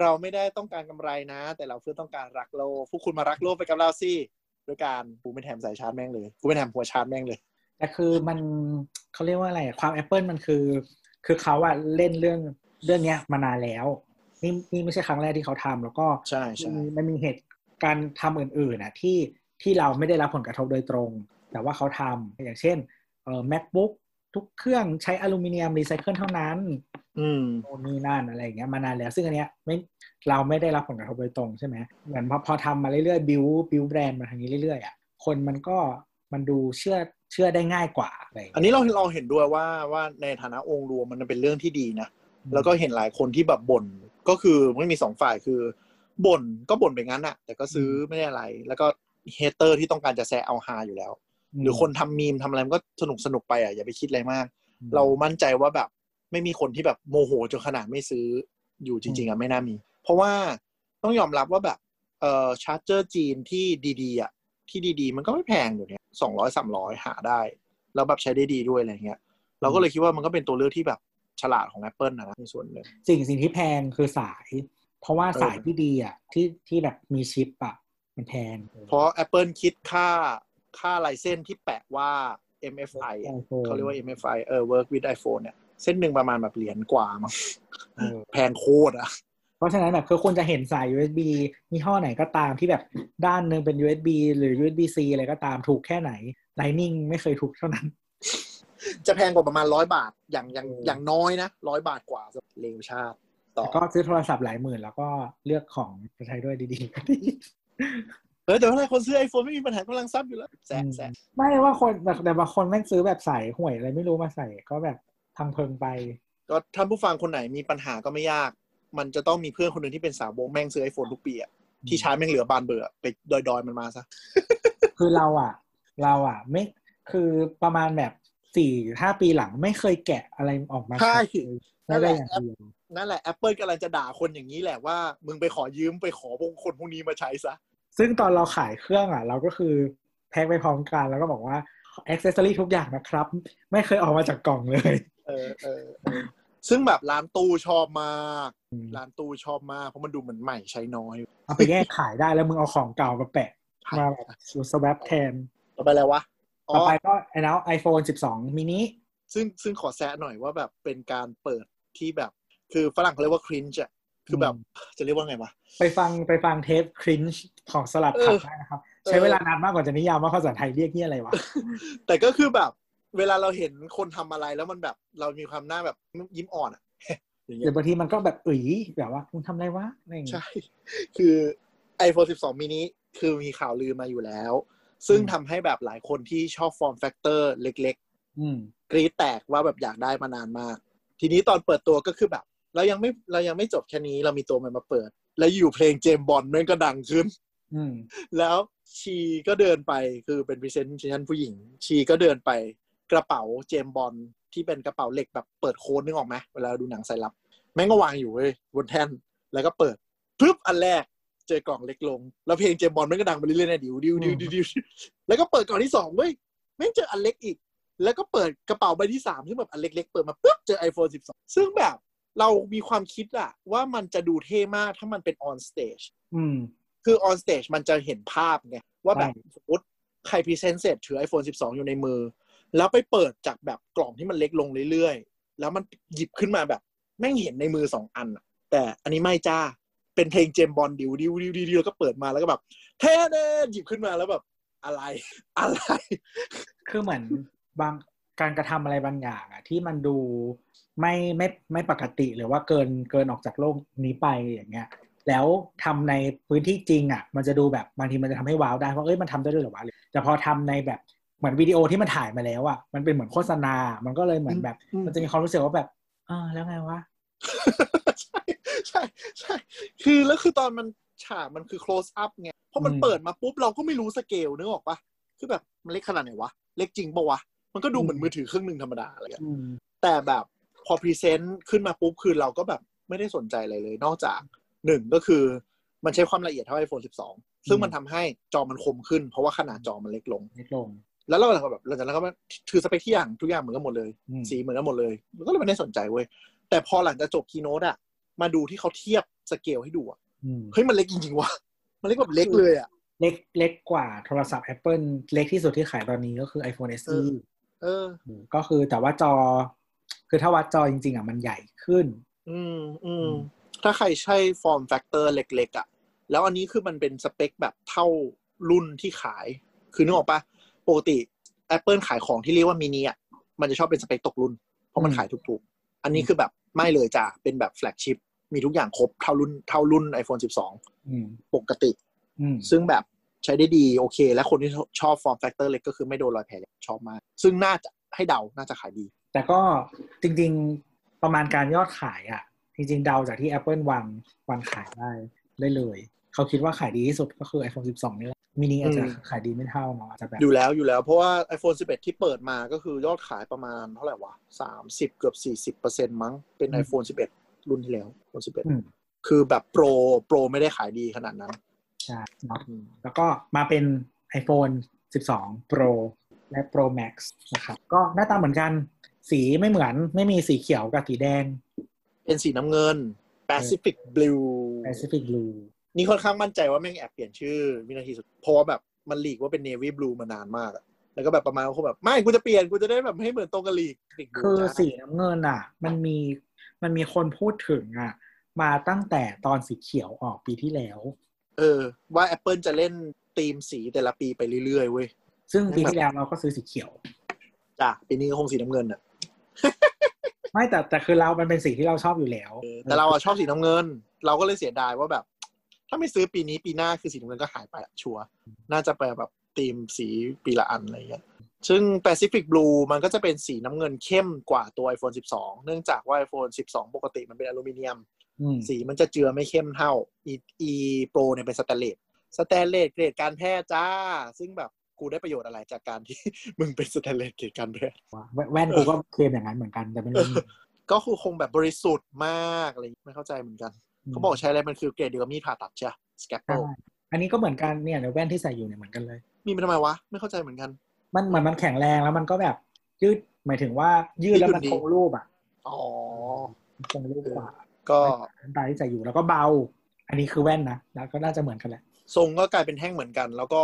เราไม่ได้ต้องการกำไรนะ แต่เราเพื่อต้องการรักโลกพวกคุณมารักโลกไปกับเราสิด้วยการกูไม่แถมสายชาร์จแม่งเลยกูไม่แถมหัวชาร์จแม่งเลย
แต่คือมันเขาเรียกว่าอะไรอะความ Apple มันคือ คือเขาอะเล่นเรื่องเรื่องเนี้ยมานานแล้ว นี่นี่ไม่ใช่ครั้งแรกที่เขาทำแล้วก็
ใช่ใช่
มันมันมีเหตุการณ์ทำอื่นๆนะที่ที่เราไม่ได้รับผลกระทบโดยตรง แต่ว่าเขาทำอย่างเช่นเอ่อ MacBook ทุกเครื่องใช้อลูมิเนียมรีไซเคิลเท่านั้น
อืม
โน่นนี่นั่นอะไรอย่างเงี้ยมานานแล้ว ซึ่งอันเนี้ยไม่เราไม่ได้รับผลกระทบโดยตรงใช่ไหมเหมือนพอพอทำมาเรื่อยๆบิวบิวแบรนด์มาทางนี้เรื่อยๆอ่ะคนมันก็มันดูเชื่อเชื่อได้ง่ายกว่าอะไรอย่าง
อัน
เงี้ย
นี้เราเราเห็นด้วยว่าว่าในฐานะองค์รวมมันเป็นเรื่องที่ดีนะ แล้วก็เห็นหลายคนที่แบบบ่นก็คือไม่มีสองฝ่ายคือ บ่นก็บ่นไปงั้นอะแต่ก็ซื้อไม่ได้อะไร แล้วก็เฮเตอร์ที่ต้องการจะแซะเอาฮาอยู่แล้ว หรือคนทำมีมทำอะไรมันก็สนุกสนุกไปอ่ะอย่าไปคิดอะไรมาก เรามั่นใจว่าแบบไม่มีคนที่แบบโมโหจนขนาดไม่ซื้ออยู่จริง ๆอ่ะไม่น่ามี เพราะว่าต้องยอมรับว่าแบบเอ่อชาร์จเจอร์จีนที่ดีๆอ่ะที่ดีๆ มันก็ไม่แพงอยู่เนี่ยสองร้อยสามร้อยหาได้ แล้วแบบใช้ได้ดีด้วยอะไรเงี้ยเราก็เลยคิดว่ามันก็เป็นตัวเลือกที่แบบฉลาดของ Apple นะในส่วนหนึ่ง
สิ่งสิ่งที่แพงคือสาย เพราะว่า
เออ
สายที่ดีอ่ะที่ที่แบบมีชิปอ่ะมันแพง
เพราะ Apple คิดค่าค่าลายเส้นที่แปะว่า MFI อะ
ไอโฟน
เขาเรียกว่า MFI เออ Work with iPhone เนี่ย เส้นหนึ่งประมาณแบบเหรียญกว่ามั้ง
เออ
แพงโคตรอ่ะ
เพราะฉะนั้นแบบคือคุณจะเห็นสาย USB ยี่ห้อไหนก็ตามที่แบบด้านหนึ่งเป็น USB หรือ USB C อะไรก็ตามถูกแค่ไหน Lightning ไม่เคยถูกเท่านั้น
จะแพงกว่าประมาณร้อยบาท อย่างอย่าง
เออ
อ
อ
ย่างน้อยนะร้อยบาทกว่าสำหรับเลวชาติ ต่อ
แต่ก็ซื้อโทรศัพท์หลายหมื่นแล้วก็เลือกของใช้ด้วยดีๆก็ดี
เออแต่ว่าถ้าคนซื้อ iPhone ไม่มีปัญหากำลังซับอยู่แล้ว แซะ
อืม
แซะ
ไม่ว่าคนแต่แต่บางคนแม่งซื้อแบบใส่ห่วยอะไรไม่รู้มาใส่ก็แบบพังเพิงไป
ก็ท่านผู้ฟังคนไหนมีปัญหาก็ไม่ยาก มันจะต้องมีเพื่อนคนหนึ่งที่เป็นสาววงแม่งซื้อ iPhone ทุกปีอะที่ใช้แม่งเหลือบานเบื่อไปดอยๆมันมาซะ
คือเราอ่ะ เราอ่ะไม่คือประมาณแบบสี่ห้าปีหลังไม่เคยแกะอะไรออกมา
ใช่
เลยไม่ได้อย่างเดียว
นั่นแหละ Apple กำลังจะด่าคนอย่างนี้แหละว่ามึงไปขอยืมไปขอพวกคนพวกนี้มาใช้ซะ
ซึ่งตอนเราขายเครื่องอ่ะ เราก็คือแพ็คไปพร้อมกันแล้วก็บอกว่าอ็อกเซสซอรี่ทุกอย่างนะครับ ไม่เคยออกมาจากกล่องเลย
เออเออเออซึ่งแบบร้านตู้ชอบมาก
อืม
ร้านตู้ชอบมากเพราะมันดูเหมือนใหม่ใช้น้อย
เอาไปแยกขายได้แล้วมึงเอาของเก่ามาแปะ มาแบบสวบแทน
ต่อไปแล้ววะอ๋
ต่อ
อ
ไปก็ไอ้แล้ว iPhone 12 mini
ซึ่งซึ่งขอแซะหน่อยว่าแบบเป็นการเปิดที่แบบ คือฝรั่งเขาเรียกว่าครินจ์อะคือแบบจะเรียกว่าไงวะ
ไปฟังไปฟังเทปครินช์ของสลัดผักได้นะครับ
เออ
ใช้เวลานานมากกว่าจะนิยามว่าภาษาไทยเรียกเนี่ยอะไรวะ
แต่ก็คือแบบเวลาเราเห็นคนทำอะไรแล้วมันแบบเรามีความหน้าแบบยิ้มอ่อนอะ อย่าง
ห
เงี้
รื
ย
อบางทีมันก็แบบอุ๋ยแบบว่ามึงทำอะไรวะอะไรอย่างเงี้
ใช่
ย
คือ iPhone 12 mini คือมีข่าวลือมาอยู่แล้ว ซึ่ง
อืม
ทำให้แบบหลายคนที่ชอบฟอร์มแฟกเตอร์เล็ก ๆ
อืม
กรี๊ดแตกว่าแบบอยากได้มานานมาก ทีนี้ตอนเปิดตัวก็คือแบบ เรายังไม่เรายังไม่จบแค่นี้เรามีตัวใหม่มาเปิด แล้วอยู่เพลงเจมส์บอลแม่งก็ดังขึ้น
อืม
แล้วชีก็เดินไปคือเป็นพรีเซนเชันผู้หญิง ชีก็เดินไปกระเป๋าเจมส์บอลที่เป็นกระเป๋าเหล็กแบบเปิดโค้ดนึกออกไหมเวลาเราดูหนังสายลับ แม่งก็วางอยู่เว้ยบนแท่นแล้วก็เปิดปึ๊บอันแรกเจอกล่องเล็กลง แล้วเพลงเจมส์บอลแม่งก็ดังไปเรื่อยๆนะดิวดิวดิวดิวดิวแล้วก็เปิดกล่องที่สองเว้ยแม่งเจออันเล็กอีก แล้วก็เปิดกระเป๋าใบที่สามซึ่งแบบอันเล็กๆเปิดมาปึ๊บเจอ iPhone 12 ซึ่งแบบเรามีความคิดอะว่ามันจะดูเท่มากถ้ามันเป็น on stage
อืม
คือ on stage มันจะเห็นภาพไงว่าแบบ
ใช่
สมมติใครพรีเซนต์เสร็จถือ iPhone 12 อยู่ในมือ แล้วไปเปิดจากแบบกล่องที่มันเล็กลงเรื่อยๆ แล้วมันหยิบขึ้นมาแบบ แม่งเห็นในมือสองอันอะแต่อันนี้ไม่จ้า เป็นเพลงเจมส์บอลดิวดิวดิวดิวดิวแล้วก็เปิดมาแล้วก็แบบเท่เน่หยิบขึ้นมาแล้วแบบอะไร อะไร
คือเหมือนบางการกระทำอะไรบางอย่างอะที่มันดูไม่ไม่ไม่ปกติหรือว่าเกินเกินออกจากโลกนี้ไปอย่างเงี้ย แล้วทำในพื้นที่จริงอะมันจะดูแบบบางทีมันจะทำให้ว้าวได้ว่าเอ้ยมันทำได้ด้วยเหรอวะแต่พอทำในแบบเหมือนวิดีโอที่มันถ่ายมาแล้วอะมันเป็นเหมือนโฆษณา มันก็เลยเหมือนแบบ
อืม
มันจะมีความรู้สึกว่าแบบอ่าแล้วไงวะ
ใช่ใช่ใช่คือแล้วคือตอนมันฉากมันคือ close up ไงเพราะมัน
อืม
เปิดมาปุ๊บเราก็ไม่รู้สเกลนึกออกปะคือแบบมันเล็กขนาดไหนวะ เล็กจริงปะวะ มันก็ดูเหมือนมือถือเครื่องหนึ่งธรรมดาอะไรเงี้ย
อืม
แต่แบบพอพรีเซนต์ขึ้นมาปุ๊บคือเราก็แบบไม่ได้สนใจอะไรเลย นอกจากหนึ่งก็คือมันใช้ความละเอียดเท่า iPhone 12 ซึ่งมันทำให้จอมันคมขึ้น เพราะว่าขนาดจอมันเล็กลง
เล็กลง
แล้วเราก็แบบหลังจากนั้นก็คือสเปคที่อย่างทุกอย่างเหมือนกันหมดเลย
อืม
สีเหมือนกันหมดเลยมันก็เลยไม่ได้สนใจเว้ย แต่พอหลังจากจบคีโนดอะมาดูที่เขาเทียบสเกลให้ดูอะ
อืม
เฮ้ยมันเล็กจริงๆว่ะ มันเล็กแบบเล็กเลยอะ
เล็กเล็กกว่าโทรศัพท์ Apple เล็กที่สุดที่ขายตอนนี้ก็คือ iPhone SE
เออ
ก็คือแต่ว่าจอ คือถ้าวัดจอจริงๆอ่ะมันใหญ่ขึ้น
อืมอื
อื
ม
ม
ถ้าใครใช่ฟอร์มแฟกเตอร์เล็กๆอะแล้วอันนี้คือมันเป็นสเปคแบบเท่ารุ่นที่ขาย คือนึกออกปะปกติ Apple ขายของที่เรียกว่ามินิอะมันจะชอบเป็นสเปคตกรุ่น เพราะมันขายถูกๆ อันนี้คือแบบไม่เลยจ้ะเป็นแบบแฟลกชิพมีทุกอย่างครบเท่ารุ่นเท่ารุ่น iPhone 12
อืม
ปกติ
อืม
ซึ่งแบบใช้ได้ดีโอเค และคนที่ชอบฟอร์มแฟกเตอร์เล็กก็คือไม่โดนรอยแผลเล็กชอบมาก ซึ่งน่าจะให้เดาน่าจะขายดี
แต่ก็จริงๆประมาณการยอดขายอ่ะ จริงๆเดาจากที่ Apple วางวันขายได้ ได้เลย เขาคิดว่าขายดีที่สุดก็คือ iPhone 12 นี่แหละมินิอาจจะ
อืม
ขายดีไม่เท่าเนาะอาจจะแบบ
อยู่แล้วอยู่แล้วเพราะว่า iPhone 11 ที่เปิดมาก็คือยอดขายประมาณเท่าไหร่วะสามสิบเกือบสี่สิบเปอร์เซ็นมั้งเป็น
อืม
iPhone 11 รุ่นที่แล้ว iPhone
อืม
11 คือแบบโปรโปรไม่ได้ขายดีขนาดนั้น
ใช่เนาะแล้วก็มาเป็น iPhone 12 Pro และ Pro Max นะครับ ก็หน้าตาเหมือนกัน สีไม่เหมือนไม่มีสีเขียวกับสีแดง
เป็นสีน้ำเงิน Pacific Blue
Pacific Blue
นี่ค่อนข้างมั่นใจว่าแม่งแอบเปลี่ยนชื่อวินาทีสุดเพราะว่าแบบมันหลีกว่าเป็น Navy Blue มานานมากอะแล้วก็แบบประมาณว่าเขาแบบไม่กูจะเปลี่ยนกูจะได้แบบให้เหมือนตรงกับหลีก Pacific Blue
คือ
จ้ะ
สีน้ำเงินอ่ะ มันมีมันมีคนพูดถึงอ่ะ มาตั้งแต่ตอนสีเขียวออกปีที่แล้ว
เออ ว่า Apple จะเล่นธีมสีแต่ละปีไปเรื่อยๆเว้ย
ซึ่งปีที่แล้วเราก็ซื้อสีเขียว
จ้ะปีนี้ก็คงสีน้ำเงินอ่ะ
ไม่แต่แต่คือเรา มันเป็นสีที่เราชอบอยู่แล้ว
เออแต่เราอะชอบสีน้ำเงิน เราก็เลยเสียดายว่าแบบ ถ้าไม่ซื้อปีนี้ปีหน้าคือสีน้ำเงินก็หายไปอะชัวร์น่าจะไปแบบธีมสีปีละอันอะไรอย่างเงี้ยซึ่ง Pacific Blue มันก็จะเป็นสีน้ำเงินเข้มกว่าตัว iPhone 12 เนื่องจากว่า iPhone 12 ปกติมันเป็นอลูมิเนียม
อืม
สีมันจะเจือไม่เข้มเท่า e e pro เนี่ยเป็นสแตนเลสสแตนเลสเกรดการแพทย์จ้า ซึ่งแบบกูได้ประโยชน์อะไรจากการที่ มึงเป็นสแตนเลสเกรดการแพทย์
แว่นแว่นกูก็เคลมอย่างนั้นเหมือนกันแต่เป็นเรื่อง
ก็คือคงแบบบริสุทธิ์มากอะไรอย่างงี้ไม่เข้าใจเหมือนกัน เขาบอกใช้อะไรมันคือเกรดเดียวกับมีดผ่าตัดใช่สแกปเปิ
ใช่อันนี้ก็เหมือนกันเนี่ยเดี๋ยวแว่นที่ใส่อยู่เนี่ยเหมือนกันเลย
มีมันทำไมวะ ไม่เข้าใจเหมือนกัน
มันเหมือนมันแข็งแรงแล้วมันก็แบบยืดหมายถึงว่ายืดแล้วมัน
ยืดดี
คงรูปอ่ะ
อ๋อ
มันคงรูปกว่า
ก็
น้ำตาที่ใส่อยู่แล้วก็เบา อันนี้คือแว่นนะแล้วก็น่าจะเหมือนกันแหละ
ทรงก็กลายเป็นแท่งเหมือนกัน แล้วก็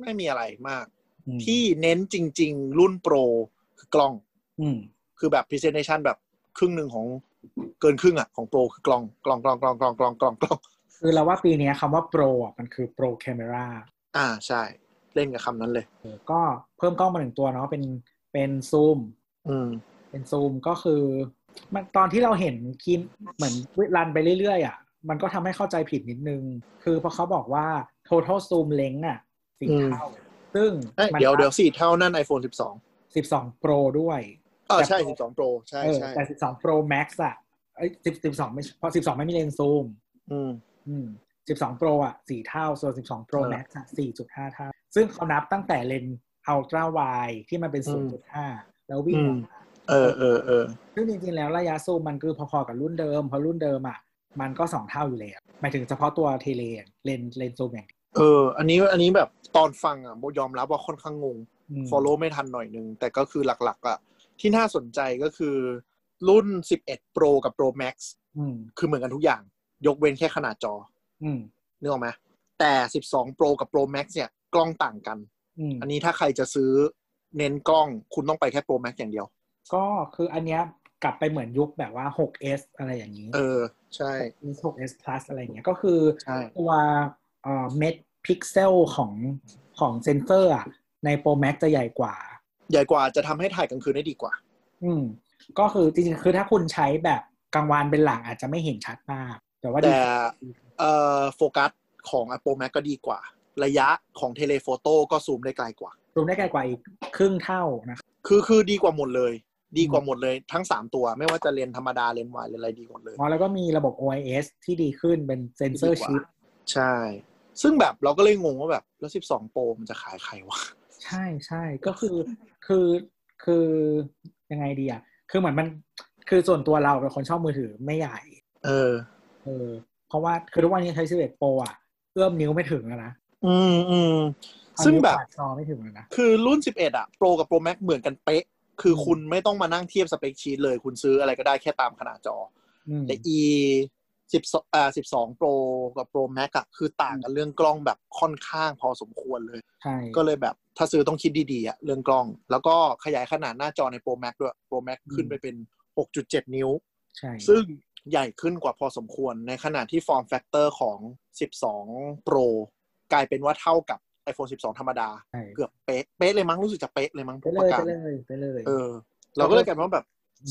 ไม่มีอะไรมาก
อืม
ที่เน้นจริง ๆ รุ่นโปรคือกล้อง
อืม
คือแบบ presentation แบบครึ่งหนึ่งของเกินครึ่งอ่ะของโปรคือกล้องกล้องกล้องกล้องกล้องกล้องกล้องกล้อง
คือเราว่าปีเนี้ยคำว่าโปรอ่ะมันคือโปรแคม e r า
อ่าใช่ เล่นกับคำนั้นเลย
ก็เพิ่มกล้องมาหนึ่งตัวเนาะเป็นเป็นซูม
อืม
เป็นซูมก็คือมันตอนที่เราเห็นคินเหมือนวิรันไปเรื่อยๆอ่ะมันก็ทำให้เข้าใจผิดนิดนึง คือพอเขาบอกว่า total zoom length อ่ะสี่
อืม
เท่า ซึ่ง
เอ้ย
มัน
เดี๋ยวเดี๋ยวสี่เท่านั่น iPhone 12
สิบสองโปรด้วย
เออ
แต่
ใช่
Pro
12 Pro ใช่
เออ
ใช่
แต่สิบสองโปรแม็กซ์อ่ะไอ้สิบสิบสองไม่เพราะสิบสองไม่มีเลนส์ซูม
อืม
อืมสิบสองโปรอ่ะสี่เท่า ส่วนสิบสองโปร
เออ
แม็กซ์อะสี่จุดห้าเท่า ซึ่งเขานับตั้งแต่เลนอัลตร้าไวที่มันเป็น
อื
ศูน
ม
ย์จุดห้าแล้ววิ่ง
อื
อ
ม
อกมา
เออเออเออ
ซึ่งจริงๆแล้วระยะซูมมันคือพอๆกับรุ่นเดิม เพราะรุ่นเดิมอ่ะ มันก็สองเท่าอยู่แล้วหมายถึงเฉพาะตัวเทเลนเลนเลนซูมอย่างเดียว
เออ อันนี้ อันนี้แบบตอนฟังอ่ะโบยอมรับว่าค่อนข้างงง
อืม
follow ไม่ทันหน่อยนึง แต่ก็คือหลักๆอ่ะ ที่น่าสนใจก็คือรุ่น 11 Pro กับ Pro Max
อืม
คือเหมือนกันทุกอย่าง ยกเว้นแค่ขนาดจอ
อืม
นึกออกไหมแต่ 12 Pro กับ Pro Max เนี่ย กล้องต่างกัน
อืม
อันนี้ถ้าใครจะซื้อเน้นกล้อง คุณต้องไปแค่ Pro Max อย่างเดียว
ก็คืออันเนี้ยกลับไปเหมือนยุคแบบว่า 6s อะไรอย่างนี้
เออ ใช่
S 6s plus อะไรอย่างเงี้ยก็คือ
ใช่
ตัวเอ่อเม็ดพิกเซลของของเซนเซอร์อะใน Pro Max จะใหญ่กว่า
ใหญ่กว่าจะทำให้ถ่ายกลางคืนได้ดีกว่า
อืม ก็คือจริงๆ คือถ้าคุณใช้แบบกลางวันเป็นหลังอาจจะไม่เห็นชัดมาก แต่ว่าดี
แต่ เอ่อโฟกัสของ Pro Max ก็ดีกว่า ระยะของเทเลโฟโต้ก็ซูมได้ไกลกว่า
ซูมได้ไกลกว่าอีกครึ่งเท่านะครับ
คือคือดีกว่าหมดเลย ดีกว่าหมดเลยทั้งสามตัว ไม่ว่าจะเลนส์ธรรมดาเลนส์วายเลนส์อะไรดีหมดเลย
อ๋อแล้วก็มีระบบ OIS ที่ดีขึ้นเป็นเซนเซอร์ชิป
ใช่ ซึ่งแบบเราก็เลยงงว่าแบบแล้วสิบสองโปรมันจะขายใครวะ
ใช่ใช่ก็คือคือคือยังไงดีอ่ะ คือเหมือนมันคือส่วนตัวเราเป็นคนชอบมือถือไม่ใหญ่
เออ
เออ เพราะว่าคือทุกวันนี้ใช้11 Pro อ่ะเอื้อมนิ้วไม่ถึงแล้วนะ
อืมอืม
เอา
ซึ่ง
นิ้ว
แบบ
ปาดคอไม่ถึงเลยนะ
คือรุ่นสิบเอ็ดอะโปรกับโปรแม็กเหมือนกันเป๊ะ คืออ
ม
คุณไม่ต้องมานั่งเทียบสเปคชีตเลย คุณซื้ออะไรก็ได้แค่ตามขนาดจอ
อืม
แต่ e สิบสองอ่าสิบสองโปรกับโปรแม็กอะคือต่างกันเรื่องกล้องแบบค่อนข้างพอสมควรเลย
ใช่
ก็เลยแบบถ้าซื้อต้องคิดดีๆอะเรื่องกล้อง แล้วก็ขยายขนาดหน้าจอใน Pro Max ด้วย Pro Max ขึ้นไปเป็น 6.7 นิ้ว
ใช่
ซึ่งใหญ่ขึ้นกว่าพอสมควรในขณะที่ form factor ของ 12 Pro กลายเป็นว่าเท่ากับ iPhone 12 ธรรมดา
ใช่
เกือบเป๊ะ เป๊ะเลยมั้งรู้สึกจะเป๊ะเลยมั้ง
ไปเล
ป
ยไป
ระกาศ
เลยไปเลย
เออ เราก็เลยกลายเป็นว่าแบบ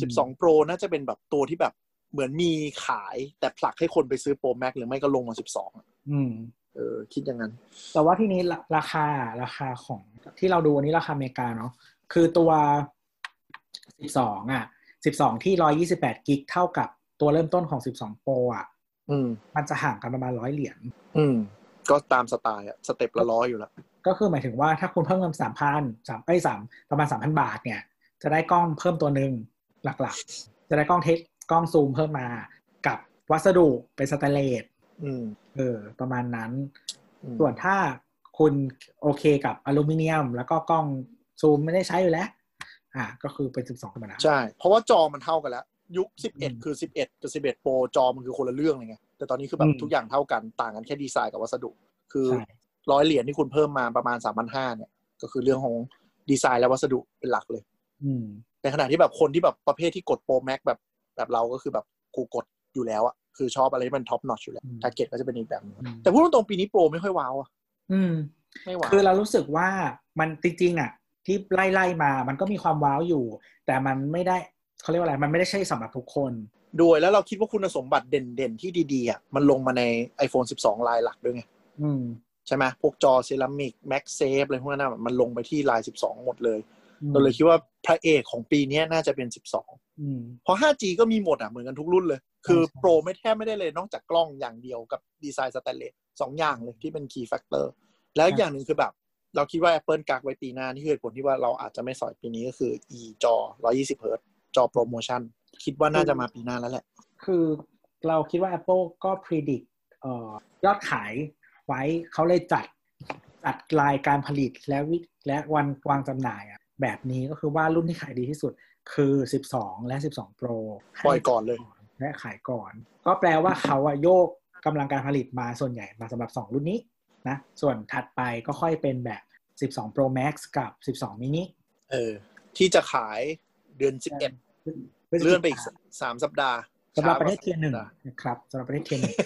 ม
12 Pro น่าจะเป็นแบบตัวที่แบบเหมือนมีขาย แต่ผลักให้คนไปซื้อ Pro Max หรือไม่ก็ลงมา 12อะ
อืม
เออคิดอย่างนั้น
แต่ว่าที่นี้ราราคาราคาของที่เราดูอันนี้ราคาอเมริกาเนาะคือตัว 12 อ่ะ 12 ที่ 128 กิก เท่ากับตัวเริ่มต้นของ 12 Pro อ่ะ
อืม
มันจะห่างกันประมาณร้อยเหรียญ
อืม ก็ตามสไตล์อะสเต็ปละร้อยอยู่แล้ว
ก็คือหมายถึงว่าถ้าคุณเพิ่มเงินสามพันสามไอ้สามประมาณสามพันบาทเนี่ย จะได้กล้องเพิ่มตัวหนึ่งหลักๆ จะได้กล้องเทคกล้องซูมเพิ่มมากับวัสดุเป็นสแตนเลส
อืม
เออประมาณนั้น
อืม
ส่วนถ้าคุณโอเคกับอลูมิเนียม แล้วก็กล้องซูมไม่ได้ใช้อยู่แล้ว อ่ะก็คือเป็นสิบสองธรรมดา
ใช่ เพราะว่าจอมันเท่ากันแล้ว ยุคสิบ
อื
เอ็ด
ม
คือสิบเอ็ดกับสิบเอ็ดโปรจอมันคือคนละเรื่องเลยไงแต่ตอนนี้คือแบ
อื
บ
ม
ทุกอย่างเท่ากันต่างกันแค่ดีไซน์กับวัสดุ คือ
ใช่
ร้อยเหรียญที่คุณเพิ่มมาประมาณสามพันห้าเนี่ย ก็คือเรื่องของดีไซน์และวัสดุเป็นหลักเลย
อืม
ในขณะที่แบบคนที่แบบประเภทที่กดโปรแม็กแบบแบบเราก็คือแบบกูกดอยู่แล้วอะคือชอบอะไรที่มันท็อปนอตอยู่แล้ว
อืม
ทาร์เก็ตก็จะเป็นอีกแบบหนึง
อืม
แต่พูดตรงๆปีนี้โปรไม่ค่อยว้าวอะ
อืม
ไม่ว้าว
คือเรารู้สึกว่ามันจริงๆอ่ะ ที่ไล่ๆมา มันก็มีความว้าวอยู่ แต่มันไม่ได้เขาเรียกว่าอะไร มันไม่ได้ใช่สำหรับทุกคน
ด้วยแล้วเราคิดว่าคุณสมบัติเด่นๆ ที่ดีๆอะมันลงมาใน iPhone 12 ลายหลักด้วยไง
อืม
ใช่ไหมพวกจอเซรามิกแม็กเซฟอะไรพวกนั้นอะมันลงไปที่ลาย 12 หมดเลยเราเลยคิดว่าพระเอกของปีเนี้ยน่าจะเป็น 12
อืม
เพราะ 5G ก็มีหมดอ่ะ เหมือนกันทุกรุ่นเลย คือ
ใช่ใช่
โปรไม่แทบไม่ได้เลยนอกจากกล้องอย่างเดียวกับดีไซน์สแตนเลสสองอย่างเลยที่เป็น key factor แล้วอีกอย่างหนึ่งคือแบบ เราคิดว่า Apple กักไว้ปีหน้า นี่คือเหตุผลที่ว่าเราอาจจะไม่สอยปีนี้ก็คือ e จอ 120 h z จอโปรโมชั่น คิดว่าน่าจะมาปีหน้าแล้วแหละ
คือเราคิดว่า Apple ก็ predict เอ่อยอดขายไว้เขาเลยจัดจัดรายการผลิตและวิและวันวางจำหน่ายอะแบบนี้ก็คือว่ารุ่นที่ขายดีที่สุดคือ 12 และ 12 Pro
ปล่อยก่อนเลย
และขายก่อน ก็แปลว่าเขาอะโยกกำลังการผลิตมาส่วนใหญ่มาสำหรับ 2 รุ่นนี้นะส่วนถัดไปก็ค่อยเป็นแบบ 12 Pro Max กับ 12 mini
เออ ที่จะขายเดือน 11 เลื่อนไปอีกสามสัปดาห์
สำหรับประเทศ
ช้ากว่า
เทียร์หนึ่ง
สัปดาห์
นะครับสำหรับประเทศเทียร์หนึ่ง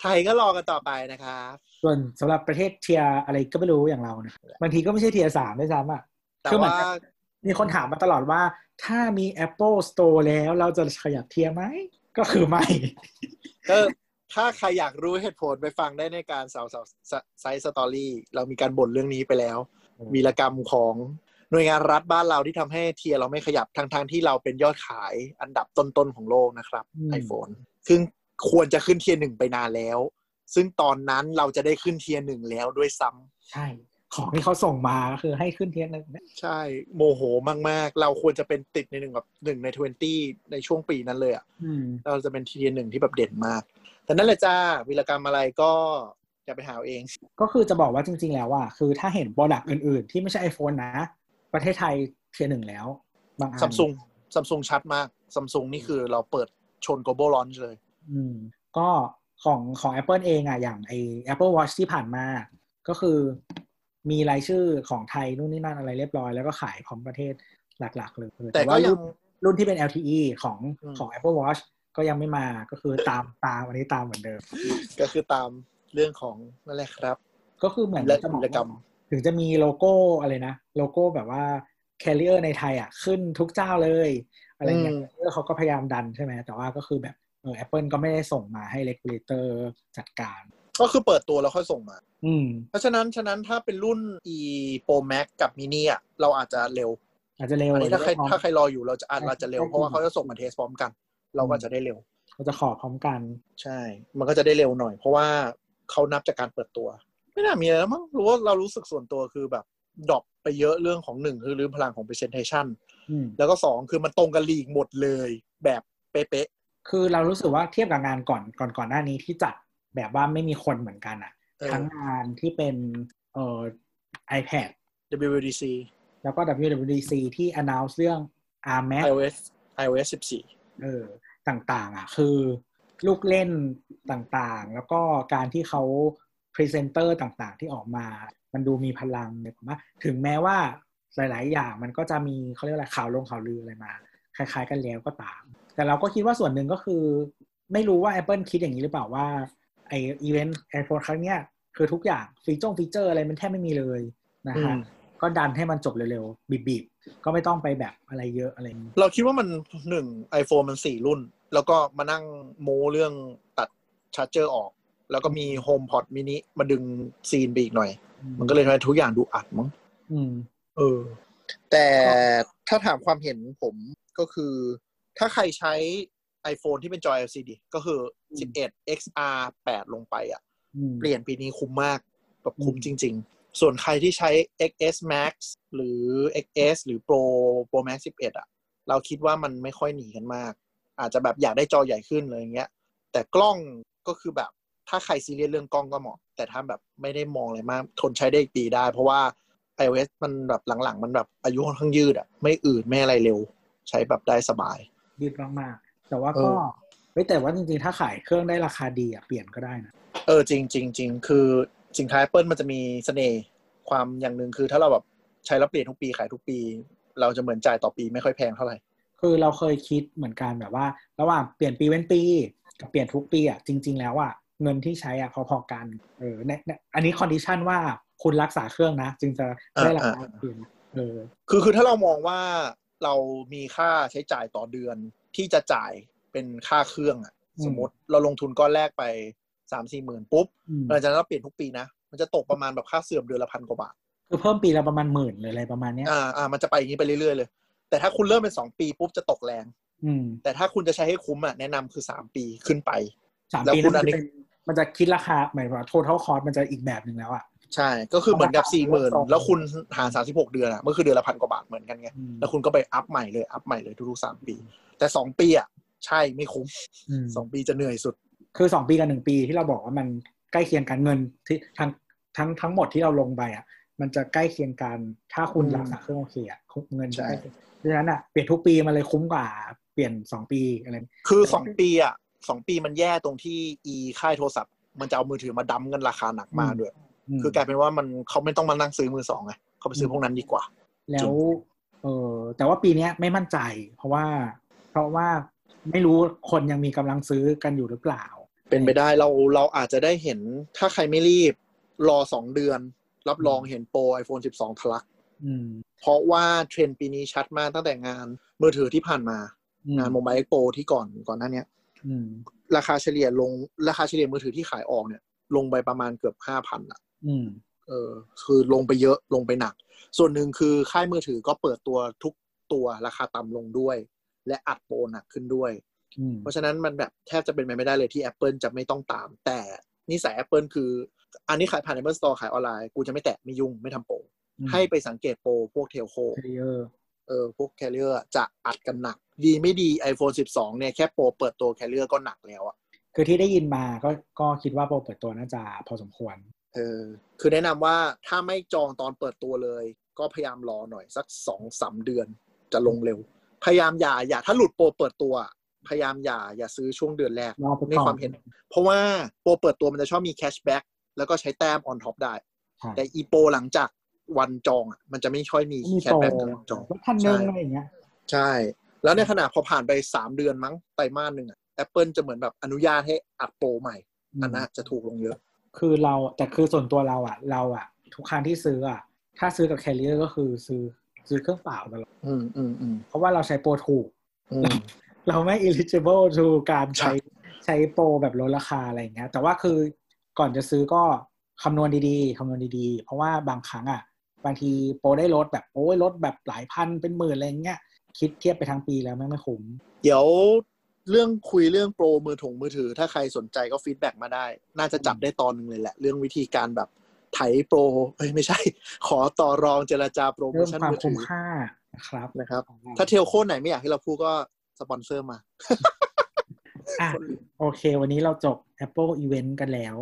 ไทยก็รอกันต่อไปนะครับ
ส่วนสำหรับประเทศเทียร์อะไรก็ไม่รู้อย่างเรานะบางทีก็ไม่ใช่เทียร์สามด้วยซ้ำอ่ะ
แต่
คือเหมือน
ว่า
กับ มีคนถามมาตลอดว่า ถ้ามี Apple Store แล้วเราจะขยับเทียร์ไหม ก็คือไม่
ก็ถ้าใครอยากรู้เหตุผลไปฟังได้ในการสาวสาวไซส์สตอรี่เรามีการบ่นเรื่องนี้ไปแล้ว วีรกรรมของหน่วยงานรัฐบ้านเราที่ทำให้เทียร์เราไม่ขยับทั้งทางๆที่เราเป็นยอดขายอันดับต้น ๆ ของโลกนะครับ
อืม
iPhone ซึ่งควรจะขึ้นเทียร์หนึ่งไปนานแล้ว ซึ่งตอนนั้นเราจะได้ขึ้นเทียร์หนึ่งแล้วด้วยซ้ำ
ใช่ ของที่เขาส่งมาก็คือให้ขึ้นเทียร์หนึ่งนะ
ใช่โมโหมากๆ เราควรจะเป็นติดในหนึ่งแบบหนึ่งใน20 ในช่วงปีนั้นเลยอะ
อืม
เราจะเป็นทีเดียหนึ่งที่แบบเด่นมาก แต่นั่นแหละจ้าวีรกรรมอะไรก็อย่าไปหาเอาเอง
ก็คือจะบอกว่าจริง ๆ แล้วอ่ะคือถ้าเห็นโปรดักต์อื่น ๆ ที่ไม่ใช่ iPhone นะ ประเทศไทยเทียร์หนึ่งแล้ว บางอัน
ซัมซุงซัมซุงชัดมากซัมซุงนี่คือเราเปิดชน global launch เลย
อืม ก็ของของ Apple เองอ่ะอย่างไอ Apple Watch ที่ผ่านมา ก็คือมีรายชื่อของไทยนู่นนี่นั่นอะไรเรียบร้อย แล้วก็ขายพร้อมประเทศหลัก ๆ เลย
แต่ก็
ว่า
ยั
รุ่
ง
นรุ่นที่เป็น LTE ของ
อืม
ของ Apple Watch ก็ยังไม่มาก็คือตามตามอันนี้ตามเหมือนเดิม
ก็คือตามเรื่องของนั่นแหละครับ
ก็คือเหมือน
และ
จะบอก
กิจกรร
ว่าม ถึงจะมีโลโก้อะไรนะ โลโก้แบบว่า carrier ในไทยอ่ะขึ้นทุกเจ้าเลย อะไรเงี้ย
อืม
เออเขาก็พยายามดันใช่ไหมแต่ว่าก็คือแบบเออ Apple ก็ไม่ได้ส่งมาให้ regulator จัดการ
ก็คือเปิดตัวแล้วค่อยส่งมา
อืม
เพราะฉะนั้น ฉะนั้นถ้าเป็นรุ่น e pro max กับ mini อ่ะเราอาจจะเร็ว
อาจจะเร็ว
อันนี้ถ้าใคร
เดี๋ยว
ถ้าใคร
เร
รออยู่เราจะอาจ
ใช่
เราจะเร็ว
ใช่
เพราะว่าเขาจะส่งมาเทสพร้อมกัน เราก็อาจจะได้เร็ว
าจะขอพร้อมกัน
ใช่ มันก็จะได้เร็วหน่อย เพราะว่าเขานับจากการเปิดตัว ไม่น่ามีอะไรแล้วมั้งรู้ว่าเรารู้สึกส่วนตัวคือแบบดรอปไปเยอะเรื่องของหนึ่งคือลืมพลังของ presentation
อืม
แล้วก็สองคือมันตรงกับลีกหมดเลยแบบเป๊ะ
คือเรารู้สึกว่าเทียบกับงานก่อนก่อนก่อนหน้านี้ที่จัดแบบว่าไม่มีคนเหมือนกันอ่ะ
ๆเออ
ทั้งงานที่เป็นเอ่อ iPad
WWDC
แล้วก็ WWDC ที่ announce เรื่อง ARM Mac
iOS iOS 14
เออต่างๆ อ่ะ คือลูกเล่นต่างๆ แล้วก็การที่เขาพรีเซนเตอร์ต่างๆ ที่ออกมา มันดูมีพลังเนี่ยผมว่าถึงแม้ว่าหลาย ๆ อย่างมันก็จะมีเขาเรียกอะไรข่าวลงข่าวลืออะไรมา คล้าย ๆ กันแล้วก็ตาม แต่เราก็คิดว่าส่วนหนึ่งก็คือ ไม่รู้ว่า Apple คิดอย่างนี้หรือเปล่าว่าไออีเวนต์แอร์โฟนครั้งเนี้ยคือทุกอย่างฟีจงฟีเจอร์อะไรมันแทบไม่มีเลยนะฮะ
อืม
ก็ดันให้มันจบเร็วๆบีบๆก็ไม่ต้องไปแบบอะไรเยอะอะไรอย่างงี้
เราคิดว่ามันหนึ่ง iPhone มันสี่รุ่น แล้วก็มานั่งโมเรื่องตัดชาร์จเจอร์ออก แล้วก็มี HomePod mini มาดึงซีนไปอีกหน่อย มันก็เลยทำให้ทุกอย่างดูอัดมั้ง
อืม
เออแต่ถ้าถามความเห็นผมก็คือ ถ้าใครใช้ iPhone ที่เป็นจอ LCD ก็คือ 11 XR 8 ลงไปอ่ะ
อืม
เปลี่ยนปีนี้คุ้มมากแบบคุ้ม
อืม
จริง ๆ ส่วนใครที่ใช้ XS Max หรือ XS หรือ Pro Pro Max 11 อ่ะ เราคิดว่ามันไม่ค่อยหนีกันมาก อาจจะแบบอยากได้จอใหญ่ขึ้นเลยอย่างเงี้ย แต่กล้องก็คือแบบถ้าใครซีเรียสเรื่องกล้องก็เหมาะ แต่ถ้าแบบไม่ได้มองอะไรมาก ทนใช้ได้อีกปีได้ เพราะว่า iOS มันแบบหลังๆ มันแบบอายุค่อนข้างยืดอ่ะ ไม่อืดไม่อะไรเร็ว ใช้แบบได้สบาย
ยืดมากๆแต่ว่าก็เฮ้ยแต่ว่าจริงๆ ถ้าขายเครื่องได้ราคาดีอ่ะเปลี่ยนก็ได้นะ
เออจริงจริงจริงคือสินค้า Apple มันจะมีเสน่ห์ความอย่างหนึ่งคือถ้าเราแบบใช้แล้วเปลี่ยนทุกปีขายทุกปี เราจะเหมือนจ่ายต่อปีไม่ค่อยแพงเท่าไหร่
คือเราเคยคิดเหมือนกันแบบว่า ระหว่างเปลี่ยนปีเว้นปีกับเปลี่ยนทุกปีอ่ะจริง ๆ แล้วอ่ะเงินที่ใช้อ่ะพอๆกันเออในในอันนี้คอนดิชันว่าคุณรักษาเครื่องนะ จึงจะได้ราคา
อ่า
เปลี่ยนเออ
คือคือถ้าเรามองว่าเรามีค่าใช้จ่ายต่อเดือนที่จะจ่ายเป็นค่าเครื่องอะสมมติเราลงทุนก้อนแรกไปสามสี่หมื่นปุ๊บ
อืม
หลังจากนั้นเราเปลี่ยนทุกปีนะ มันจะตกประมาณแบบค่าเสื่อมเดือนละพันกว่าบาท
คือเพิ่มปีละประมาณหมื่นหรืออะไรประมาณเนี้ย
อ่าอ่ามันจะไปอย่างนี้ไปเรื่อยๆเลย แต่ถ้าคุณเริ่มเป็นสองปีปุ๊บจะตกแรง
อืม
แต่ถ้าคุณจะใช้ให้คุ้มอ่ะแนะนำคือสามปีขึ้นไป
สาม
แล้ว
ปี
คุ
นั้
ณ
นมัน นจะเป็
อันี้
นมันจะคิดราคาหมายว่า total cost มันจะอีกแบบหนึ่งแล้วอ่ะ
ใช่ ก็คือเหมือนกับ
ราคา
สี่หมื่น
สอง
แล้วคุณหารสามสิบหกเดือนอ่ะ มันคือเดือนละพันกว่าบาทเหมือนกันไง
อืม
แล้วคุณก็ไปอัพใหม่เลย อัพใหม่เลยทุกๆสามปี แต่สองปีอ่ะ ใช่ไม่คุ้ม
อืม
สองปีจะเหนื่อยสุด
คือสองปีกับหนึ่งปีที่เราบอกว่ามันใกล้เคียงกันเงินที่ทั้งทั้งทั้งหมดที่เราลงไปอ่ะ มันจะใกล้เคียงกัน ถ้าคุณ
อืม
รักษาเครื่องโอเคอ่ะเงินจะ
ใช่
ใกล้เคียงดังนั้นอ่ะเปลี่ยนทุกปีมันเลยคุ้มกว่า เปลี่ยนสองปีอะไร
คือสองปีอ่ะสองปีมันแย่ตรงที่อีค่ายโทรศัพท์ มันจะเอามือถือมาดั้มกันราคาหนักมากด้วย
ม
คือกลายเป็นว่ามันเขาไม่ต้องมานั่งซื้อมือสองไงเขาไปซื้อพวกนั้นดีกว่า
แล้วเออแต่ว่าปีเนี้ยไม่มั่นใจ เพราะว่า เพราะว่าไม่รู้คนยังมีกำลังซื้อกันอยู่หรือเปล่า
เป็นไปได้เราเราอาจจะได้เห็นถ้าใครไม่รีบ รอสองเดือน รับรองเห็นโปร iPhone 12ทะลัก
อืม
เพราะว่าเทรนด์ปีนี้ชัดมากตั้งแต่งานมือถือที่ผ่านมา
อืม
งานโมบายเอ็กโปที่ก่อนก่อนหน้าเนี้ย
อืม
ราคาเฉลี่ยลงราคาเฉลี่ยมือถือที่ขายออกเนี่ย ลงไปประมาณเกือบห้าพันอ่ะ
อืม
เออคือลงไปเยอะลงไปหนัก ส่วนหนึ่งคือค่ายมือถือก็เปิดตัวทุกตัวราคาต่ำลงด้วย และอัดโปรหนักขึ้นด้วย
อืม
เพราะฉะนั้นมันแบบแทบจะเป็นไปไม่ได้เลยที่ Apple จะไม่ต้องตาม แต่นิสัย Apple คือ อันนี้ขายผ่าน Apple Store ขายออนไลน์กูจะไม่แตะไม่ยุ่งไม่ทำโปรให้ไปสังเกตโปรพวกเทลโค
เยอะ
เออพวกแคลเรียจะอัดกันหนัก ดีไม่ดี iPhone 12 เนี่ย แค่โปรเปิดตัวแคลเรียก็หนักแล้วอะ
คือที่ได้ยินมาก็ก็คิดว่าโปรเปิดตัวน่าจะพอสมควร
เออคือแนะนำว่าถ้าไม่จองตอนเปิดตัวเลย ก็พยายามรอหน่อยสักสองสามเดือนจะลงเร็ว พยายามอย่าอย่าถ้าหลุดโปรเปิดตัว พยายามอย่าอย่าซื้อช่วงเดือนแรก
รอไปก่อน
ในความเห็น เพราะว่าโปรเปิดตัวมันจะชอบมีแคชแบ็กแล้วก็ใช้แต้มออนท็อปได้
ใช่
แต่อีโปรหลังจากวันจองอะมันจะไม่ค่อยมี
ไม่มี
แค
โปร
ชแบ็กกับวันจอง
ลดพันหนึ่งอะไรอย่างเงี้ย
ใช่ แล้วในขณะพอผ่านไปสามเดือนมั้งไตรมาสหนึ่งอ่ะ Apple จะเหมือนแบบอนุญาตให้อัดโปรใหม่ อันน่ะจะถูกลงเยอะ
คือเราแต่คือส่วนตัวเราอ่ะ เราอ่ะ ทุกครั้งที่ซื้ออ่ะ ถ้าซื้อกับแคลเรียก็คือซื้อซื้อเครื่องเปล่าตลอด
อืมอืมอืม
เพราะว่าเราใช้โปรถูก
อืม
เราไม่ eligible to การใช้
ใช่
ใช้โปรแบบลดราคาอะไรอย่างเงี้ย แต่ว่าคือก่อนจะซื้อก็คำนวณดีๆคำนวณดีๆ เพราะว่าบางครั้งอ่ะบางทีโปรได้ลดแบบโอ้ยลดแบบหลายพันเป็นหมื่นอะไรอย่างเงี้ยคิดเทียบไปทั้งปีแล้วไม่งไม่คุ้ม
เดี๋ยวเรื่องคุยเรื่องโปรมือถงมือถือ ถ้าใครสนใจก็ฟีดแบ็กมาได้ น่าจะจับได้ตอนหนึ่งเลยแหละ เรื่องวิธีการแบบไถโปรเอ้ยไม่ใช่ ขอต่อรองเจรจาโปรโม
เรื่อง
ชั่น
ความ
มือถื
คุ้ม
อ
ค่านะครับ
นะครับ
ของเ
ถ้าเทลโคดไหนไม่อยากให้เราพูดก็สปอนเซอร์มา
อ่ะโอเค วันนี้เราจบ Apple Event กันแล้ว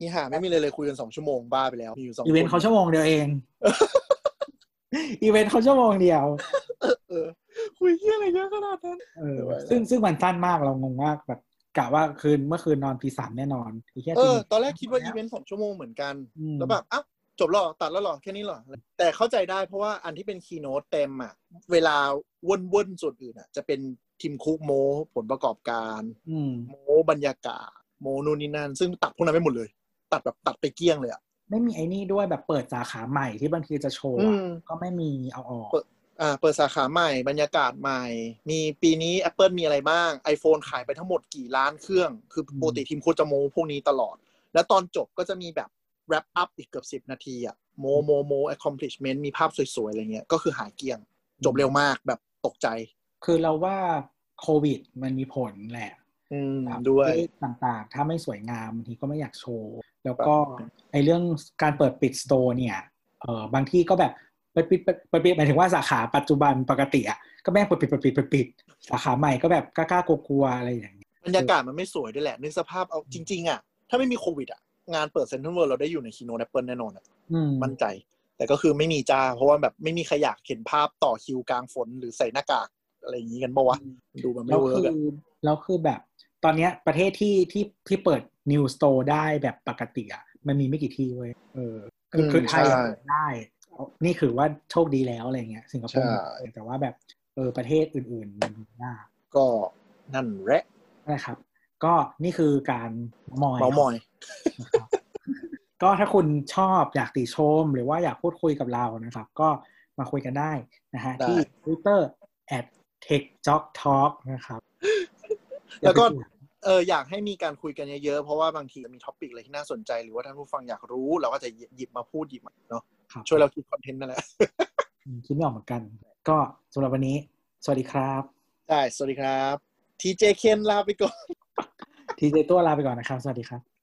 นี่หาไม่มีเลยเลยคุยกันสองชั่วโมงบ้าไปแล้วมีอยู่สอง
อีเวนต์
ค
เขาชั่วโมงเดียวเอง อีเวนต์เขาชั่วโมงเดียว
เออคุยเรื่องอะไรเยอะขนาดนั้น
เออ
เออ
ซึ่งซึ่งมันสั้นมากเรางงมากแบบกะว่าคืนเมื่อคืนนอนตีสามแน่นอนอีแค่
เอ
ตี
อ
หง
ตอนแรกคิดว่าอีเวนต์สองชั่วโมงเหมือนกัน
อืม
แล้วแบบอ้าวจบแล้วเหรอตัดแล้วเหรอ แค่นี้เหรอ แต่เข้าใจได้เพราะว่าอันที่เป็นคีย์โน e เต็มอ่ะ เวลาวนๆส่วนอื่นอ่ะ จะเป็นทีมคุกโม ผลประกอบการ
อืม
โมบรรยากาศ โมนู่นนี่นั่น ซึ่งตัดพวกนั้นไปหมดเลย ตัดแบบตัดไปเกลี้ยงเลยอ่ะ
ไม่มีไอ้นี่ด้วยแบบเปิดสาขาใหม่ที่บางทีจะโชว์อะ
อืม
ก็ไม่มีเอาออก
เปิด อ่าเปิดสาขาใหม่บรรยากาศใหม่ มีปีนี้ Apple มีอะไรบ้าง iPhone ขายไปทั้งหมดกี่ล้านเครื่อง คือปกติทีมโคจโมพวกนี้ตลอด แล้วตอนจบก็จะมีแบบ wrap up อีกเกือบ 10 นาทีอะโมโมโม accomplishment มีภาพสวย ๆ อะไรเงี้ย ก็คือหายเกลี้ยง จบเร็วมากแบบตกใจ
คือเราว่า โควิด มันมีผลแหละ
อืม
ครับ
ด้วย
เลขต่างๆ ถ้าไม่สวยงามบางทีก็ไม่อยากโชว์ แล้วก็ไอเรื่องการเปิดปิดสโตร์เนี่ยเออบางที่ก็แบบเปิดปิดเปิดเปิดปิดหมายถึงว่าสาขาปัจจุบันปกติอ่ะก็แม่งเปิดปิดเปิดปิดเปิดปิดสาขาใหม่ก็แบบกล้าๆกลัวๆอะไรอย่างเงี้ย
บรรยากาศมันไม่สวยด้วยแหละนึกสภาพเอาจริง ๆ อ่ะ ถ้าไม่มีโควิดอ่ะ งานเปิดเซ็นทรัลเวิลด์เราได้อยู่ในคีโนแอปเปิลแน่นอนอะ
อืม
มั่นใจ แต่ก็คือไม่มีจ้า เพราะว่าแบบไม่มีใครอยากเห็นภาพต่อคิวกลางฝนหรือใส่หน้ากากอะไรอย่างนี้กันปะวะดูมันไม่
แล้ว
เวิร์
คื
ก
อ
อะ
แล้วคือแบบตอนเนี้ยประเทศที่ที่ที่เปิดนิวสโตร์ได้แบบปกติอ่ะมันมีไม่กี่ที่เว้ยเออคือคือไทยอะ
ใช่
เปิดได้ นี่คือว่าโชคดีแล้วอะไรเงี้ยสิงคโปร์
ใช่
แต่ว่าแบบเออประเทศอื่นๆมันยาก
ก็นั่นแหละ
นั่นแหละครับ ก็นี่คือการมอย
เมามอย
นะครับ ก็ถ้าคุณชอบอยากติชม หรือว่าอยากพูดคุยกับเรานะครับ ก็มาคุยกันได้นะฮะ
ได้
ที่ Twitter at techjocktalk นะครับ
แล้วก็
อย่าไปเบื่อ
เอออยากให้มีการคุยกันเยอะๆ เพราะว่าบางทีมีท็อปิกอะไรที่น่าสนใจ หรือว่าท่านผู้ฟังอยากรู้เราก็จะหยิบมาพูดหยิบมาเนาะ
ครับ
ช่วยเราคิดคอนเทนต์นั่นแหละ
อืมคิดไม่ออกเหมือนกัน ก็สำหรับวันนี้ สวัสดีครับ
ได้สวัสดีครับทีเจเคนลาไปก่อน
ทีเจตัวลาไปก่อนนะครับ สวัสดีครับ